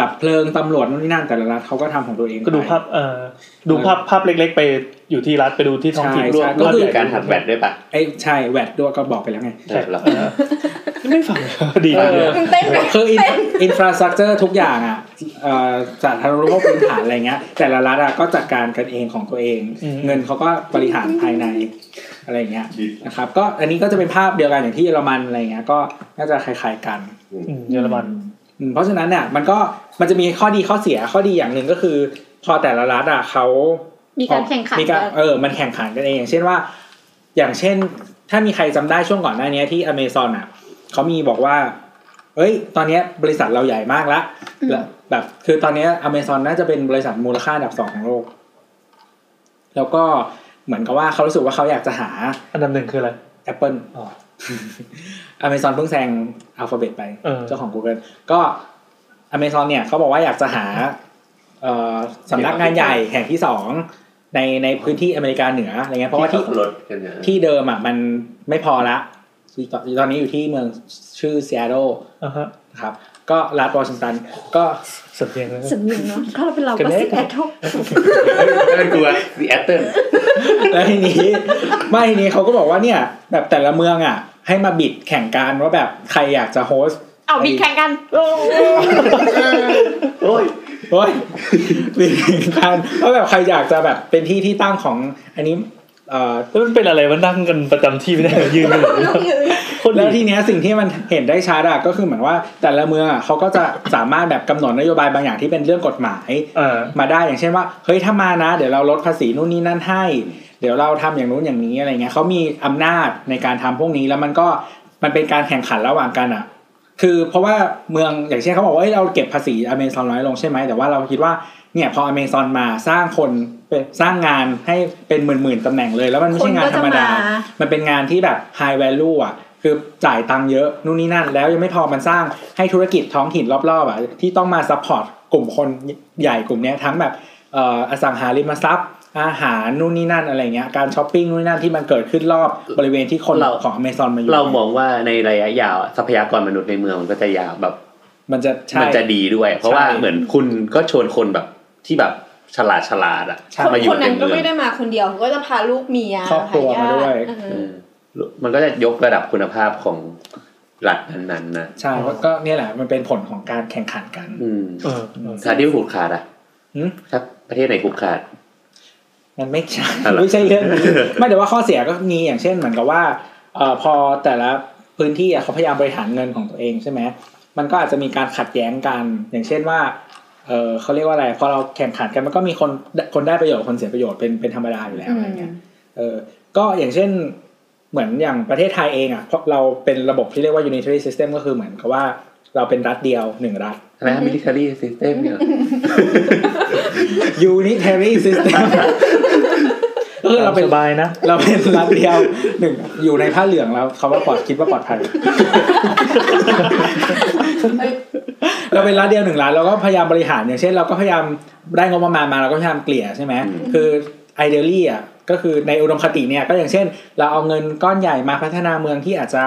ดับเพลิงตำรวจนู่นนี่นั่นแต่ละรัฐเขาก็ทำของตัวเอง ก็ดู ไป ภาพเออดูภาพภาพเล็ก ๆ ไปอยู่ที่รัฐไปดูที่ท้องถิ่นรใช่วม ใช่ รวม ให ถึ ญ่ งการหัดแบตด้วยปะ ไอ้ใช่แวดด้วยก็บอกไปแล้วไง ใช่หรอ ไม่ฟัง ดี เออ เลย มึงเต้นไหม คืออินฟราสตรักเจอร์ทุกอย่างอ่ะเอ่อสาธารณูปโภคพื้นฐานอะไรเงี้ย แต่ละรัฐอ่ะก็จัดการกันเองของตัวเอง เงินเขาก็บริหารภายในอะไรเงี้ยนะครับก็อันนี้ก็จะเป็นภาพเดียวกันอย่างที่เยอรมันอะไรเงี้ยก็น่าจะคล้ายๆกัน อืมเยอรมัน อืมเพราะฉะนั้นเนี่ยมันก็มันจะมีข้อดีข้อเสียข้อดีอย่างหนึ่งก็คือ พอแต่ละรัฐอ่ะเขา มี มี การแข่งขัน มีการ กัน เออมันแข่งขันกันเองอย่างเช่นว่า อย่างเช่น ถ้ามีใครจำได้ช่วงก่อนหน้านี้ที่อเมซอนอ่ะเขามีบอกว่า เอ้ย ตอนเนี้ยบริษัทเราใหญ่มากละ อืม แล้วแบบคือตอนเนี้อเมซอนน่าจะเป็นบริษัทมูลค่าอันดับสองของโลก แล้วก็เหมือนกับว่าเขารู้สึกว่าเขาอยากจะหา อันดับหนึ่งคืออะไร Apple อ๋อ อ เมซอนเพิ่งแซงอัลฟาเบตไป เออ เจ้าของ Google ก็อเมซอนเนี่ยเขาบอกว่าอยากจะหาเอ่อสำนักงานใหญ่แห่งที่สองในในพื้นที่อเมริกาเหนืออะไรเงี้ยเพราะว่าที่ รถกันเนี่ย ที่เดิมอ่ะมันไม่พอละตอนตอนนี้อยู่ที่เมืองชื่อซีแอตเทิล อ่าฮะ ครับ ก็รัฐวอชิงตัน ก็ สำเนียงเลย สำเนียงเนาะถ้าเราเป็นเรา กัน ก็ แน่ สิบแอดทบ เออกลัวดีแอตเตอร์ แล้วทีนี้ไม่ทีนี้เขาก็บอกว่าเนี่ย แบบแต่ละเมืองอ่ะ ให้มาบิดแข่งกันว่าแบบใครอยากจะโฮสต์ เอาบิดแข่งกันโอ้โห โอ้ย โอ้ย มีการว่าแบบใครอยากจะแบบเป็นที่ที่ตั้งของอันนี้เอ่อ แล้วมันเป็นอะไรมันนั่งกันประจำที่ไม่ได้ ยืนกันหมดเลยคน แล้ว ดี ทีเนี้ยสิ่งที่มันเห็นได้ชัดอะก็คือเหมือนว่าแต่ละเมืองอะเขาก็จะสามารถแบบกำหนดนโยบายบางอย่างที่เป็นเรื่องกฎหมาย เออ มาได้อย่างเช่นว่าเฮ้ยถ้ามานะ เดี๋ยวเราลดภาษีนู่นนี่นั่นให้ เดี๋ยวเราทำอย่างนู้นอย่างนี้อะไรเงี้ยเขามีอำนาจในการทำพวกนี้แล้วมันก็มันเป็นการแข่งขันระหว่างกันอ่ะ คือเพราะว่าเมืองอย่างเช่นเขาบอกว่าเอ้ยเราเก็บภาษีอเมซอนน้อยลงใช่ไหมแต่ว่าเราคิดว่าเนี่ยพออเมซอนมาสร้างคนเป็นสร้างงานให้เป็นหมื่นๆตำแหน่งเลย แล้วมันไม่ ค ใช่ น งาน ก็ ธรรมจะมา ดา มันเป็นงานที่แบบ high value อ่ะ คือจ่ายตังค์เยอะนู่นนี่นั่น แล้วยังไม่พอมันสร้างให้ธุรกิจท้องถิ่นรอบๆอ่ะที่ต้องมาซัพพอร์ตกลุ่มคนใหญ่กลุ่มเนี้ยทั้งแบบเอ่ออสังหาริมทรัพย์ อาหารนู่นนี่นั่นอะไรเงี้ยการช้อปปิ้งนู่นนี่นั่นที่มันเกิดขึ้นรอบบริเวณที่คนของอเมซอนมาอยู่ เรามองว่าในระยะยาวอะทรัพยากรมนุษย์ในเมืองมันก็จะยาวแบบ มันจะใช่ มันจะดีด้วย เพราะว่า ใช่ เหมือนคุณก็ชวนคนแบบที่แบบ ฉลาดฉลาดอ่ะ คน มาอยู่ คน ใน นั้นก็ เมือ ไม่ ง ได้มาคนเดียวก็จะพาลูกเมีย ครอบครัวมาด้วย พญติเอ อื อ มมันก็จะยกระดับคุณภาพของรัฐนั้นๆนะ ใช่ก็ก็เนี่ยแหละมันเป็นผลของการแข่งขันกัน อืม เออเออ ถ้าที่ผูกขาดอ่ะ หืม ถ้าประเทศไหนผูกขาด มันไม่ใช่ อะไร ไม่ใช่เรื่อง นี้ไม่แต่ว่าข้อเสียก็มีอย่างเช่นเหมือนกับว่าเอ่อพอแต่ละพื้นที่อะเขาพยายามบริหารเงินของตัวเองใช่ไหมมันก็อาจจะมีการขัดแย้งกัน อย่างเช่นว่าเออเขาเรียกว่าอะไรพอเราแข่งขันกันมันก็มีคนคนได้ประโยชน์คนเสียประโยชน์เป็นเป็นธรรมดาอยู่แล้วอะไรเงี้ย เออก็อย่างเช่นเหมือนอย่างประเทศไทยเองอ่ะเพราะเราเป็นระบบที่เรียกว่า unitary system ก็คือเหมือนกับว่าเราเป็นรัฐเดียวหนึ่งรัฐ ใช่ไหมมิลิเตอรี่ซิสเต็มเนี่ย unitary system ก็ คือเราเป็น สบายนะ เราเป็นรัฐเดียวหนึ่งอยู่ในผ้าเหลืองแล้วคำว่าปลอดคิดว่าปลอดภัย เอ้ย เราเป็นรัฐเดียวหนึ่งร้านเราก็พยายามบริหารอย่างเช่น เราก็พยายามได้งบประมาณมาเราก็พยายามเกลี่ยใช่ไหม อืม คือไอเดลี่อ่ะก็คือในอุดมคติเนี่ยก็อย่างเช่น เราเอาเงินก้อนใหญ่มาพัฒนาเมืองที่อาจจะ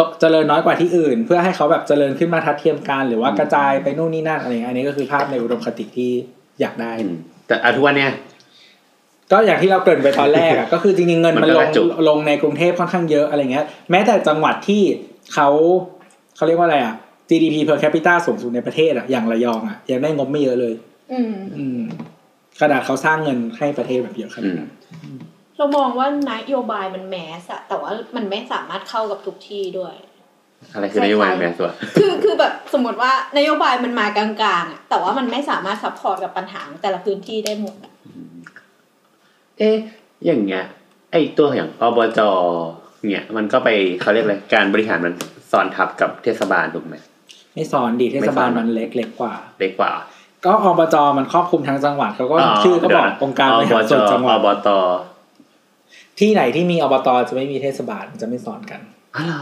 ตกเจริญน้อยกว่าที่อื่น เพื่อให้เขาแบบเจริญขึ้นมาทัดเทียมกัน หรือว่ากระจายไปนู่นนี่นั่นอะไรอย่างเงี้ยอันนี้ก็คือภาพในอุดมคติที่อยากได้ อืมแต่อ่ะทุกวันเนี่ย ก็อย่างที่เราเกริ่นไปตอนแรก อะก็คือจริงๆเงิน มัน มันลงกระจุก ลงในกรุงเทพค่อนข้างเยอะอะไรเงี้ย แม้แต่จังหวัดที่เขาเขาเรียกว่าอะไรอะ GDP per capita สูงสุดในประเทศอะอย่างระยองอะยังได้งบไม่เยอะเลย อืม อืมขนาดเขาสร้างเงินให้ประเทศแบบเยอะขนาดนั้น เรามองว่านโยบายมันแมสอะแต่ว่ามันไม่สามารถเข้ากับทุกที่ด้วย อะไรคือนโยบายแมสวะ คือคือแบบสมมติว่านโยบายมันมากลางๆอะแต่ว่ามันไม่สามารถซัพพอร์ตกับปัญหาของแต่ละพื้นที่ได้หมดอะ เอ๊ะอย่างเงี้ย ไอตัวอย่างอบจเนี่ย มันก็ไปเขาเรียกอะไรการบริหารมันซ้อนทับกับเทศบาลถูกไหม ไม่สอนดีเทศบาล ไม่สอน มันเล็กเล็กกว่า เล็กกว่า ก็อบจมันครอบคลุมทั้งจังหวัดเขาก็ชื่อก็บอกองค์การบ อ ริ บ หาร จ ส่วนจังห อ วัด บต ที่ไหนที่มีอบตจะไม่มีเทศบาลจะไม่สอนกัน อ๋อเหรอ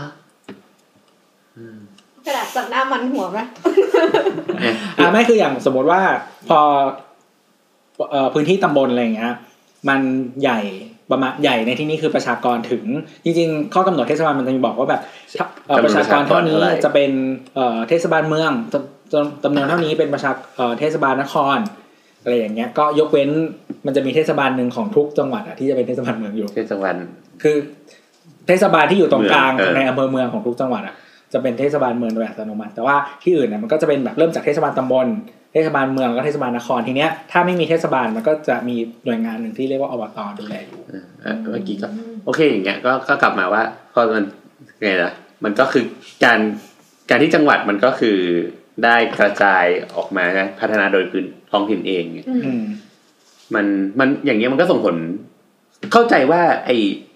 อืม กระดาษสักหน้ามันหัวไหม เอ๊ะ อ่าไม่คืออย่างสมมติว่าพอเอ่อพื้นที่ตำบลอะไรอย่างเงี้ยมันใหญ่ประมาณใหญ่ในที่นี้คือประชากรถึง จริงๆ ข้อกำหนดเทศบาลมันจะมีบอกว่าแบบเอ่อประชากรเท่านี้จะเป็นเอ่อเทศบาลเมืองจำจำจำนวนเท่านี้เป็นประชาเอ่อเทศบาลนครอะไรอย่างเงี้ยก็ยกเว้นมันจะมีเทศบาลหนึ่งของทุกจังหวัดอะที่จะเป็นเทศบาลเมืองอยู่ เทศบาล คือเทศบาลที่อยู่ตรงกลาง เมืองเออ ในอำเภอเมืองของทุกจังหวัดอ่ะจะเป็นเทศบาลเมืองโดยอัตโนมัติ แต่ว่าที่อื่นเนี่ยมันก็จะเป็นแบบเริ่มจากเทศบาลตำบลเทศบาลเมืองแล้วก็เทศบาลนครทีเนี้ยถ้าไม่มีเทศบาลมันก็จะมีหน่วยงานหนึ่งที่เรียกว่าอบตดูแลอยู่ เออเออเมื่อกี้ก็ โอเคอย่างเงี้ยก็ก็กลับมาว่าพอมันไงนะมันก็คือการการที่จังหวัดมันก็คือได้กระจายออกมานะพัฒนาโดยพื้นท้องถิ่นเองเนี่ย อืม อืม มันมันอย่างเงี้ยมันก็ส่งผล เข้าใจว่า ไอ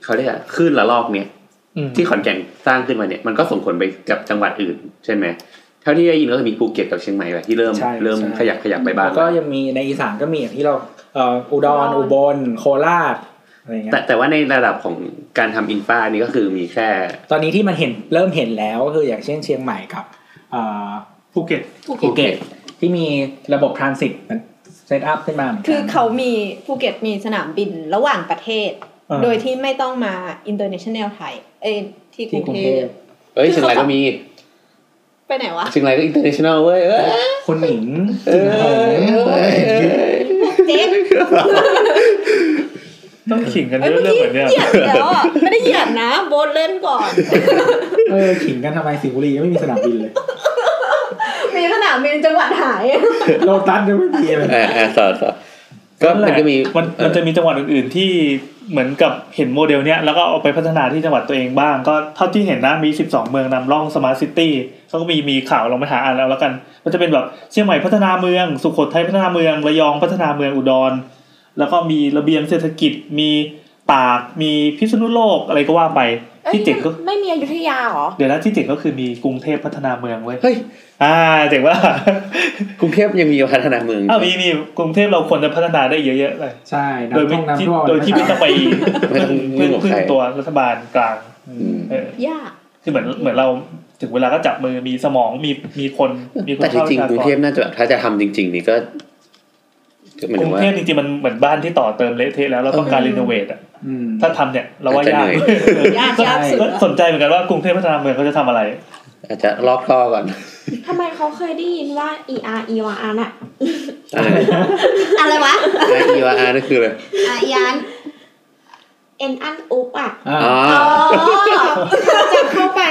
เขาเรียกอะคลื่นละลอกเนี่ย อืม ที่ขอนแก่นสร้างขึ้นมาเนี่ยมันก็ส่งผลไปกับจังหวัดอื่น ใช่ไหมเท่าที่ได้ยินก็คือมีภูเก็ตกับเชียงใหม่แบบที่เริ่ม ใช่ เริ่ม ใช่ ขยับขยับไปบ้าง แล้วก็ยังมีในอีสานก็มีอย่างที่เราเอ่ออุดรอุบลโคราชอะไรเงี้ย แต่แต่ว่าในระดับของการทำอินฟานี่ก็คือมีแค่ ตอนนี้ที่มันเห็นเริ่มเห็นแล้วก็คืออย่างเช่นเชียงใหม่กับเอ่อ ภูเก็ต ภู ภู เก็ต เก็ตที่มีระบบทรานสิตเซตอัพขึ้นมาหมืนกัน คือเขามีภูเก็ตมีสนามบินระหว่างประเทศ เออ โดยที่ไม่ต้องมา international ไทยเอ้ยที่กรุที่ง กรุง เท เทพ พ เอ้ยเชียงรายก็มี ไปไหนวะ เชียงรายก็อินเตอร์เนชั่นแนลเว้ยเอ้ย คุณหนิง เอ จิ๋ง อ หง เจ๊ก ต้องขิงกัน เอ้ย เยอะ เมื่อ เรื่อง กี้เหแบบเนี้ยยียดแล้วอะไม่ได้เหยียดนะโบทเล่นก่อน เออขิงกันทำไมสิงห์บุรียังไม่มีสนามบินเลย มีสนามบินจังหวัดหาย โลตัสยังไม่มีเลย เออเออสอดสอดก็มันก็มี มันมันจะมีจังหวัดอื่น ๆ ที่เหมือนกับเห็นโมเดลเนี้ยแล้วก็เอาไปพัฒนาที่จังหวัดตัวเองบ้าง ก็เท่าที่เห็นนะมี 12 เมืองนำร่องสมาร์ทซิตี้เขาก็มีมีข่าวลองไปหาอ่านแล้วแล้วกัน มันจะเป็นแบบเชียงใหม่พัฒนาเมือง สุโขทัยพัฒนาเมืองระยองพัฒนาเมืองอุดร แล้วก็มีระเบียงเศรษฐกิจมีปากมีพิษณุโลกอะไรก็ว่าไปที่เจ๋งก็ ไม่มีอยุธยาเหรอ เดี๋ยวนะที่เจ๋งก็คือมีกรุงเทพพัฒนาเมืองเว้ย เฮ้ย อ่าเจ๋งว่า กรุงเทพยังมี พัฒนาเมือง อ้าวมีมีกรุงเทพเราควรจะพัฒนาได้เยอะๆเลย ใช่ โดย น้ำไม่ท่องน้ำ ที่ ท่วม โดยที่ไม่ต้องไป ไม่ต้อง พึ่ ยุ่ ง งกับ พึ่ ใค ง ร ตัวรัฐบาลกลาง อืม เออย าก คือเหมือนเหมือนเราถึงเวลาก็จับมือมีสมองมีมีคนมีคน แต่จ เข้า ริง ชา ๆกรุง ก่อน เทพน่าจะแบบถ้าจะทำจริง ๆ นี่ก็ก็หมากยถึ รุ ง ง ว่า เทพจริงๆมันเหมือนบ้านที่ต่อเติมเละเทะแล้วเราต้องการรีโนเวทอ่ะ อืม ถ้าทำเนี่ยเราว่ายาก อาจจะเหนื่อย เออย ากยากสุด ก็ อะ สนใจเหมือนกันว่ากรุงเทพพัฒนาเมืองเขาจะทำอะไร อาจจะลอกท่อก่อน ทำไมเขาเคยได้ยินว่า e r e y r น่ะ อะไร อะไรวะ อีวาอานี่คืออะไร อ่ะอีอัน n อันอุปอ่ะ อ่า อ๋อ อ๋อ เขาจะเข้าไป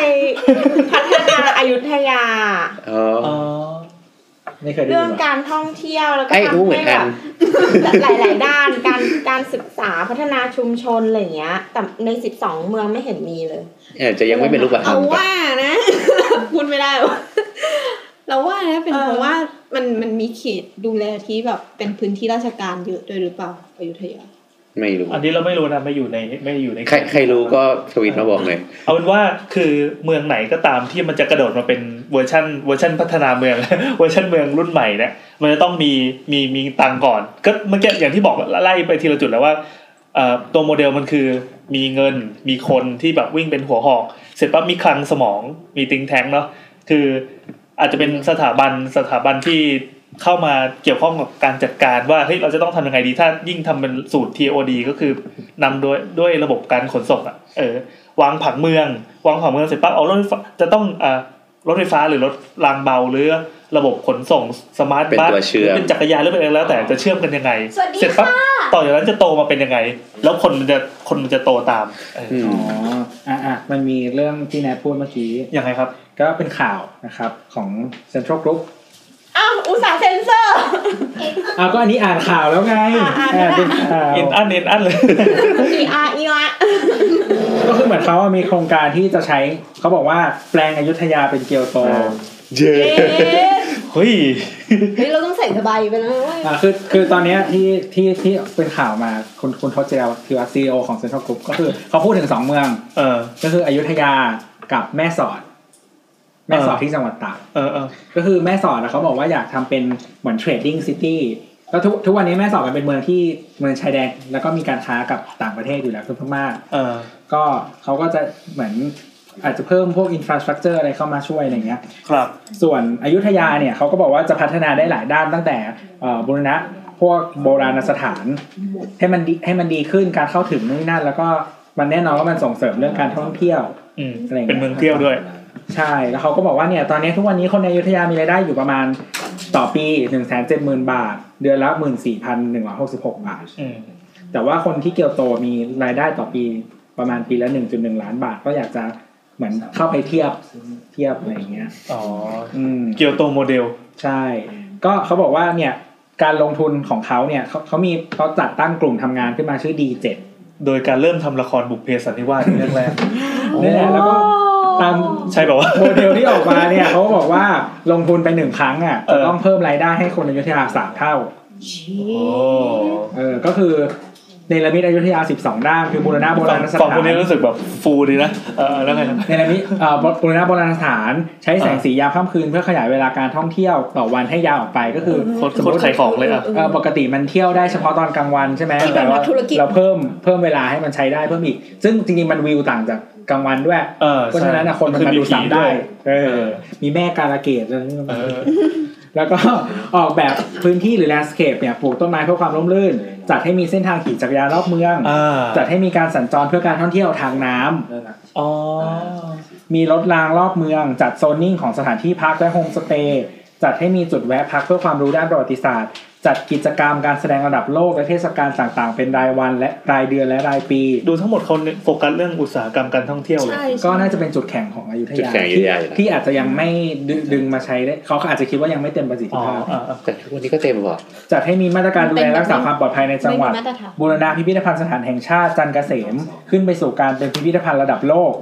พัฒนาอยุธยา อ๋อ อ๋อ ไม่เคยได้ เรื่ ยิ อง นว่ะ การท่องเที่ยวแล้วก็ ไอ้อู้ ทำ เหมือนให้แบ กัน บ หลาย ๆ ด้านการการศึกษาพัฒนาชุมชนอะไรอย่างเงี้ย แต่ในสิบสองเมืองไม่เห็นมีเลย อาจจะยังไม่เป็นรูปธรร เรา ม ว่านะ พูดไม่ได้ว่ะ เราว่านะเป็น เออ เพราะว่ามันมันมีเขตดูแลที่แบบเป็นพื้นที่ราชการเยอะด้วยหรือเปล่าอยุธยา ไม่รู้ อันนี้เราไม่รู้นะไม่อยู่ในไม่อยู่ใน ใครใครรู้ก็ทวิตมาบอกเลย เอาเป็นว่าคือเมืองไหนก็ตามที่มันจะกระโดดมาเป็นเวอร์ชันเวอร์ชันพัฒนาเมือง เวอร์ชันเมืองรุ่นใหม่เนี่ยมันจะต้องมีมีมีตังก่อน ก็เมื่อกี้อย่างที่บอกไล่ไปทีละจุดแล้วว่าเอ่อตัวโมเดลมันคือมีเงินมีคนที่แบบวิ่งเป็นหัวหอก เสร็จปั๊บมีคลังสมองมีติงแทงเนาะคืออาจจะเป็นสถาบันสถาบันที่เข้ามาเกี่ยวข้องกับการจัดการว่าเฮ้ยเราจะต้องทำยังไงดีถ้ายิ่งทำเป็นสูตร TOD ก็คือนำโดยด้วยระบบการขนส่งอะเออ วางผังเมือง วางผังเมืองเสร็จปั๊บเอารถไฟฟ้าจะต้องเอ่อรถไฟฟ้าหรือรถรางเบาหรือระบบขนส่งสมาร์ท เป็น บัส ตัว หรื เชื่อม เป็นจักรยานหรือเป็นอะไรแล้วแต่จะเชื่อมกันยังไง สวัสดี เสร็จปั๊บ ค่ะ ต่อจากนั้นจะโตมาเป็นยังไง แล้วคนมันจะคนมันจะโตตามเออ อืม อ๋ออ่ะอ่ะมันมีเรื่องที่แนทพูดเมื่อกี้ ยังไงครับ ก็เป็นข่าวนะครับของเซ็นทรัลกรุ๊ป อ้าวอุตสาห์เซนเซอร์ อ้าวก็อันนี้อ่านข่าวแล้วไง อ่ะอ่าน นเป็นข่าว เอ็นอันเอ็นอันเลย e r e y ก็คือเหมือนเขาว่ามีโครงการที่จะใช้เขาบอกว่าแปลงอยุธยาเป็นเกียวโต อ่า เย้ เฮ้ย เฮ้ยเราต้องใส่สบายไปแล้วเว้ย อ่าคือคือตอนเนี้ยที่ที่ที่เป็นข่าวมาคุณคุณทศเจรทิวซีโอของเซ็นทรัลกรุ๊ปก็คือเขาพูดถึงสองเมือง เออ ก็คืออยุธยากับแม่สอด แม่สอด เออ ที่จังหวัดตาก เออเออ ก็คือแม่สอดอะเขาบอกว่าอยากทำเป็นเหมือนเทรดดิ้งซิตี้แล้วทุกทุกวันนี้แม่สอดมันเป็นเมืองที่เมืองชายแดนแล้วก็มีการค้ากับต่างประเทศอยู่แล้วคือพม่า เออ ก็เขาก็จะเหมือนอาจจะเพิ่มพวกอินฟราสตรักเจอร์อะไรเข้ามาช่วยอะไรเงี้ย ครับ ส่วนอยุธยาเนี่ยเขาก็บอกว่าจะพัฒนาได้หลายด้านตั้งแต่เอ่อบูรณะพวกโบราณสถาน ให้มันดีให้มันดีขึ้นการเข้าถึงนู่นนนั่น แล้วก็มันแน่นอนว่ามันส่งเสริมเรื่องการท่องเที่ยว อืม อะไรเงี้ย เป็นเมืองเที่ยวด้วย ใช่แล้วเขาก็บอกว่าเนี่ยตอนนี้ทุกวันนี้คนในอยุธยามีรายได้อยู่ประมาณต่อปี1นึ่งแสนเจ็ดหมื่นบาท เดือนละหมื่นสี่พันหนึ่งร้อยหกสิบหกบาท อืม แต่ว่าคนที่เกียวโตมีรายได้ต่อปีประมาณปีละหนึ่งจุดหนึ่งล้านบาท ก็อยากจะเหมือนเข้าไปเทียบเทียบอะไรเงี้ย อ๋อ อืม เกียวโตโมเดล ใช่ ก็เขาบอกว่าเนี่ยการลงทุนของเขาเนี่ยเขาเขามีเขาจัดตั้งกลุ่มทำงานขึ้นมาชื่อ D7 โดยการเริ่มทำละครบุกเพสันนิวาสเรื่องแรก นี่แหละแล้วก็ตาม ใช่ป่าวะ โมเดลที่ออกมาเนี่ยเขาบอกว่าลงทุนไปหนึ่งครั้งอ่ะ เอ จะ อ ต้องเพิ่มรายได้ให้คนอยุธยาสามเท่า โอ้ เออก็คือในระมิดอยุธยา 12 ด้ามคือบูรณะโบราณส ฟัง ถา คนนี้ น รู้สึกแบบฟูดีนะ เออแล้วไงนะ ในระมิดเอ่อบูรณะโบราณสถาน ใช้แสงสียามค่ำคืนเพื่อขยายเวลาการท่องเที่ยวต่อวันให้ยาวออกไปก็คือ โคตรโคตรขายของเลยอ่ะ เอ่อปกติมันเที่ยวได้เฉพาะตอนกลางวันใช่ไหม ที่เป็นนักธุรกิจ เราเพิ่มเพิ่มเวลาให้มันใช้ได้เพิ่มอีก ซึ่งจริงๆมันวิวต่างจากกลางวันด้วย เออ เพราะฉะนั้นน่ะคนมันมาดู ผี ซ้ำได้ วย เอ เอ อ อ มีแม่การะเกดอะไรนี่ เออ แล้วก็ ออกแบบพื้นที่หรือ landscape เนี่ยปลูกต้นไม้เพื่อความร่มรื่น จัดให้มีเส้นทางขี่จักรยานรอบเมือง อ่า จัดให้มีการสัญจรเพื่อการท่องเที่ยวทางน้ำ อ๋อ มีรถรางรอบเมือง จัดโซนนิ่งของสถานที่พักและโฮมสเตย์จัดให้มีจุดแวะพักเพื่อความรู้ด้านประวัติศาสตร์ จัดกิจกรรมการแสดงระดับโลกและเทศกาลต่างๆ เป็นรายวันและรายเดือนและรายปี ดูทั้งหมดเขาเน้นโฟกัสเรื่องอุตสาหกรรมการท่องเที่ยวเลย ก็น่าจะเป็นจุดแข็งของอยุธ จุด ยา แข็งอยุธ ที่ ยาอยู่แล้ว ที่อาจจะยังไม่ดึงดึงมาใช้ได้เขาก็อาจจะคิดว่ายังไม่เต็มประสิทธิ อ๋อ ภาพ อ่ะอ่ะ แต่ทุกวันนี้ก็เต็มหรอ จัดให้มีมาตรการดูแลรักษาความปลอดภัยในจังหวัด ไม่มีมาตรฐาน บูรณะพิพิธภัณฑ์สถานแห่งชาติจันทร์เกษม ขึ้นไปสู่การเป็นพิพิธภัณฑ์ระดับโลก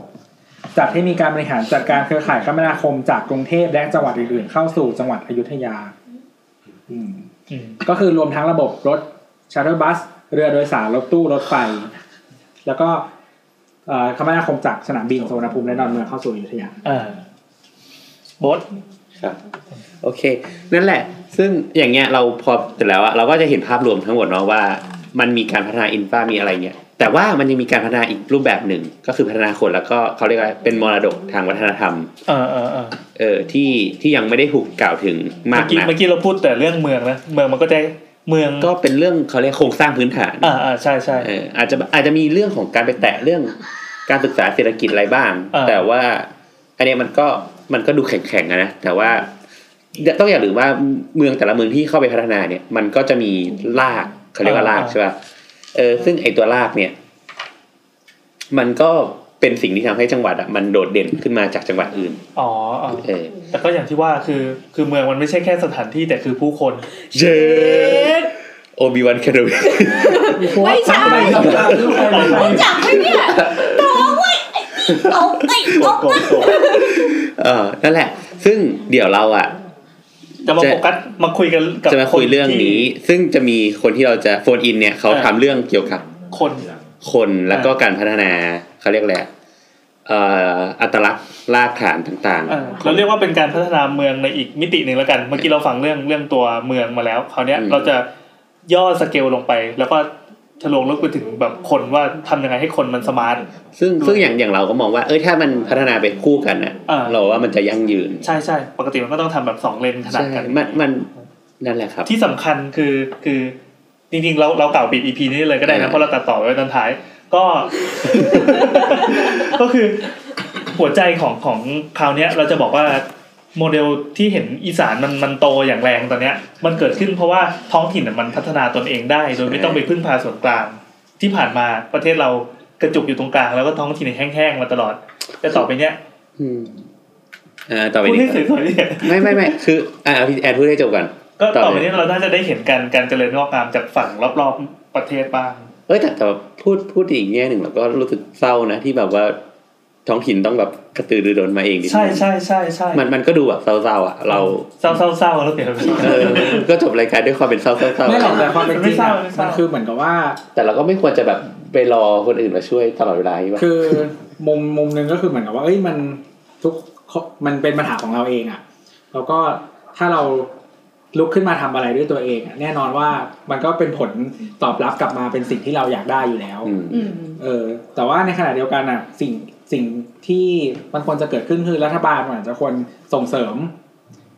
จัดให้มีการบริหารจัดการเครือข่ายคมนาคมจากกรุงเทพและจังหวัดอื่นๆ เข้าสู่จังหวัดอยุธยาอืม อืม ก็คือรวมทั้งระบบรถชาร์เตอร์บัส เรือโดยสารรถตู้รถไฟ แล้วก็เอ่อคมนาคมจากสนามบินสุวรรณภูมิและดอนเมืองเข้าสู่อยุธยา อ่าโบอส ครับ โอเค นั่นแหละ ซึ่งอย่างเงี้ยเราพอเสร็จแล้วอะเราก็จะเห็นภาพรวมทั้งหมดเนาะว่า มันมีการพัฒนาอินฟามีอะไรเงี้ย แต่ว่ามันยังมีการพัฒนาอีกรูปแบบหนึ่ง ก็คือพัฒนาคนแล้วก็เขาเรียกว่าเป็นมรดกทางวัฒนธรรม เออเออเออ เออที่ที่ยังไม่ได้ถูกกล่าวถึง เมื่ มา อก กี้ นะ เมื่อกี้เราพูดแต่เรื่องเมืองนะ เมืองมันก็จะเมือง ก็เป็นเรื่องเขาเรียกโครงสร้างพื้นฐาน อ่าอ่าใช่ใช่ เอออาจจะอาจจะมีเรื่องของการไปแตะเรื่องการศึกษาเศรษฐกิจอะไรบ้าง เออ แต่ว่าอันเนี้ยมันก็ มันก็ดูแข็งๆอะนะแต่ว่าต้องอย่าลืมว่าเมืองแต่ละเมืองที่เข้าไปพัฒนาเนี่ย มันก็จะมีรากเขาเรียกว่าราก อ่า ใช่ป่ะเออซึ่งไอตัวรากเนี่ย มันก็เป็นสิ่งที่ทำให้จังหวัดอะมันโดดเด่นขึ้นมาจากจังหวัดอื่น อ๋ออ๋อ เออ แต่ก็อย่างที่ว่าคือคือเมืองมันไม่ใช่แค่สถานที่แต่คือผู้คน เย้โอบิวันแคโนเว ไม่ใช่ ไม่ใช่ไม่ใช่ จับไว้เนี่ยโตเว้ยโตไอ้โต โกรธโกรธโกรธ เออนั่นแหละ ซึ่งเดี๋ยวเราอ่ะ จะมา จะ โฟกัสมาคุยกันกับ จะมาคุยเรื่องนี้ ที่ ซึ่งจะมีคนที่เราจะโฟนอินเนี่ยเขา อ่า ทำเรื่องเกี่ยวกับ คน คนแล้วก็การพัฒนาเขาเรียกแหละไรเอ่ออัตลักษณ์รากฐานต่าง เออเราเรียกว่าเป็นการพัฒนาเมืองในอีกมิติหนึ่งแล้วกัน เมื่อกี้เราฟังเรื่องเรื่องตัวเมืองมาแล้วคราวเนี้ยเราจะย่อสเกลลงไป แล้วก็ทะลวงลึกไปถึงแบบคนว่าทำยังไงให้คนมันสมาร์ท ๆ ซึ่งซึ่งอย่างอย่างเราก็มองว่า เอ้ยถ้ามันพัฒนาไปคู่กันอ่ะ อ่า เราว่ามันจะยั่งยืน ใช่ใช่ปกติมันก็ต้องทำแบบสองเลนขนา ใช่ ดกัน มันมันนั่นแหละครับ ที่สำคัญคือคือจริงๆ เราเรากล่าวปิด EP นี้เลยก็ได้ ได้ นะ เพราะเราตัดต่อไว้ตอนท้าย ก็ ก็คือหัวใจของของคราวเนี้ย เราจะบอกว่าโมเดลที่เห็นอีสานมันมันโตอย่างแรงตอนเนี้ย มันเกิดขึ้นเพราะว่าท้องถิ่นน่ะมันพัฒนาตนเองได้ โดยไม่ต้องไปพึ่งพาส่วนกลาง ที่ผ่านมาประเทศเรากระจุกอยู่ตรงกลาง แล้วก็ท้องถิ่นแห้งๆมาตลอดแต่ต่อไปเนี้ย อืมเอ่าต่อไป พูด นี้ ให้สวยๆเนี่ย ไม่ไม่ไม่คืออ่าพี่แอนพูดให้จบก่อน ก็ ต่ ต่ อ อ ไป ไปนี้เราน่าจะได้เห็นการการเจริญงอกงามจากฝั่งรอบๆประเทศบ้าง เอ้ยแต่แต่พูดพูดอีกแง่หนึ่งเราก็รู้สึกเศร้านะที่แบบว่าท้องถิ่นต้องแบบกระตือรือร้นมาเองดิ ใช่ใช่ใช่ใช่ มันมันก็ดูแบบเศร้าๆอ่ะเรา เศร้าเศร้าเศร้าแล้วเปลี่ยนไป เออก็จบรายการด้วยความเป็นเศร้า ไม่หรอกแต่ความเป็นจริงอะ ไม่เศร้าไม่เศร้ามั มันคือเหมือนกับว่า ๆแต่เราก็ไม่ควรจะแบบไปรอคนอื่นมาช่วยตลอดเวลาใช่ปะ คือมุมมุมหนึ่งก็คือเหมือนกับว่าเอ้ยมันทุกข้อมันเป็นปัญหาของเราเองอะ่ะ แล้วก็ถ้าเราลุกขึ้นมาทำอะไรด้วยตัวเองอะแน่นอนว่ามันก็เป็นผลตอบรับกลับมาเป็นสิ่งที่เราอยากได้อยู่แล้ว อืม อืม เออ แต่ว่าในขณะเดียวกันอ่ะสิ่งสิ่งที่มันควรจะเกิดขึ้นคือรัฐบาลมันอาจจะควรส่งเสริม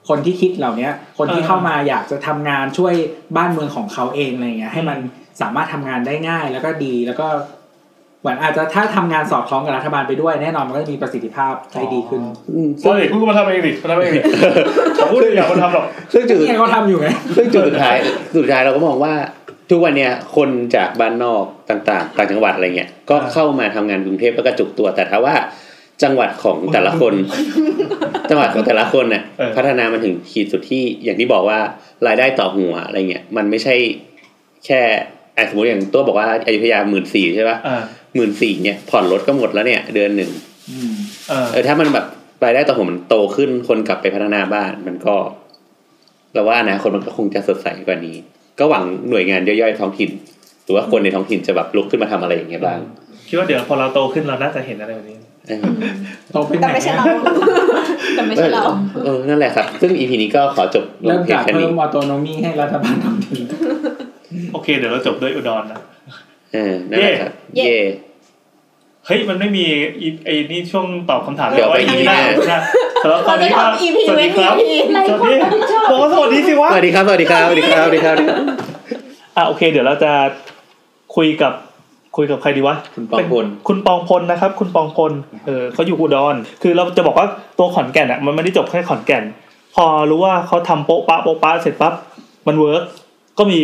คนที่คิดเหล่าเนี้ย คนที่ เออ เข้ามาอยากจะทำงานช่วยบ้านเมืองของเขาเองอะไรเงี้ย ให้มันสามารถทำงานได้ง่ายแล้วก็ดีแล้วก็เหมือนอาจจะถ้าทำงานสอดคล้องกับรัฐบาลไปด้วยแน่นอนมันก็จะมีประสิทธิภาพได้ดีขึ้น อืม เศร้าเลยพูดก็มาทำเองดิมาทำเองดิผมพูดเลยอย่ามาทำหรอก ซึ่งจุด นี่ไงเขาทำอยู่ไง ซึ่งจุดสุดท้ายจุดสุดท้ายเราก็มองว่า ทุกวันเนี้ยคนจากบ้านนอกต่างๆ ต่างจังหวัดอะไรเงี้ยก็ อ่า เข้ามาทำงานกรุงเทพแล้วก็จุกตัวแต่ถ้าว่าจังหวัดของแต่ละคน จังหวัดของแต่ละคนเนี่ย เออ พัฒนามันถึงขีดสุดที่อย่างที่บอกว่ารายได้ต่อหัวอะไรเงี้ยมันไม่ใช่แค่อ่ะสมมติอย่างตัวบอกว่าอยุธยาหมื่นสี่ใช่ป่ะ อ่า หมื่นสี่เนี่ยผ่อนรถก็หมดแล้วเนี่ยเดือนหนึ่ง อืม เออ เออถ้ามันแบบรายได้ต่อหัวมันโตขึ้นคนกลับไปพัฒนาบ้านมันก็เราว่าอนะคนมันก็คงจะสดใสกว่านี้ ก็หวังหน่วยงานย่อยๆท้องถิ่น หรือว่าคนในท้องถิ่นจะแบบลุกขึ้นมาทำอะไรอย่างเงี้ยบ้าง คิดว่าเดี๋ยวพอเราโตขึ้นเราน่าจะเห็นอะไรแบบนี้ เออ โตเป็นไห แต่ น ไม่ใช่เราแต่ไม่ใช่เรา เออ นั่นแหละครับ ซึ่งอีพีนี้ก็ขอจบล เริ่ ง ม เพียง จาก แค่ เพิ่ นี้ มออโตโนมีให้รัฐบาลทำที โอเค เดี๋ยวเราจบด้วยอุดรนะ เออนั่นแหละครับ เย่ เย่ เฮ้ย มันไม่มีอีไอ้นี่ช่วงตอบคำถาม เดี๋ยวไป หน้านะสำหรับตอ เรา น จะ นี้ก็ ทำ EP สวัส เว้ ดี น ครับ EP อะไร สวัส คน ดี รับผิดชอบ บอกว่าสวัสดีสิวะ สวัสดีครับ สวัสดีครับ สวัสดีครับ สวัสดีครับสวัสดีครับ อ่ะโอเค เดี๋ยวเราจะคุยกับคุยกับใครดีวะ คุณปองพล เคุณปองพลนะครับ คุณปองพลเออเขาอยู่อุดรคือเราจะบอกว่าตัวขอนแก่นอ่ะมันไม่ได้จบแค่ขอนแก่น พอรู้ว่าเขาทำโป๊ะปะโป๊ะปะเสร็จปั๊บมันเวิร์กก็มี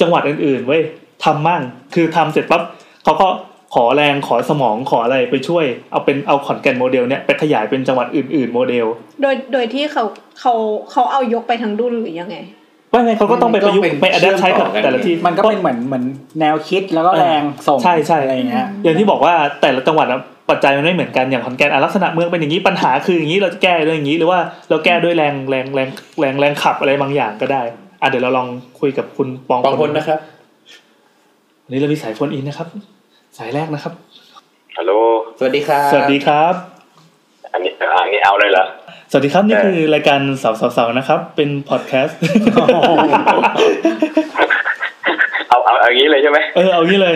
จังหวัดอื่นๆเว้ยทำมั่งคือทำเสร็จปั๊บเขาก็ขอแรงขอสมองขออะไรไปช่วย เอาเป็นเอาขอนแก่นโมเดลเนี่ยไปขยายเป็นจังหวัดอื่นๆโมเดล โดยโดยที่เขาเขาเขาเอายกไปทั้งดุนหรือยังไง ไม่ไม่เขาก็ต้องไปประยุกต์ไปอัดแอปใช้กับแต่ละที่ มันก็เป็นเหมือนเหมือนแนวคิดแล้วก็แรงส่ง ใช่ใช่ อะไรอย่างเงี้ย อย่างที่บอกว่าแต่ละจังหวัดอะปัจจัยมันไม่เหมือนกันอย่างขอนแก่นอะลักษณะเมืองเป็นอย่างนี้ปัญหาคืออย่างนี้เราจะแก้ด้วยอย่างนี้หรือว่าเราแก้ด้วยแรงแรงแรงแรงแรงขับอะไรบางอย่างก็ได้อ่ะเดี๋ยวเราลองคุยกับคุณปอง ปองพลนะครับ วันนี้เรามีสายโฟนอินนะครับ สายแรกนะครับ ฮัลโหล สวัสดีครับ สวัสดีครับ อันนี้อ่าอันนี้เอาเลยเหรอ สวัสดีครับนี่ เอ่อ คือรายการสาวสาวสาวนะครับ เป็นพอดแคสต์ เอาเอาเอาอย่างนี้เลยใช่ไหม เออเอางี้เลย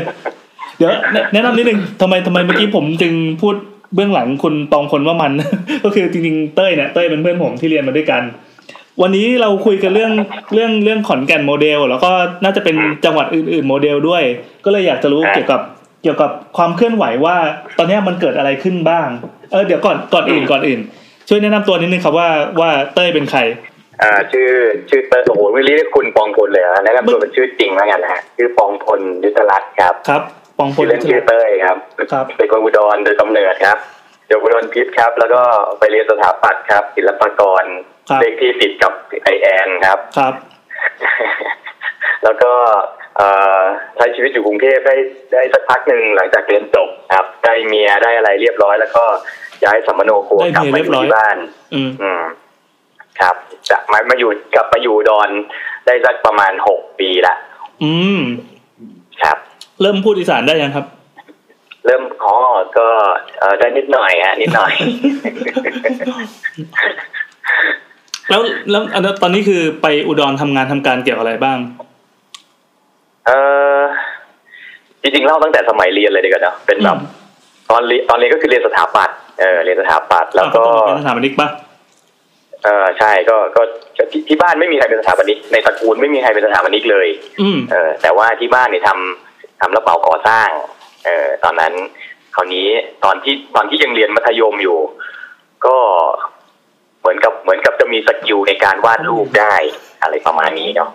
เดี๋ยวแนะแนะนำนิดนึงทำไมทำไมเมื่อกี้ผมจึงพูดเบื้องหลังคุณปองคนว่ามัน ก็คือจริงๆเต้ยเนี่ยเต้ยเป็นเพื่อนผมที่เรียนมาด้วยกัน วันนี้เราคุยกันเรื่องเรื่องเรื่องขอนแก่นโมเดล แล้วก็น่าจะเป็นจังหวัดอื่นๆโมเดลด้วย ก็เลยอยากจะรู้เกี่ยวกับเกี่ยวกับความเคลื่อนไหวว่า ตอนเนี้ยมันเกิดอะไรขึ้นบ้าง เออเดี๋ยวก่อนก่อนอื่นก่อนอื่น ช่วยแนะนำตัวนิดนึงครับว่าว่าเต้ยเป็นใคร อ่าชื่อชื่อเตอร์โอ้โหไม่เรียกคุณปองพลเลยนะแนะนำตัวเป็นชื่อจริงแล้วกันนะฮะชื่อปองพลยุทธรัตน์ครับ ครับปองพ ชื่ ล อเล่นชื่อเต้ยครับ ครับ เป็นคนอุดรโดยกำเนิดครับจบอุดรพิษครับ แล้วก็ไปเรียนสถาปัตย์ครับศิลปากร ครับ เลขที่ติดกับไอแอนครับ ครับ แล้วก็เอ่อใช้ชีวิตอยู่กรุงเทพได้ได้สักพักหนึ่งหลังจากเรียนจบครับ ได้เมียได้อะไรเรียบร้อย แล้วก็ย้ายสัมมโนครัว ได้ กลับ เมีย มา เรีบอย ยู่ร้อย ที่บ้าน อืม อืม ครับจะมามาอยู่กลับมาอยู่ดอนได้สักประมาณหกปีละ อืม ครับ เริ่มพูดอีสานได้ยังครับ เริ่มขอก็เอ่อได้นิดหน่อยฮะนิด หน่อย แล้วแล้วอันนั้นตอนนี้คือไปอุดรทำงานทำการเกี่ยวอะไรบ้าง เออจริงๆเล่าตั้งแต่สมัยเรียนเลยดีกว่าเนาะเป็นแบบ อืม ตอนเรียนตอนเรียนก็คือเรียนสถาปัตย์เออเรียนสถาปัตย์แล้วก็ อ่ะต้องเป็นสถาปนิกปะ เออใช่ก็ก็ก็ที่ที่บ้านไม่มีใครเป็นสถาปนิกในตระกูลไม่มีใครเป็นสถาปนิกเลย อืม เออแต่ว่าที่บ้านเนี่ยทำทำรับเหมาก่อสร้างเออตอนนั้น คราวนี้ตอนที่ตอนที่ยังเรียนมัธยมอยู่ ก็เหมือนกับเหมือนกับจะมีสกิลในการวาดรูปได้อะไรประมาณนี้เนาะ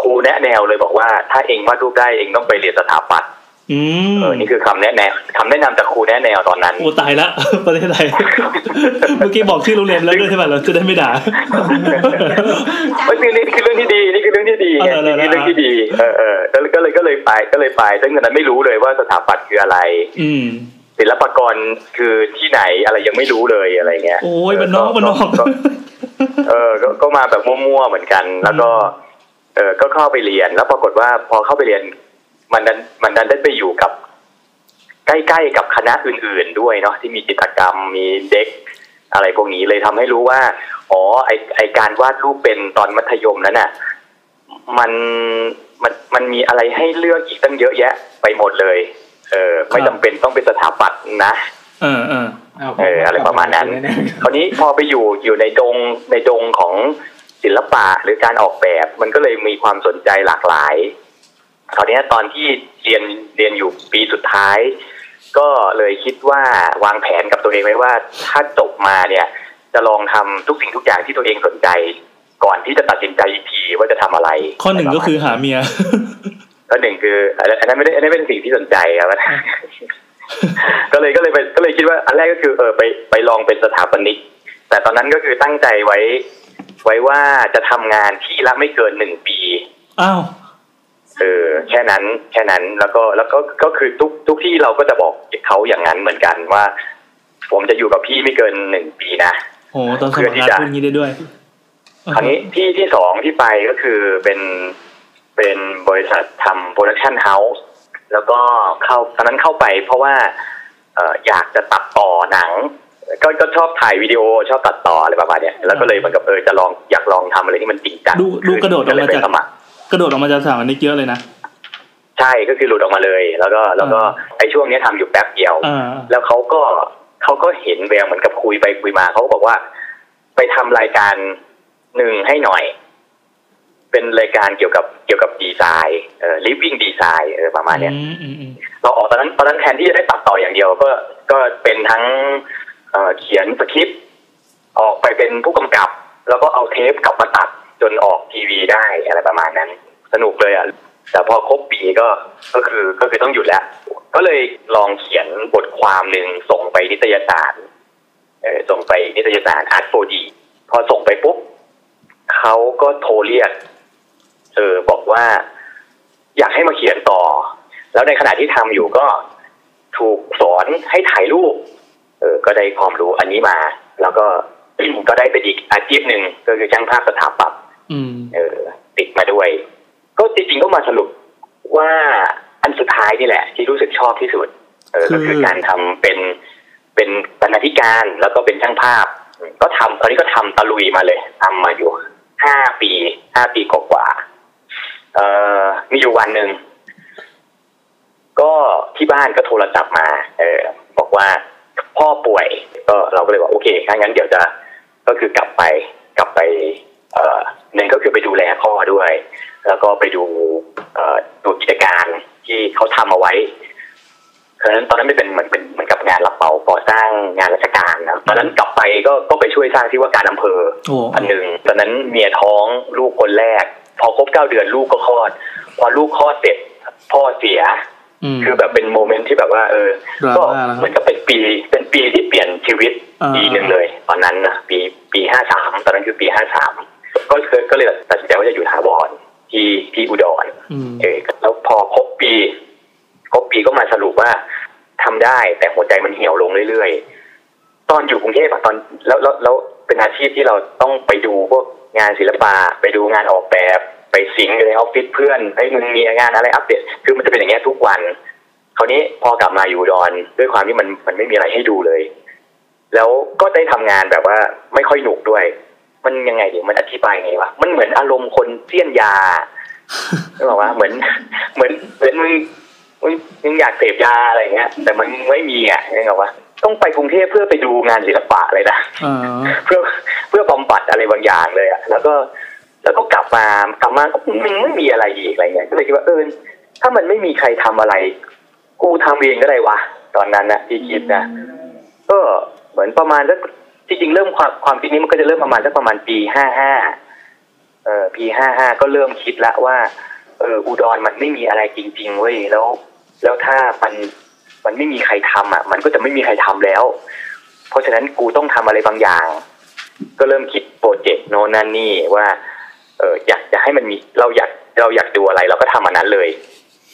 ครูแนะแนวเลยบอกว่าถ้าเองวาดรูปได้เองต้องไปเรียนสถาปัตย์ อืม เออนี่คือคำแนะแนวคำแนะนำจากครูแนะแนวตอนนั้น โอ้ตายละ ประเทศไทย เมื่อกี้บอกชื่อโรงเรียนแล้วด้วยใช่ป่ะเราจะได้ไม่ด่า ไม่คือนี่คือเรื่องที่ดีนี่คือเรื่องที่ดีไง เออเออเออ นี่เรื่องที่ดีเออเออก็เลยก็เลยก็เลยไปก็เลยไปซึ่งตอนนั้นไม่รู้เลยว่าสถาปัตย์คืออะไร อืม ศิลปากรคือที่ไหนอะไรยังไม่รู้เลยอะไรเงี้ย โอ้ยบันนอกบันนอก เออก็ก็มาแบบมั่วๆเหมือนกัน แล้วก็ เออก็เข้าไปเรียนแล้วปรากฏว่าพอเข้าไปเรียน มันดันมันดันได้ไปอยู่กับ ใกล้ๆกับคณะอื่นๆด้วยเนาะที่มีจิตรกรรมมีเด็ก อะไรพวกนี้เลยทำให้รู้ว่า อ๋อ ไอไอการวาดรูปเป็นตอนมัธยมนั้นน่ะ มันมันมันมีอะไรให้เลือกอีกตั้งเยอะแยะ ไปหมดเลย เออ ไม่ ครั จำ บ เป็นต้องเป็นสถาปัตย์นะ เออเออ าว เอออะไรประมาณนั้น คราวนี้พอไปอยู่อยู่ในดงในดงของศิลปะหรือการออกแบบ มันก็เลยมีความสนใจหลากหลาย คราวนี้ตอนที่เรียนเรียนอยู่ปีสุดท้าย ก็เลยคิดว่าวางแผนกับตัวเองไว้ว่าถ้าจบมาเนี่ย จะลองทำทุกสิ่งทุกอย่างที่ตัวเองสนใจ ก่อนที่จะตัดสินใจอีกทีว่าจะทำอะไร ข้อหนึ่งก็คือหาเมีย ข้อหนึ่งคืออันนั้นอันนั้นไม่ได้อันนั้นไม่เป็นสิ่งที่สนใจครับ ก็เลยก็เลยไปก็เลยคิดว่าอันแรกก็คือเออไปไปลองเป็นสถาปนิก แต่ตอนนั้นก็คือตั้งใจไว้ ไว้ว่าจะทำงานที่ละไม่เกินหนึ่งปี อ้าว เออแค่นั้นแค่นั้นแล้วก็แล้วก็ก็คือทุกทุกที่เราก็จะบอกเขาอย่างนั้นเหมือนกันว่า ผมจะอยู่กับพี่ไม่เกินหนึ่งปีนะ โหตอนสมัครงานพูดงี้ได้ด้วย คราวนี้ที่ที่สองที่ไปก็คือเป็นเป็นบริษัททำโปรดักชันเฮาส์แล้วก็เข้าตอนนั้นเข้าไปเพราะว่าเอ่ออยากจะตัดต่อหนัง ก็ก็ชอบถ่ายวิดีโอชอบตัดต่ออะไรประมาณเนี้ยแล้วก็เลยเหมือนกับเออจะลองอยากลองทำอะไรที่มันจริงจัง ดูดูกระโดดออก เลย มา ไป จาก สมัคร กระโดดออกมาจากสถาปนิกเยอะเลยนะ ใช่ก็คือหลุดออกมาเลย แล้วก็แล้วก็ไอ้ช่วงเนี้ยทำอยู่แป๊บเดียว อ่า แล้วเขาก็เขาก็เห็นแววเหมือนกับคุยไปคุยมาเขาก็บอกว่า ไปทำรายการหนึ่งให้หน่อย เป็นรายการเกี่ยวกับเกี่ยวกับดีไซน์เอ่อ living design เออประมาณเนี้ย อืมอืมอืม เราออกตอนนั้นตอนนั้นแทนที่จะได้ตัดต่ออย่างเดียว ก็ก็เป็นทั้งเอ่อเขียนสคริปต์ออกไปเป็นผู้กำกับ แล้วก็เอาเทปกลับมาตัดจนออกทีวีได้อะไรประมาณนั้น สนุกเลยอ่ะแต่พอครบปีก็ก็คือก็คือต้องหยุดแล้ว ก็เลยลองเขียนบทความหนึ่งส่งไปนิตยสารเออส่งไปนิตยสาร Art 4D พอส่งไปปุ๊บเขาก็โทรเรียกเออบอกว่า อยากให้มาเขียนต่อ แล้วในขณะที่ทำอยู่ก็ถูกสอนให้ถ่ายรูป เออ ก็ได้ความรู้อันนี้มา แล้วก็ ก็ได้เป็นอีกอาชีพหนึ่งก็คือช่างภาพสถาปัตย์ อืม เออติดมาด้วย ก็จริงๆก็มาสรุปว่าอันสุดท้ายนี่แหละ ที่รู้สึกชอบที่สุด เออก็คือการทำเป็นเป็นบรรณาธิการแล้วก็เป็นช่างภาพ ก็ทำตอนนี้ก็ทำตะลุยมาเลยทำมาอยู่ห้าปีห้าปีกว่าๆเอ่อมีอยู่วันหนึ่ง ก็ที่บ้านก็โทรศัพท์มา เออบอกว่าพ่อป่วย ก็เราก็เลยว่าโอเคถ้างั้นเดี๋ยวจะก็คือกลับไปกลับไป เอ่อหนึ่งก็คือไปดูแลพ่อด้วย แล้วก็ไปดูเอ่อดูกิจการที่เขาทำเอาไว้ เพราะฉะนั้นตอนนั้นไม่เป็นเหมือนเป็นเหมือนกับงานรับเหมาก่อสร้างงานราชการนะครับตอนนั้นกลับไปก็ก็ไปช่วยสร้างที่ว่าการอำเภอ โอ้โห อันหนึ่งตอนนั้นเมียท้องลูกคนแรก พอครบเก้าเดือนลูกก็คลอด พอลูกคลอดเสร็จพ่อเสีย อืม คือแบบเป็นโมเมนต์ที่แบบว่าเออ ดรา ก็ ม่าแล้วครับ เหมือนกับเป็นปีเป็นปีที่เปลี่ยนชีวิต อ่า ปีหนึ่งเลย ตอนนั้นนะปีปีห้าสามตอนนั้นคือปีห้าสามก็เลยก็เลยตัดสินใจว่าจะอยู่ถาวรที่ที่อุดร อืม เออแล้วพอครบปีครบปีก็มาสรุปว่าทำได้แต่หัวใจมันเหี่ยวลงเรื่อยๆ ตอนอยู่กรุงเทพอะตอนแล้วแล้วแล้วเป็นอาชีพที่เราต้องไปดูพวกงานศิลปะไปดูงานออกแบบไปสิงอยู่ในออฟฟิศเพื่อนไอ้ยมึงมีงานอะไรอัปเดตคือมันจะเป็นอย่างเงี้ยทุกวัน คราวนี้พอกลับมาอยู่อุดอนด้วยความที่มันมันไม่มีอะไรให้ดูเลย แล้วก็ได้ทำงานแบบว่าไม่ค่อยหนุกด้วย มันยังไงเดี๋ยวมันอธิบายไงวะมันเหมือนอารมณ์คนเสี้ยนยา ก็บอกว่าเหมือน เหมือนเหมือนมึงมึงมึงอยากเสพยาอะไรเงี้ย แต่มันไม่มีอ่ะนึกออกว่าต้องไปกรุงเทพเพื่อไปดูงานศิลปะเลยนะ อ่า เพื่อเพื่อบำบัดอะไรบางอย่างเลยอะแล้วก็แล้วก็กลับมากลับมาก็มันไม่มีอะไรอีกอะไรเงี้ยก็เลยคิดว่าเออถ้ามันไม่มีใครทำอะไร กูทำเองก็ได้วะตอนนั้นนะที่คิดนะก็เหมือนประมาณสักที่จริงเริ่มความความคิดนี้มันก็จะเริ่มประมาณสักประมาณปีห้าห้าเออปีห้าห้าก็เริ่มคิดละว่า เอออุดรมันไม่มีอะไรจริง ๆเว้ยแล้ว แล้วถ้ามันมันไม่มีใครทำอ่ะ มันก็จะไม่มีใครทำแล้ว เพราะฉะนั้นกูต้องทำอะไรบางอย่าง ก็เริ่มคิดโปรเจกต์โน่นนั่นนี่ว่า เอออยากจะให้มันมีเราอยากเราอยากดูอะไรเราก็ทำอันนั้นเลย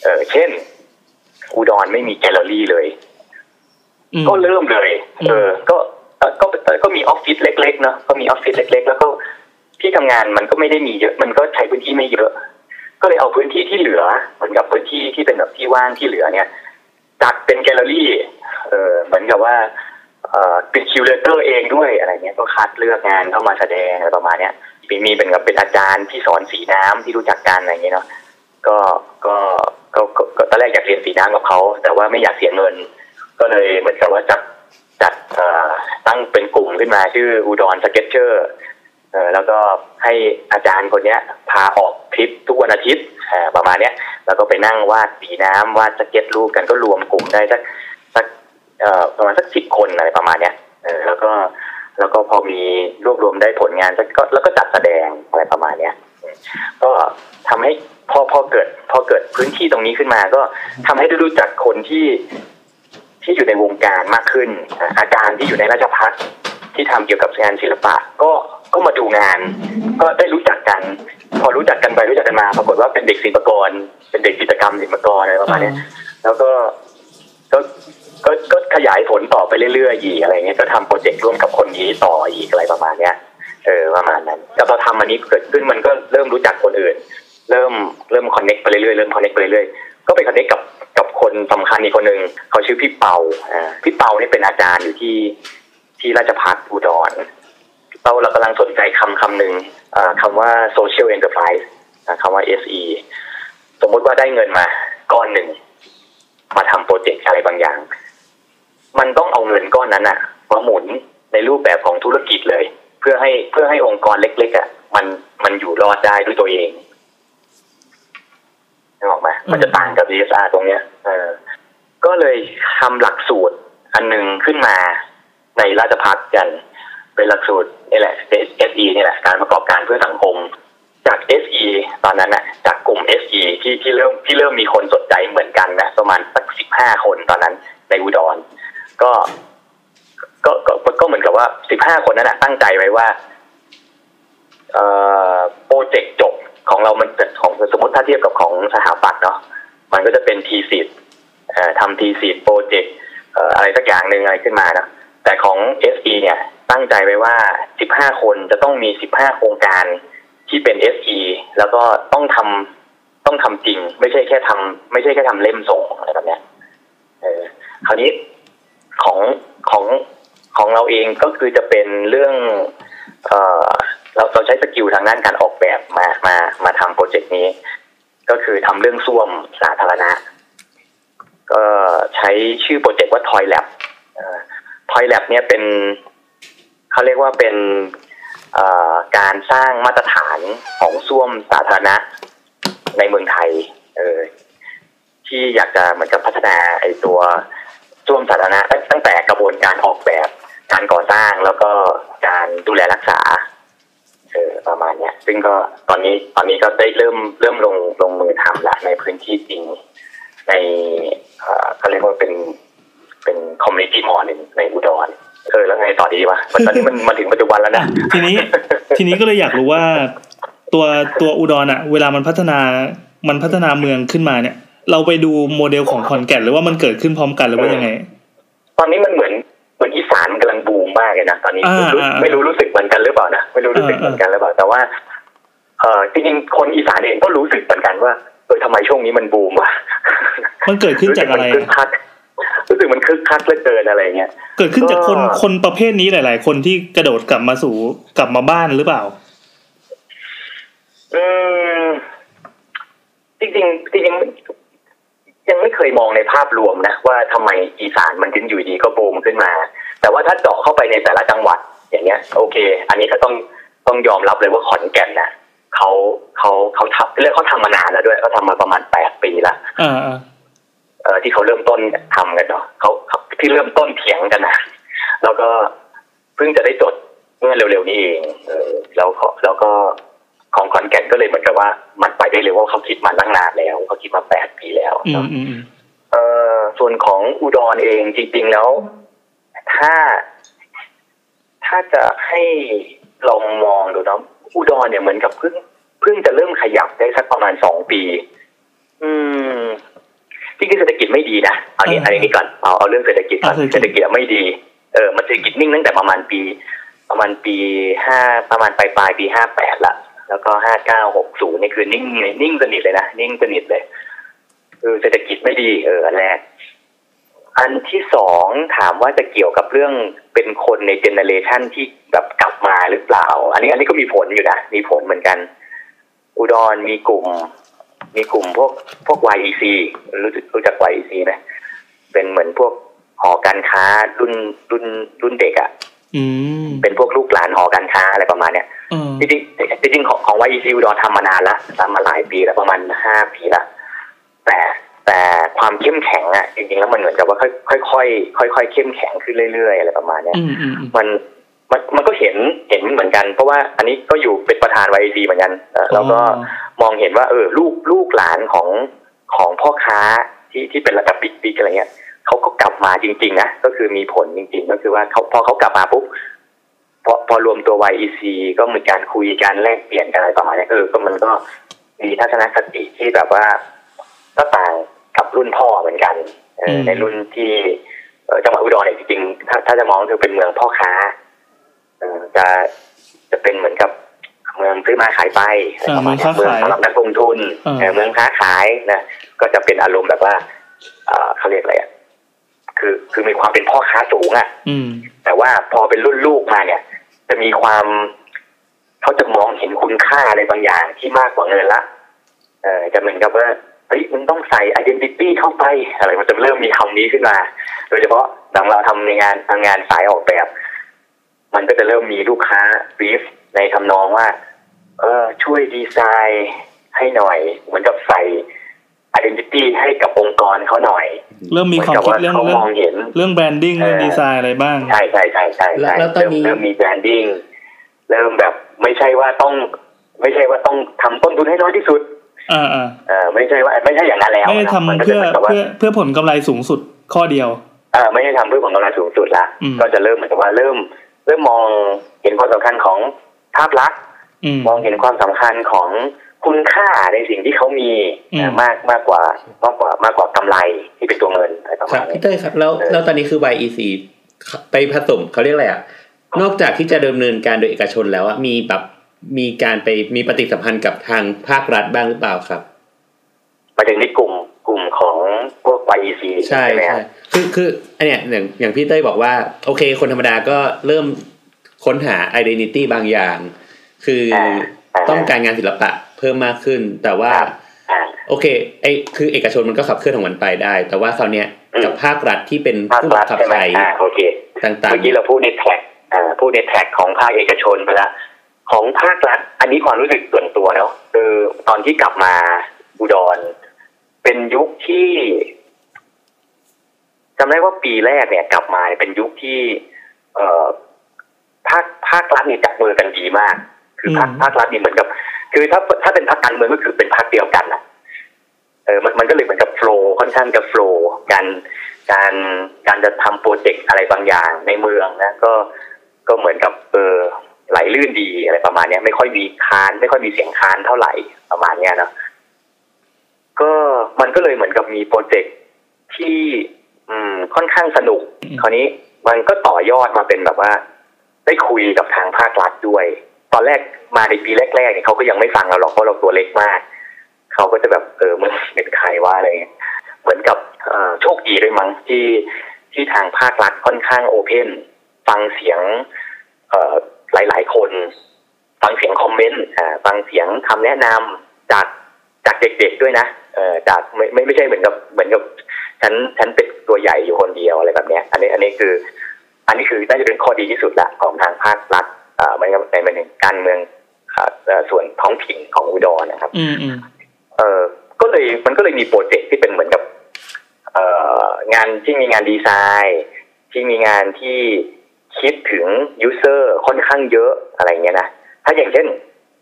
เออเช่นอุดรไม่มีแกลเลอรี่เลย อืม ก็เริ่มเลย อืม เออ ก็เอ่อก็เอ่อก็มีออฟฟิศเล็กๆเนาะ ก็มีออฟฟิศเล็ก ๆ แล้วก็ที่ทำงานมันก็ไม่ได้มีเยอะ มันก็ใช้พื้นที่ไม่เยอะ ก็เลยเอาพื้นที่ที่เหลือ เหมือนกับพื้นที่ที่เป็นแบบที่ว่างที่เหลือเนี่ยจัดเป็นแกลเลอรี่ เออเหมือนกับว่า เอ่อเป็นคิวเลเตอร์เองด้วยอะไรเงี้ย ก็คัดเลือกงานเข้ามาแสดงอะไรประมาณเนี้ย มีมีเป็นกับเป็นอาจารย์ที่สอนสีน้ำที่รู้จักกันอะไรเงี้ยเนาะ ก็ก็ก็ก็ก็ตอนแรกอยากเรียนสีน้ำกับเขา แต่ว่าไม่อยากเสียเงิน ก็เลยเหมือนกับว่าจัดจัดเอ่อตั้งเป็นกลุ่มขึ้นมาชื่ออุดรสเก็ตเชอร์เออแล้วก็ให้อาจารย์คนเนี้ย พาออกทริปทุกวันอาทิตย์อ่าประมาณเนี้ย แล้วก็ไปนั่งวาดสีน้ำวาดสเก็ตรูปกันก็รวมกลุ่มได้สักสักเอ่อประมาณสักสิบคนอะไรประมาณเนี้ยเออแล้วก็แล้วก็พอมีรวบรวมได้ผลงานสักก็แล้วก็จัดแสดงอะไรประมาณเนี้ย ก็ทำให้พอพอเกิด พอเกิดพื้นที่ตรงนี้ขึ้นมา ก็ทำให้ได้รู้จักคนที่ ที่อยู่ในวงการมากขึ้นอ่ะอาจารย์ที่อยู่ในราชพัฒที่ทำเกี่ยวกับงานศิลปะ ก็ก็มาดูงาน ก็ได้รู้จักกัน พอรู้จักกันไปรู้จักกันมา ปรากฏว่าเป็นเด็กศิลปากร เป็นเด็กกิจกรรมศิลปากรอะไรประมาณเนี้ยแล้วก็ก็ก็ก็ขยายผลต่อไปเรื่อยๆอีกอะไรเงี้ยก็ทำโปรเจกต์ร่วมกับคนนี้ต่ออีกอะไรประมาณเนี้ย เออประมาณนั้นแล้วพอทำอันนี้เกิดขึ้นมันก็เริ่มรู้จักคนอื่น เริ่มเริ่มคอนเน็กไปเรื่อยๆเริ่มคอนเน็กไปเรื่อยๆก็ไปคอนเน็กกับกับคนสำคัญอีกคนหนึ่งเขาชื่อพี่เปาอ่าพี่เปาเนี่ยเป็นอาจารย์อยู่ที่ที่ราชพัฒอุดรพี่เปาเรากำลังสนใจคำคำหนึ่งอ่าคำว่า social enterprise อ่าคำว่า SE สมมติว่าได้เงินมาก้อนหนึ่ง มาทำโปรเจกต์อะไรบางอย่าง มันต้องเอาเงินก้อนนั้นอะมาหมุนในรูปแบบของธุรกิจเลย เพื่อให้เพื่อให้องค์กรเล็กๆอะมันมันอยู่รอดได้ด้วยตัวเองนึกออกไหมมันจะต่างกับ DSR ตรงเนี้ยเออก็เลยทำหลักสูตรอันหนึ่งขึ้นมาในราชพัฒกัน เป็นหลักสูตรนี่แหละ SE นี่แหละการประกอบการเพื่อสังคม จาก SE ตอนนั้นนะจากกลุ่ม SE ที่ที่เริ่มที่เริ่มมีคนสนใจเหมือนกันนะประมาณสักสิบห้าคนตอนนั้นในอุดร ก็ก็ก็ก็เหมือนกับว่าสิบห้าคนนั้นนะตั้งใจไว้ว่าเอ่อโปรเจกต์จบของเรามันของสมมติถ้าเทียบกับของสถาปัตย์เนาะมันก็จะเป็นทีสิททำทีสิทโปรเจกต์อะไรสักอย่างหนึ่งอะไรขึ้นมานะแต่ของ SE เนี่ยตั้งใจไว้ว่าสิบห้าคนจะต้องมีสิบห้าโครงการ ที่เป็น SE แล้วก็ต้องทำต้องทำจริง ไม่ใช่แค่ทำไม่ใช่แค่ทำเล่มส่งอะไรแบบเนี้ยเออคราวนี้ของของของเราเองก็คือจะเป็นเรื่อง เออเราเราใช้สกิลทางด้านการออกแบบมามามาทำโปรเจกต์นี้ ก็คือทำเรื่องส้วมสาธารณะ ก็ใช้ชื่อโปรเจกต์ว่า Toy Lab ทอยแลบเนี่ยเป็นเขาเรียกว่าเป็น เอ่อการสร้างมาตรฐานของส้วมสาธารณะในเมืองไทย เออที่อยากจะเหมือนกับพัฒนาไอตัว ร่วมสาธารณะตั้งตั้งแต่กระบวนการออกแบบ การก่อสร้างแล้วก็การดูแลรักษาเออประมาณเนี้ย ซึ่งก็ตอนนี้ตอนนี้ก็ได้เริ่มเริ่มลงลงมือทำละในพื้นที่จริง ในเอ่อเขาเรียกว่าเป็นเป็นคอมมิชชั่นมอหนึ่งในอุดรเออแล้วไงต่อดีวะตอนนี้มันมาถึงปัจจุบันแล้วนะ ทีนี้ ทีนี้ก็เลยอยากรู้ว่า ตัวตัวอุดรอะเวลามันพัฒนามันพัฒนาเมืองขึ้นมาเนี่ย เราไปดูโมเดลของขอนแก่นหรือว่ามันเกิดขึ้นพร้อมกันหรือว่ายังไง ตอนนี้มันเหมือนเหมือนอีสานมันกำลังบูมมากเลยนะตอนนี้ อ่า รู้ อ่า ไม่รู้รู้สึกเหมือนกันหรือเปล่านะไม่รู้รู้สึก อ่า เหมือนกันหรือเปล่าแต่ว่าเออจริงๆคนอีสานเองก็รู้สึกเหมือนกันว่าเออทำไมช่วงนี้มันบูมวะ มันเกิดขึ้นจากอะไร สึมันคึก อะ คักรู้สึกมันคึกคักเหลือเกินอะไรเงี้ย เกิดขึ้นจากคน ก็ คนประเภทนี้หลาย ๆ คนที่กระโดดกลับมาสู่กลับมาบ้านหรือเปล่า อืมจริงๆจริงๆยังไม่เคยมองในภาพรวมนะว่าทำไมอีสานมันถึงอยู่ดีก็บูมขึ้นมา แต่ว่าถ้าเจาะเข้าไปในแต่ละจังหวัด อย่างเงี้ย โอเค อันนี้ก็ต้องต้องยอมรับเลยว่าขอนแก่นนะเขาเขาเขาทำเรื่องเขาทำมานานแล้วด้วยเขาทำมาประมาณแปดปีละ อ่าอ่า เอ่อที่เขาเริ่มต้นทำกันเนาะเขาเขาที่เริ่มต้นเถียงกันนะแล้วก็เพิ่งจะได้จดเมื่อเร็วๆนี้เองเออแล้วเขาแล้วก็ของขอนแก่นก็เลยเหมือนกับว่า มันไปได้เลยว่าเขาคิดมาตั้งนานแล้วเขาคิดมาแปดปีแล้ว อื เนอะ มอืมอืม เอ่อส่วนของอุดรเองจริงๆแล้ว ถ้า ถ้าจะให้ลองมองดูเนาะอุดรเนี่ยเหมือนกับเพิ่งเพิ่งจะเริ่มขยับได้สักประมาณสองปี อืมจริงๆเศรษฐกิจไม่ดีนะเอาเนี้อันนี้ก่อนเอาเอาเรื่องเศรษฐกิจก่อนเศรษฐกิจไม่ดีเออมันเศรษฐกิจนิ่งตั้งแต่ประมาณปี ประมาณปีห้าประมาณปลายปลายๆปีห้าแปดละแล้วก็ห้าเก้าหกศูนย์นี่คือนิ่งเลยนิ่งสนิทเลยนะนิ่งสนิทเลย คือเศรษฐกิจไม่ดีเอออันแรก อันที่สองถามว่าจะเกี่ยวกับเรื่องเป็นคนในเจเนเรชันที่แบบกลับมาหรือเปล่า อันนี้อันนี้ก็มีผลอยู่นะ มีผลเหมือนกัน อุดรมีกลุ่ม มีกลุ่มพวกพวก YEC รู้จักรู้จัก YEC ไหมเป็นเหมือนพวกหอการค้ารุ่นรุ่นรุ่นเด็กอะ่ะ อืม เป็นพวกลูกหลานหอการค้าอะไรประมาณเนี้ย เออ จริงๆจริงๆของของ YEC อุดรทำมานานละทำมาหลายปีแล้วประมาณห้าปีละแต่แต่ความเข้มแข็งอะจริงๆแล้วมันเหมือนกับว่าค่อยค่อยค่อยๆค่อยๆเข้มแข็งขึ้นเรื่อยๆอะไรประมาณเนี้ย อืมอืมอืม มันมันมันก็เห็นเห็นเหมือนกัน เพราะว่าอันนี้ก็อยู่เป็นประธาน YEC เหมือนกันเอ่อแล้วก็ อ๋อ มองเห็นว่า เออลูกลูกหลานของของพ่อค้าที่ที่เป็นระดับบิ๊กบิ๊กอะไรเงี้ยเขาก็กลับมาจริงๆนะก็คือมีผลจริง ๆ ก็คือว่าเขาพอเขากลับมาปุ๊บ พอพอรวมตัว YEC ก็มีการคุยกันแลกเปลี่ยนกันอะไรประมาณเนี้ยเออก็มันก็มีทัศนคติที่แบบว่าก็ต่างกับรุ่นพ่อเหมือนกันเออ อืม ในรุ่นที่เอ่อจังหวัดอุดรเนี่ยจริงๆถ้าถ้าจะมองก็คือเป็นเมืองพ่อค้าเออจะจะเป็นเหมือนกับเมืองซื้อมาขายไปอะไรประมาณเนี้ยเมืองสำหรับนักลงทุนเออเมืองค้าขายนะก็จะเป็นอารมณ์แบบว่าเอ่อเขาเรียกอะไรอ่ะคือคือมีความเป็นพ่อค้าสูงอ่ะ อืม แต่ว่าพอเป็นรุ่นลูกมาเนี่ย จะมีความเขาจะมองเห็นคุณค่าอะไรบางอย่างที่มากกว่าเงินละเออจะเหมือนกับว่าเฮ้ยมันต้องใส่อ d ด n ติตี้เข้าไป อะไรมันจะเริ่มมีคำนี้ขึ้นมา โดยเฉพาะหลังเราทำในงานทางงานสายออกแบบ มันก็จะเริ่มมีลูกค้าบีฟในทำนองว่า เออช่วยดีไซน์ให้หน่อย เหมือนกับใส่อ d ด n ติตี้ให้กับองค์กรเขาหน่อย เริ่มมี เหมือ ความ นกับ คิด ว่า เรื่อง เขา เรื่ ม อง องเห็น เรื่องแบรนดิ้ง เออ เรื่องดีไซน์อะไรบ้าง ใช่ใช่ใช่ใช่ แล้ว ใช่ แล้วตอนนี้เริ่มเริ่มมีแบรนดิ้งเริ่มแบบไม่ใช่ว่าต้อง ไม่ใช่ว่าต้องทำต้นทุนให้น้อยที่สุด อ่าอ่า เออไม่ใช่ว่าไม่ใช่อย่างนั้นแล้ว ไม่ได้ นะน ทำ ก็ เพื่อ จะหมืนกับว่า เพื่อเพื่อผลกำไรสูงสุดข้อเดียว เออไม่ได้ทำเพื่อผลกำไรสูงสุดละ อืม ก็จะเริ่มเหมือนกับว่าเริ่ม เริ่มมองเห็นความสำคัญของภาพลักษณ์ อืม มองเห็นความสำคัญของคุณค่าในสิ่งที่เขามี อืม นะมากมากกว่ามากกว่ามากกว่ากำไรที่เป็นตัวเงินอะไรประ ครั มา บ ณ พี่ นี้ เต้ยครับแล้ว เออ แล้วตอนนี้คือ YEC ไปผสมเขาเรียกอะไรอ่ะนอกจากที่จะดำเนินการโดยเอกชนแล้วอะมีแบบมีการไปมีปฏิสัมพันธ์กับทางภาครัฐบ้างหรือเปล่าครับ มาถึงในกลุ่มกลุ่มของพวก YEC ใช่ ไหม ใช่ ฮะ คือคืออันเนี้ยอย่างอย่างพี่เต้ยบอกว่า โอเค คนธรรมดาก็เริ่มค้นหา identity บางอย่าง คืออา อ่า ต้องการงานศิลปะเพิ่มมากขึ้น แต่ว่า อ่า โอเคไอ้คือเอกชนมันก็ขับเคลื่อนของมันไปได้ แต่ว่าคราวเนี้ย อืม กับภาครัฐที่เป็น ภาค ผู้บั รั ง ฐ คับ ใช่ไหม ใช้ อ่าโอเค ต่าง เมื่อกี้เราพูดในแท็กอ่าพูดในแท็กของภาคเอกชนไปละของภาครัฐ อันนี้ความรู้สึกส่วนตัวเนาะคือตอนที่กลับมาอุดร เป็นยุคที่ จำได้ว่าปีแรกเนี่ยกลับมาเนี่ยเป็นยุคที่ เอ่อภาคภาครัฐเนี่ยจับมือกันดีมาก คือภาค อืม ภาครัฐเนี่ยเหมือนกับ คือถ้าถ้าเป็นภาคการเมืองก็คือเป็นภาคเดียวกันนะเออมันมันก็เลยเหมือนกับโฟล์ค่อนข้างจะโฟล์การการการจะทำโปรเจกต์อะไรบางอย่างในเมืองนะก็ก็เหมือนกับเออไหลลื่นดีอะไรประมาณเนี้ย ไม่ค่อยมีค้าน ไม่ค่อยมีเสียงค้านเท่าไหร่ประมาณเนี้ยเนาะก็มันก็เลยเหมือนกับมีโปรเจกต์ที่ อืมค่อนข้างสนุก คราวนี้มันก็ต่อยอดมาเป็นแบบว่า ได้คุยกับทางภาครัฐด้วย ตอนแรกมาในปีแรกๆเนี่ยเขาก็ยังไม่ฟังเราหรอกเพราะเราตัวเล็กมาก เขาก็จะแบบเออมันเป็นใครว่าอะไรเงี้ยเหมือนกับเอ่อโชคดีด้วยมั้งที่ที่ทางภาครัฐค่อนข้างโอเพนฟังเสียง เอ่อหลาย ๆ คน ฟังเสียงคอมเมนต์อ่าฟังเสียงคำแนะนำจากจากเด็กๆด้วยนะเออจากไม่ไม่ไม่ใช่เหมือนกับเหมือนกับ ฉันฉันเป็นตัวใหญ่อยู่คนเดียวอะไรแบบเนี้ย อันนี้อันนี้คือ อันนี้คือน่าจะเป็นข้อดีที่สุดละของทางภาครัฐเอ่อมันก็ในในการเมืองอ่าเอ่อส่วนท้องถิ่นของอุดรนะครับ อืมอืม เออก็เลยมันก็เลยมีโปรเจกต์ที่เป็นเหมือนกับ เอ่องานที่มีงานดีไซน์ ที่มีงานที่คิดถึงยูเซอร์ค่อนข้างเยอะอะไรเงี้ยนะ ถ้าอย่างเช่น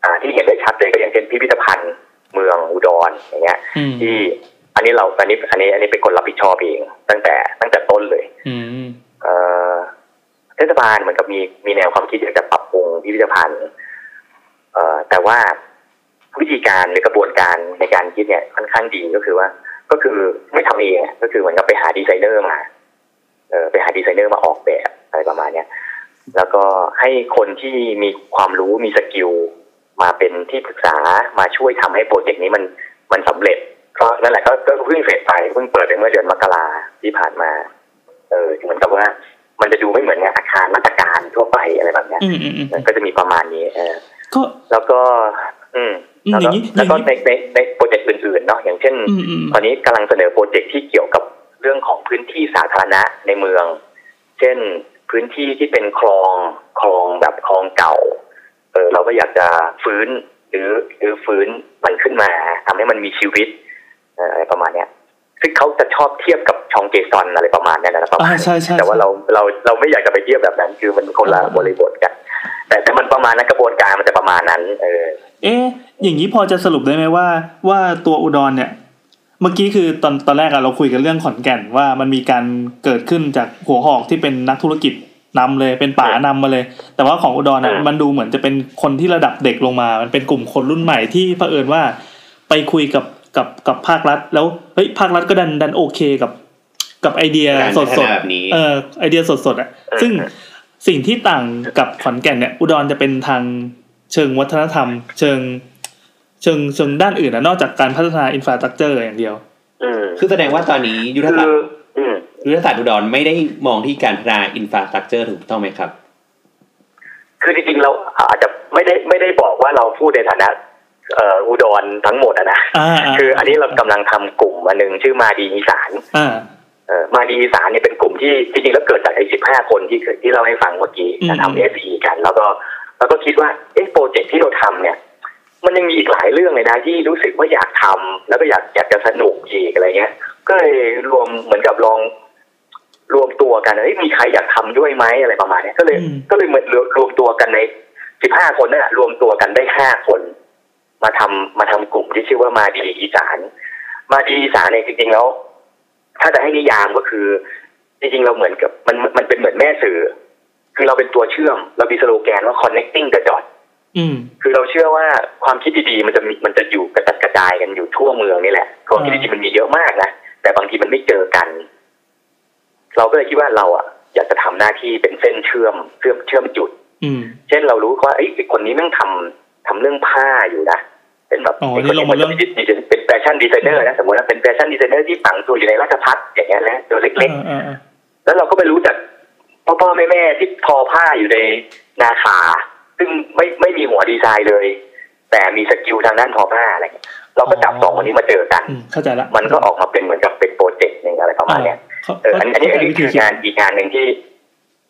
อ่าที่เห็นได้ชัดเลยก็อย่างเช่นพิพิธภัณฑ์เมืองอุดรอย่างเงี้ย อืม ที่อันนี้เราอันนี้อันนี้อันนี้เป็นคนรับผิดชอบเอง ตั้งแต่ตั้งแต่ต้นเลย อืม เอ่อเทศบาลเหมือนกับมีมีแนวความคิดอยากจะปรับปรุงพิพิธภัณฑ์เอ่อแต่ว่าวิธีการหรือกระบวนการในการคิดเนี่ยค่อนข้างดีก็คือว่า ก็คือไม่ทำเองอะก็คือเหมือนกับไปหาดีไซเนอร์มาเออไปหาดีไซเนอร์มาออกแบบอะไรประมาณเนี้ยแล้วก็ให้คนที่มีความรู้มีสกิลมาเป็นที่ปรึกษามาช่วยทำให้โปรเจกต์นี้มันมันสำเร็จก็นั่นแหละก็ก็เพิ่งเสร็จไปเพิ่งเปิดไปเมื่อเดือนมกราที่ผ่านมา เออเหมือนกับว่า มันจะดูไม่เหมือนงานอาคารมาตรการทั่วไปอะไรแบบเนี้ย อืมอืมอืม มันก็จะมีประมาณนี้เออ ก็ แล้วก็ อืม อืม แล้วอก็ย่างนี้ แล้วก็ อย่างนี้ ในในในโปรเจกต์อื่นๆเนาะอย่างเช่น อืมอืม ตอนนี้กำลังเสนอโปรเจกต์ที่เกี่ยวกับเรื่องของพื้นที่สาธารณะในเมือง เช่นพื้นที่ที่เป็นคลองคลองแบบคลองเก่า เออเราก็อยากจะฟื้นหรือหรือฟื้นมันขึ้นมาทำให้มันมีชีวิตเอ่ออะไรประมาณเนี้ยซึ่งเขาจะชอบเทียบกับชองเกซอนอะไรประมาณเนี้ยนะประมา อ่า ณ ใช่ใช่ แต่ว่าเราเราเราไม่อยากจะไปเทียบแบบนั้น คือมันคนละ อ่า บริบทกัน แต่แต่มันประมาณนั้นกระบวนการมันจะประมาณนั้น เออ เอ๊ะอย่างนี้พอจะสรุปได้ไหมว่าว่าตัวอุดรเนี่ย เมื่อกี้คือตอนตอนแรกอะเราคุยกันเรื่องขอนแก่นว่ามันมีการเกิดขึ้นจากหัวหอกที่เป็นนักธุรกิจนำเลยเป็นป่านำมาเลย แต่ว่าของอุดรอะ อืม มันดูเหมือนจะเป็นคนที่ระดับเด็กลงมา มันเป็นกลุ่มคนรุ่นใหม่ที่เผอิญว่า ไปคุยกับกับกับภาครัฐ แล้วเฮ้ยภาครัฐก็ดันดันโอเคกับ กับไอเดีย การ ส พั ด ฒ สด นาแบบนี้ เออไอเดียสดสดๆอะซึ่งสิ่งที่ต่างกับขอนแก่นเนี่ย อุดรจะเป็นทางเชิงวัฒนธรรม เชิง เชิงเชิงด้านอื่นนะนอกจากการพัฒนาอินฟราสตรักเจอร์อย่างเดียว อืม คือแสดงว่าตอนนี้ยุทธศาสต คือ ร์ อืม ยุทธศาสตร์อุดรไม่ได้มองที่การพัฒนาอินฟราสตรักเจอร์ถูกต้องไหมครับ คือจริงๆเราอาจจะไม่ได้ไม่ได้บอกว่าเราพูดในฐานะเอ่ออุดรทั้งหมดอะนะ อ่าา คืออันนี้เรากำลังทำกลุ่มอันหนึ่งชื่อมาดีอีสาน อ่า เออมาดีอีสานเนี่ยเป็นกลุ่มที่จริงๆแล้วเกิดจากไอ้สิบห้าคนที่เคยที่เราให้ฟังเมื่อกี้นะ อืม ทำเอสีกัน แล้วก็แล้วก็คิดว่าเอ๊ะโปรเจกต์ที่เราทำเนี่ย มันยังมีอีกหลายเรื่องเลยนะที่รู้สึกว่าอยากทำแล้วก็อยากอยากจะสนุกอีกอะไรเงี้ย ก็เลยรวมเหมือนกับลอง รวมตัวกันเอ้ยมีใครอยากทำด้วยไหมอะไรประมาณเนี้ยก็เลย อืม ก็เลยเหมือนรวมรวมตัวกันในสิบห้าคนนั่นแหละรวมตัวกันได้ห้าคน มาทำมาทำกลุ่มที่ชื่อว่ามาดีอีสาน มาดีอีสานเนี่ยจริงๆแล้ว ถ้าจะให้นิยามก็คือ จริงๆเราเหมือนกับมันมันเป็นเหมือนแม่สื่อ คือเราเป็นตัวเชื่อม เรามีสโลแกนว่า connecting the dots อืม คือเราเชื่อว่าความคิดดีๆมันจะมีมันจะอยู่กระจัดกระจายกันอยู่ทั่วเมืองนี่แหละความคิดดีๆมันมีเยอะมากนะแต่บางทีมันไม่เจอกัน เราก็เลยคิดว่าเราอ่ะอยากจะทำหน้าที่เป็นเส้นเชื่อมเชื่อมเชื่อมจุด อืม เช่นเรารู้ว่าไอ้ยไอ้คนนี้แม่งทำทำเรื่องผ้าอยู่นะเป็นแบบ อ๋อ ไอ้คน นี่ล นี้ ง มั มาน เรื่อจะง เป็นดิจิเป็นแฟชั่นดีไซเนอร์นะสมมติว่าเป็นแฟชั่นดีไซเนอร์ที่ฝังตัวอยู่ในราชพัฒน์อย่างเงี้ยนะตัวเล็ก ๆ อ่าอ่าอ่า แล้วเราก็ไปรู้จักพ่อพ่อแม่แม่ที่ทอผ้าอยู่ในนาคา ซึ่งไม่ไม่มีหัวดีไซน์เลย แต่มีสกิลทางด้านทอผ้าอะไรเงี้ยเราก็จับสองคนนี้มาเจอกัน อืมเข้าใจละ มันก็ออกมาเป็นเหมือนกับเป็นโปรเจกต์หนึ่งอะไรประมาณเนี้ย เข้า เอออันอันนี้อันนี้ เข้าใจวิธี คืองานอีกงานหนึ่งที่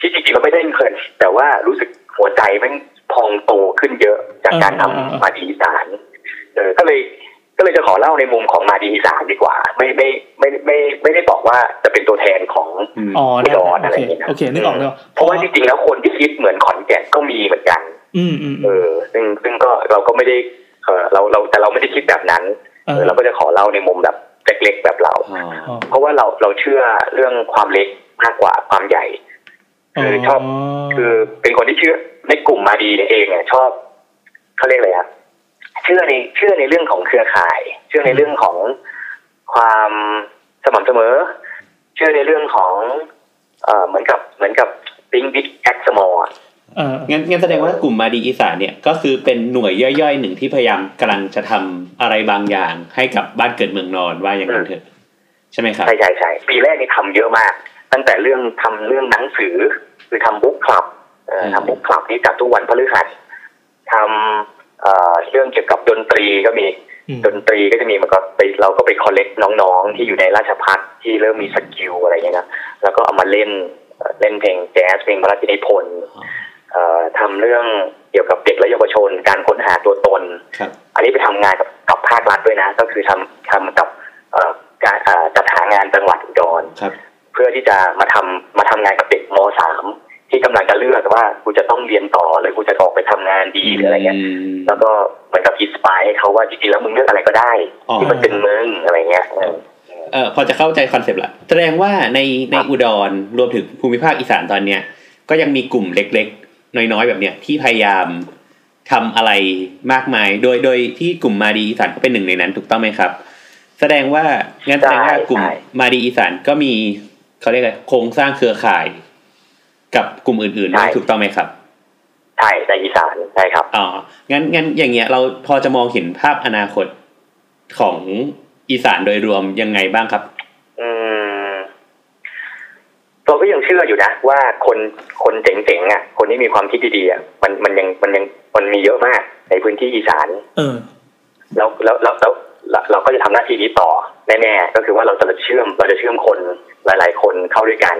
ที่จริงๆเราไม่ได้เงินแต่ว่ารู้สึกหัวใจมันพองโตขึ้นเยอะจากการทำมาดีสารเออก็เลยก็ เลยจะขอเล่าในมุมของมาดีอีสานดีกว่า ไม่ไม่ไม่ไม่ไม่ได้บอกว่าจะเป็นตัวแทนของ ม อ๋อได้ อุดร โอ อะไร เค อย่างเงี้ย โอเคนึกออกแล้ว เพราะว่าจริงๆแล้วคนที่คิดเหมือนขอนแก่นก็มีเหมือนกัน อืมอืม เอ อืม อ ซึ่งซึ่งก็เราก็ไม่ได้เออเราเราแต่เราไม่ได้คิดแบบนั้น เอ เอ อ อเราก็จะขอเล่าในมุมแบบเล็กๆแบบเรา อ๋อ อ๋อ เพราะว่าเราเราเชื่อเรื่องความเล็กมากกว่าความใหญ่ คือชอบ คือเป็นคนที่เชื่อในกลุ่มมาดีเนี่ยเองเนี่ยชอบเขาเรียกอะไรครับเชื่อในเชื่อในเรื่องของเครือข่าย เชื่อในเรื่องของความสม่ำเสมอ เชื่อในเรื่องของ เอ่อเหมือนกับเหมือนกับ think big act small อะ เออ งั้นงั้นแสดงว่ากลุ่มมาดีอีสานเนี่ยก็คือเป็นหน่วยย่อยๆหนึ่งที่พยายามกำลังจะทำอะไรบางอย่าง ให้กับบ้านเกิดเมืองนอนว่าอย่างนั้นเถอะใช่ไหมครับ ใช่ใช่ใช่ปีแรกนี่ทำเยอะมาก ตั้งแต่เรื่องทำเรื่องหนังสือ คือทำบุ๊กคลับเอ่อ อืม ทำบุ๊กคลับนี่จัดทุกวันพฤหัสทำเอ่อเรื่องเกี่ยวกับดนตรีก็มี อืม ดนตรีก็จะมีมันก็ไปเราก็ไปคอลเลกน้องๆ ที่อยู่ในราชพัฒที่เริ่มมีสกิลอะไรเงี้ยนะแล้วก็เอามาเล่นเอ่อเล่นเพลงแจ๊สเพลงพระราชินิพนธ์เอ่อทำเรื่องเกี่ยวกับเด็กและเยาวชน การค้นหาตัวตน ครับ อันนี้ไปทำงานกับกับภาครัฐด้วยนะ ก็คือทำทำกับเอ่อการเอ่อจัดหางานจังหวัดอุดร ครับ เพื่อที่จะมาทำมาทำงานกับเด็กมสามที่กำลังจะเลือกว่ากูจะต้องเรียนต่อหรือกูจะออกไปทำงานดีหรืออะไรเงี้ย แล้วก็เหมือนกับอินสปายให้เขาว่าจริงๆแล้วมึงเลือกอะไรก็ได้ อ๋อ ที่มันเป็นมึงอะไรเงี้ยเออ เออพอจะเข้าใจคอนเซปต์ละแสดงว่าในในอุดรรวมถึงภูมิภาคอีสานตอนเนี้ยก็ยังมีกลุ่มเล็กๆ น้อยๆแบบเนี้ยที่พยายามทำอะไรมากมาย โดยโดยที่กลุ่มมาดีอีสานก็เป็นหนึ่งในนั้นถูกต้องไหมครับ แสดงว่างั้นแสดงว่ากลุ่มมาดีอีสานก็มีเขาเรียกอะไรโครงสร้างเครือข่าย กับกลุ่มอื่นๆด้วยถูกต้องไหมครับ ใช่ในอีสานใช่ครับ อ๋อ งั้น งั้น อย่างเงี้ย เราพอจะมองเห็นภาพอนาคตของอีสานโดยรวมยังไงบ้างครับ อืมเราก็ยังเชื่ออยู่นะ ว่าคนคนเจ๋งๆอ่ะ คนที่มีความคิดดีๆอ่ะมันมันยังมันยังมันมีเยอะมาก ในพื้นที่อีสาน เออ แล้วแล้วแล้วแล้วเราเราก็จะทำหน้าที่นี้ต่อแน่ๆก็คือว่าเราจะเชื่อมเราจะเชื่อมคนหลาย ๆ คนเข้าด้วยกัน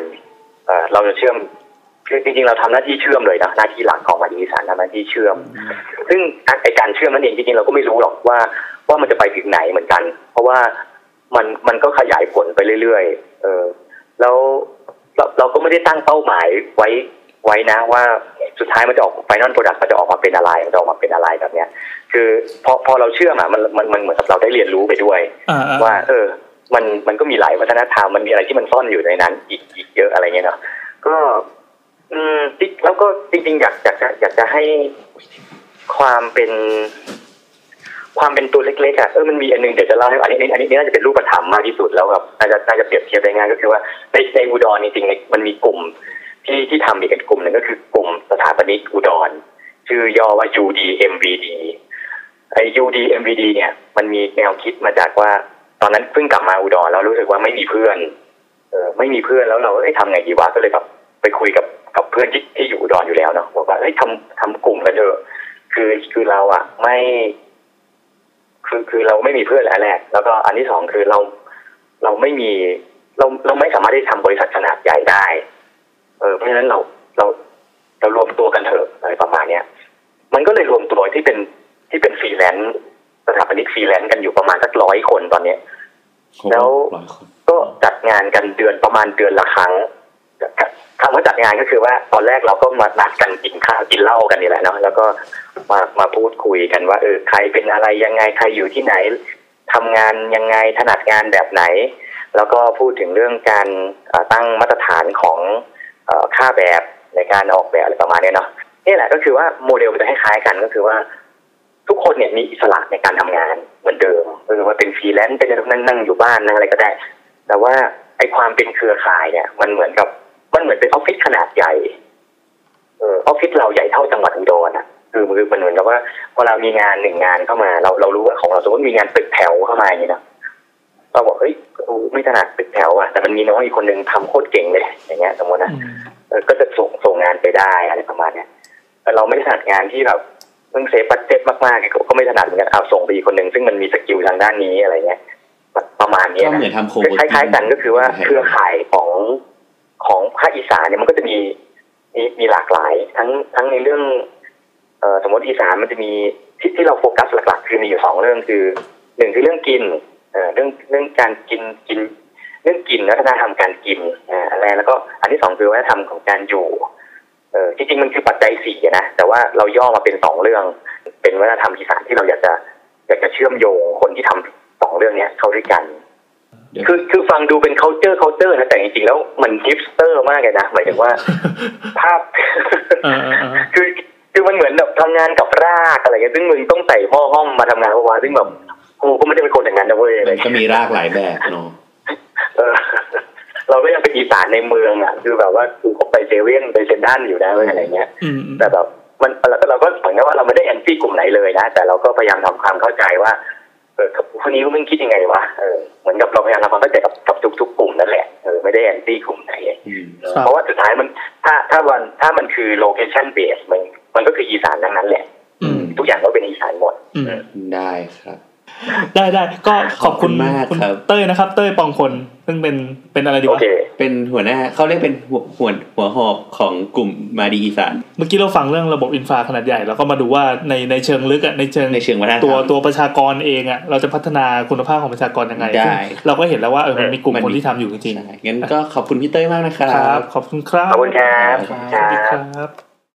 เอ่อเราจะเชื่อมคือจริงๆเราทำหน้าที่เชื่อมเลยนะหน้าที่หลักของวันอีสานทำหน้าที่เชื่อม ซึ่งไอการเชื่อมนั่นเองจริงๆเราก็ไม่รู้หรอกว่าว่ามันจะไปถึงไหนเหมือนกัน เพราะว่ามันมันก็ขยายผลไปเรื่อยๆเออแล้วเราเราก็ไม่ได้ตั้งเป้าหมายไว้ไว้นะ ว่าสุดท้ายมันจะออกไฟนอลโปรดักต์มันจะออกมาเป็นอะไรมันจะออกมาเป็นอะไรแบบเนี้ย คือพอพอเราเชื่อมอ่ะมันมันมันเหมือนกับเราได้เรียนรู้ไปด้วย อ่าอ่า ว่า เออ มันมันก็มีหลายวัฒนธรรมมันมีอะไรที่มันซ่อนอยู่ในนั้น อีกอีกเยอะอะไรเงี้ยเนาะก็ อืมติ๊กแล้วก็จริงๆอยากอยากจะอยากจะให้ความเป็น ความเป็นตัวเล็กๆอ่ะเออมันมีอันหนึงเดี๋ยวจะเล่าให้อันนี้อันนี้อันนี้น่าจะเป็นรูปธรรมมากที่สุดแล้วแบบน่าจะน่าจะเปรียบเทียบได้ง่ายก็คือว่าในในอุดรจริงๆในมันมีกลุ่ม ที่ที่ทำอีกกลุ่มหนึ่งก็คือกลุ่มสถาปนิกอุดร ชื่อย่อว่า UDMVD ไอ้ UDMVD เนี่ย มันมีแนวคิดมาจากว่า ตอนนั้นเพิ่งกลับมาอุดรแล้วรู้สึกว่าไม่มีเพื่อน เออไม่มีเพื่อนแล้วเราเอ้ยทำไงดีวะก็เลยแบบไปคุยกับกับเพื่อนที่ที่อยู่อุดรอยู่แล้วเนาะบอกว่าเอ้ยทำทำกลุ่มกันเถอะคือคือเราอะไม่ คือคือเราไม่มีเพื่อนแล้วแหละแล้วก็อันที่สองคือเราเราไม่มีเราเราไม่สามารถที่ทำบริษัทขนาดใหญ่ได้ เออเพราะฉะนั้นเราเราเรารวมตัวกันเถอะอะไรประมาณเนี้ย มันก็เลยรวมตัวที่เป็นที่เป็นฟรีแลนซ์สถาปนิกฟรีแลนซ์กันอยู่ประมาณสักร้อยคนตอนเนี้ย แล้ว หลายคน ก็จัดงานกันเดือนประมาณเดือนละครั้งคำว่าจัดงานก็คือว่าตอนแรกเราก็มานัดกันกินข้าวกินเหล้ากันนี่แหละเนาะแล้วก็มามาพูดคุยกันว่าเออใครเป็นอะไรยังไงใครอยู่ที่ไหนทำงานยังไงถนัดงานแบบไหน แล้วก็พูดถึงเรื่องการเอ่อตั้งมาตรฐานของเอ่อค่าแบบในการออกแบบอะไรประมาณเนี้ยเนาะนี่แหละก็คือว่าโมเดลมันจะคล้ายๆกันก็คือว่า ทุกคนเนี่ยมีอิสระในการทำงานเหมือนเดิมก็คือว่าเป็นฟรีแลนซ์เป็นนั่งนั่งอยู่บ้านนั่งอะไรก็ได้ แต่ว่าไอความเป็นเครือข่ายเนี่ย มันเหมือนกับมันเหมือนเป็นออฟฟิศขนาดใหญ่ เออออฟฟิศเราใหญ่เท่าจังหวัดอุดรอ่ะคือมันคือมันเหมือนกับว่าพอเรามีงานหนึ่งงานเข้ามา เราเรารู้ว่าของเราสมมติมีงานตึกแถวเข้ามาอย่างนี้นะเราบอกเฮ้ยกูไม่ถนัดตึกแถวอ่ะแต่มันมีน้องอีกคนนึงทำโคตรเก่งเลยอย่างเงี้ยสมมตินะ อืม เออก็จะส่งส่งงานไปได้อะไรประมาณเนี้ยแต่เราไม่ได้ถนัดงานที่แบบต้องเซฟบัตเจ็ตมากๆไงก็ก็ไม่ถนัดเหมือนกันเอาส่งไปอีกคนหนึ่งซึ่งมันมีสกิลทางด้านนี้อะไรเงี้ยแบบประมาณเนี้ย ก็ นะ เหมือนทำโค คือคล้าย ๆ กันก็คือว่าเครือข่ายของของภาคอีสานเนี่ยมันก็จะมีมีมีหลากหลาย ทั้งทั้งในเรื่องเอ่อสมมติอีสานมันจะมีที่ที่เราโฟกัสหลัก ๆ คือมีอยู่สองเรื่องคือ หนึ่งคือเรื่องกินเอ่อเรื่องเรื่องการกินกิน เรื่องกินวัฒนธรรมการกินอ่าอะไรแล้วก็อันที่สองคือวัฒนธรรมของการอยู่เออจริงๆมันคือปัจจัยสี่อะนะแต่ว่าเราย่อมาเป็นสองเรื่อง เป็นวัฒนธรรมอีสานที่เราอยากจะอยากจะเชื่อมโยงคนที่ทำสองเรื่องเนี้ยเข้าด้วยกัน เดี๋ยว คือคือฟังดูเป็น culture culture นะแต่จริงๆแล้วมัน hipster มากเลยนะหมายถึงว่า ภาพ เออเออเออ คือคือมันเหมือนแบบทำงานกับรากอะไรเงี้ยซึ่งมึงต้องใส่หม้อห้อมมาทำงานเพราะว่าซึ่งแบบกูก็ไม่ได้เป็นคนอย่างนั้นนะเว้ยอะไร มันก็ เงี้ย มีรากหลายแบบเนาะ เออ เราก็ยังเป็นอีสานในเมืองอ่ะ คือแบบว่ากูก็ไปเซเว่นไปเซนทรันอยู่นะเว้ยอะไรเงี้ย อืมอืม แต่แบบมันเราก็เราก็เหมือนกับว่าเราไม่ได้แอนตี้กลุ่มไหนเลยนะ แต่เราก็พยายามทำความเข้าใจว่าเออกับคนนี้มึงคิดยังไงวะเออเหมือนกับเราพยายามทำความเข้าใจกับกับทุกๆกลุ่มนั่นแหละเออไม่ได้แอนตี้กลุ่มไหน อืม ครับ เพราะว่าสุดท้ายมันถ้าถ้าวันถ้ามันคือโลเคชันเบสมันมันก็คืออีสานทั้งนั้นแหละ อืม ทุกอย่างก็เป็นอีสานหมด อืม ได้ครับ ได้ได้ก็ขอบคุณ ขอบคุณมาก คุณ ครับ เต้ยนะครับ เต้ยปองคนซึ่งเป็นเป็นอะไรดี โอ วะ เค เป็นหัวหน้าเขาเรียกเป็นหัวหัวหัวหอกของกลุ่มมาดีอีสาน เมื่อกี้เราฟังเรื่องระบบอินฟราขนาดใหญ่ แล้วก็มาดูว่าในในเชิงลึกอ่ะในเชิง ในเชิงวัฒนธรรม ตัวตัวประชากรเองอ่ะเราจะพัฒนาคุณภาพของประชากรยังไง ได้ ซึ่งเราก็เห็นแล้วว่าเออมันมีกลุ่ม มั คนที่ทำอยู่จริง ใช่งั้นก็ขอบคุณพี่เต้ยมากนะครั ๆครับ บ ขอบคุณครับ ขอบคุณครับ สวัสดีครับ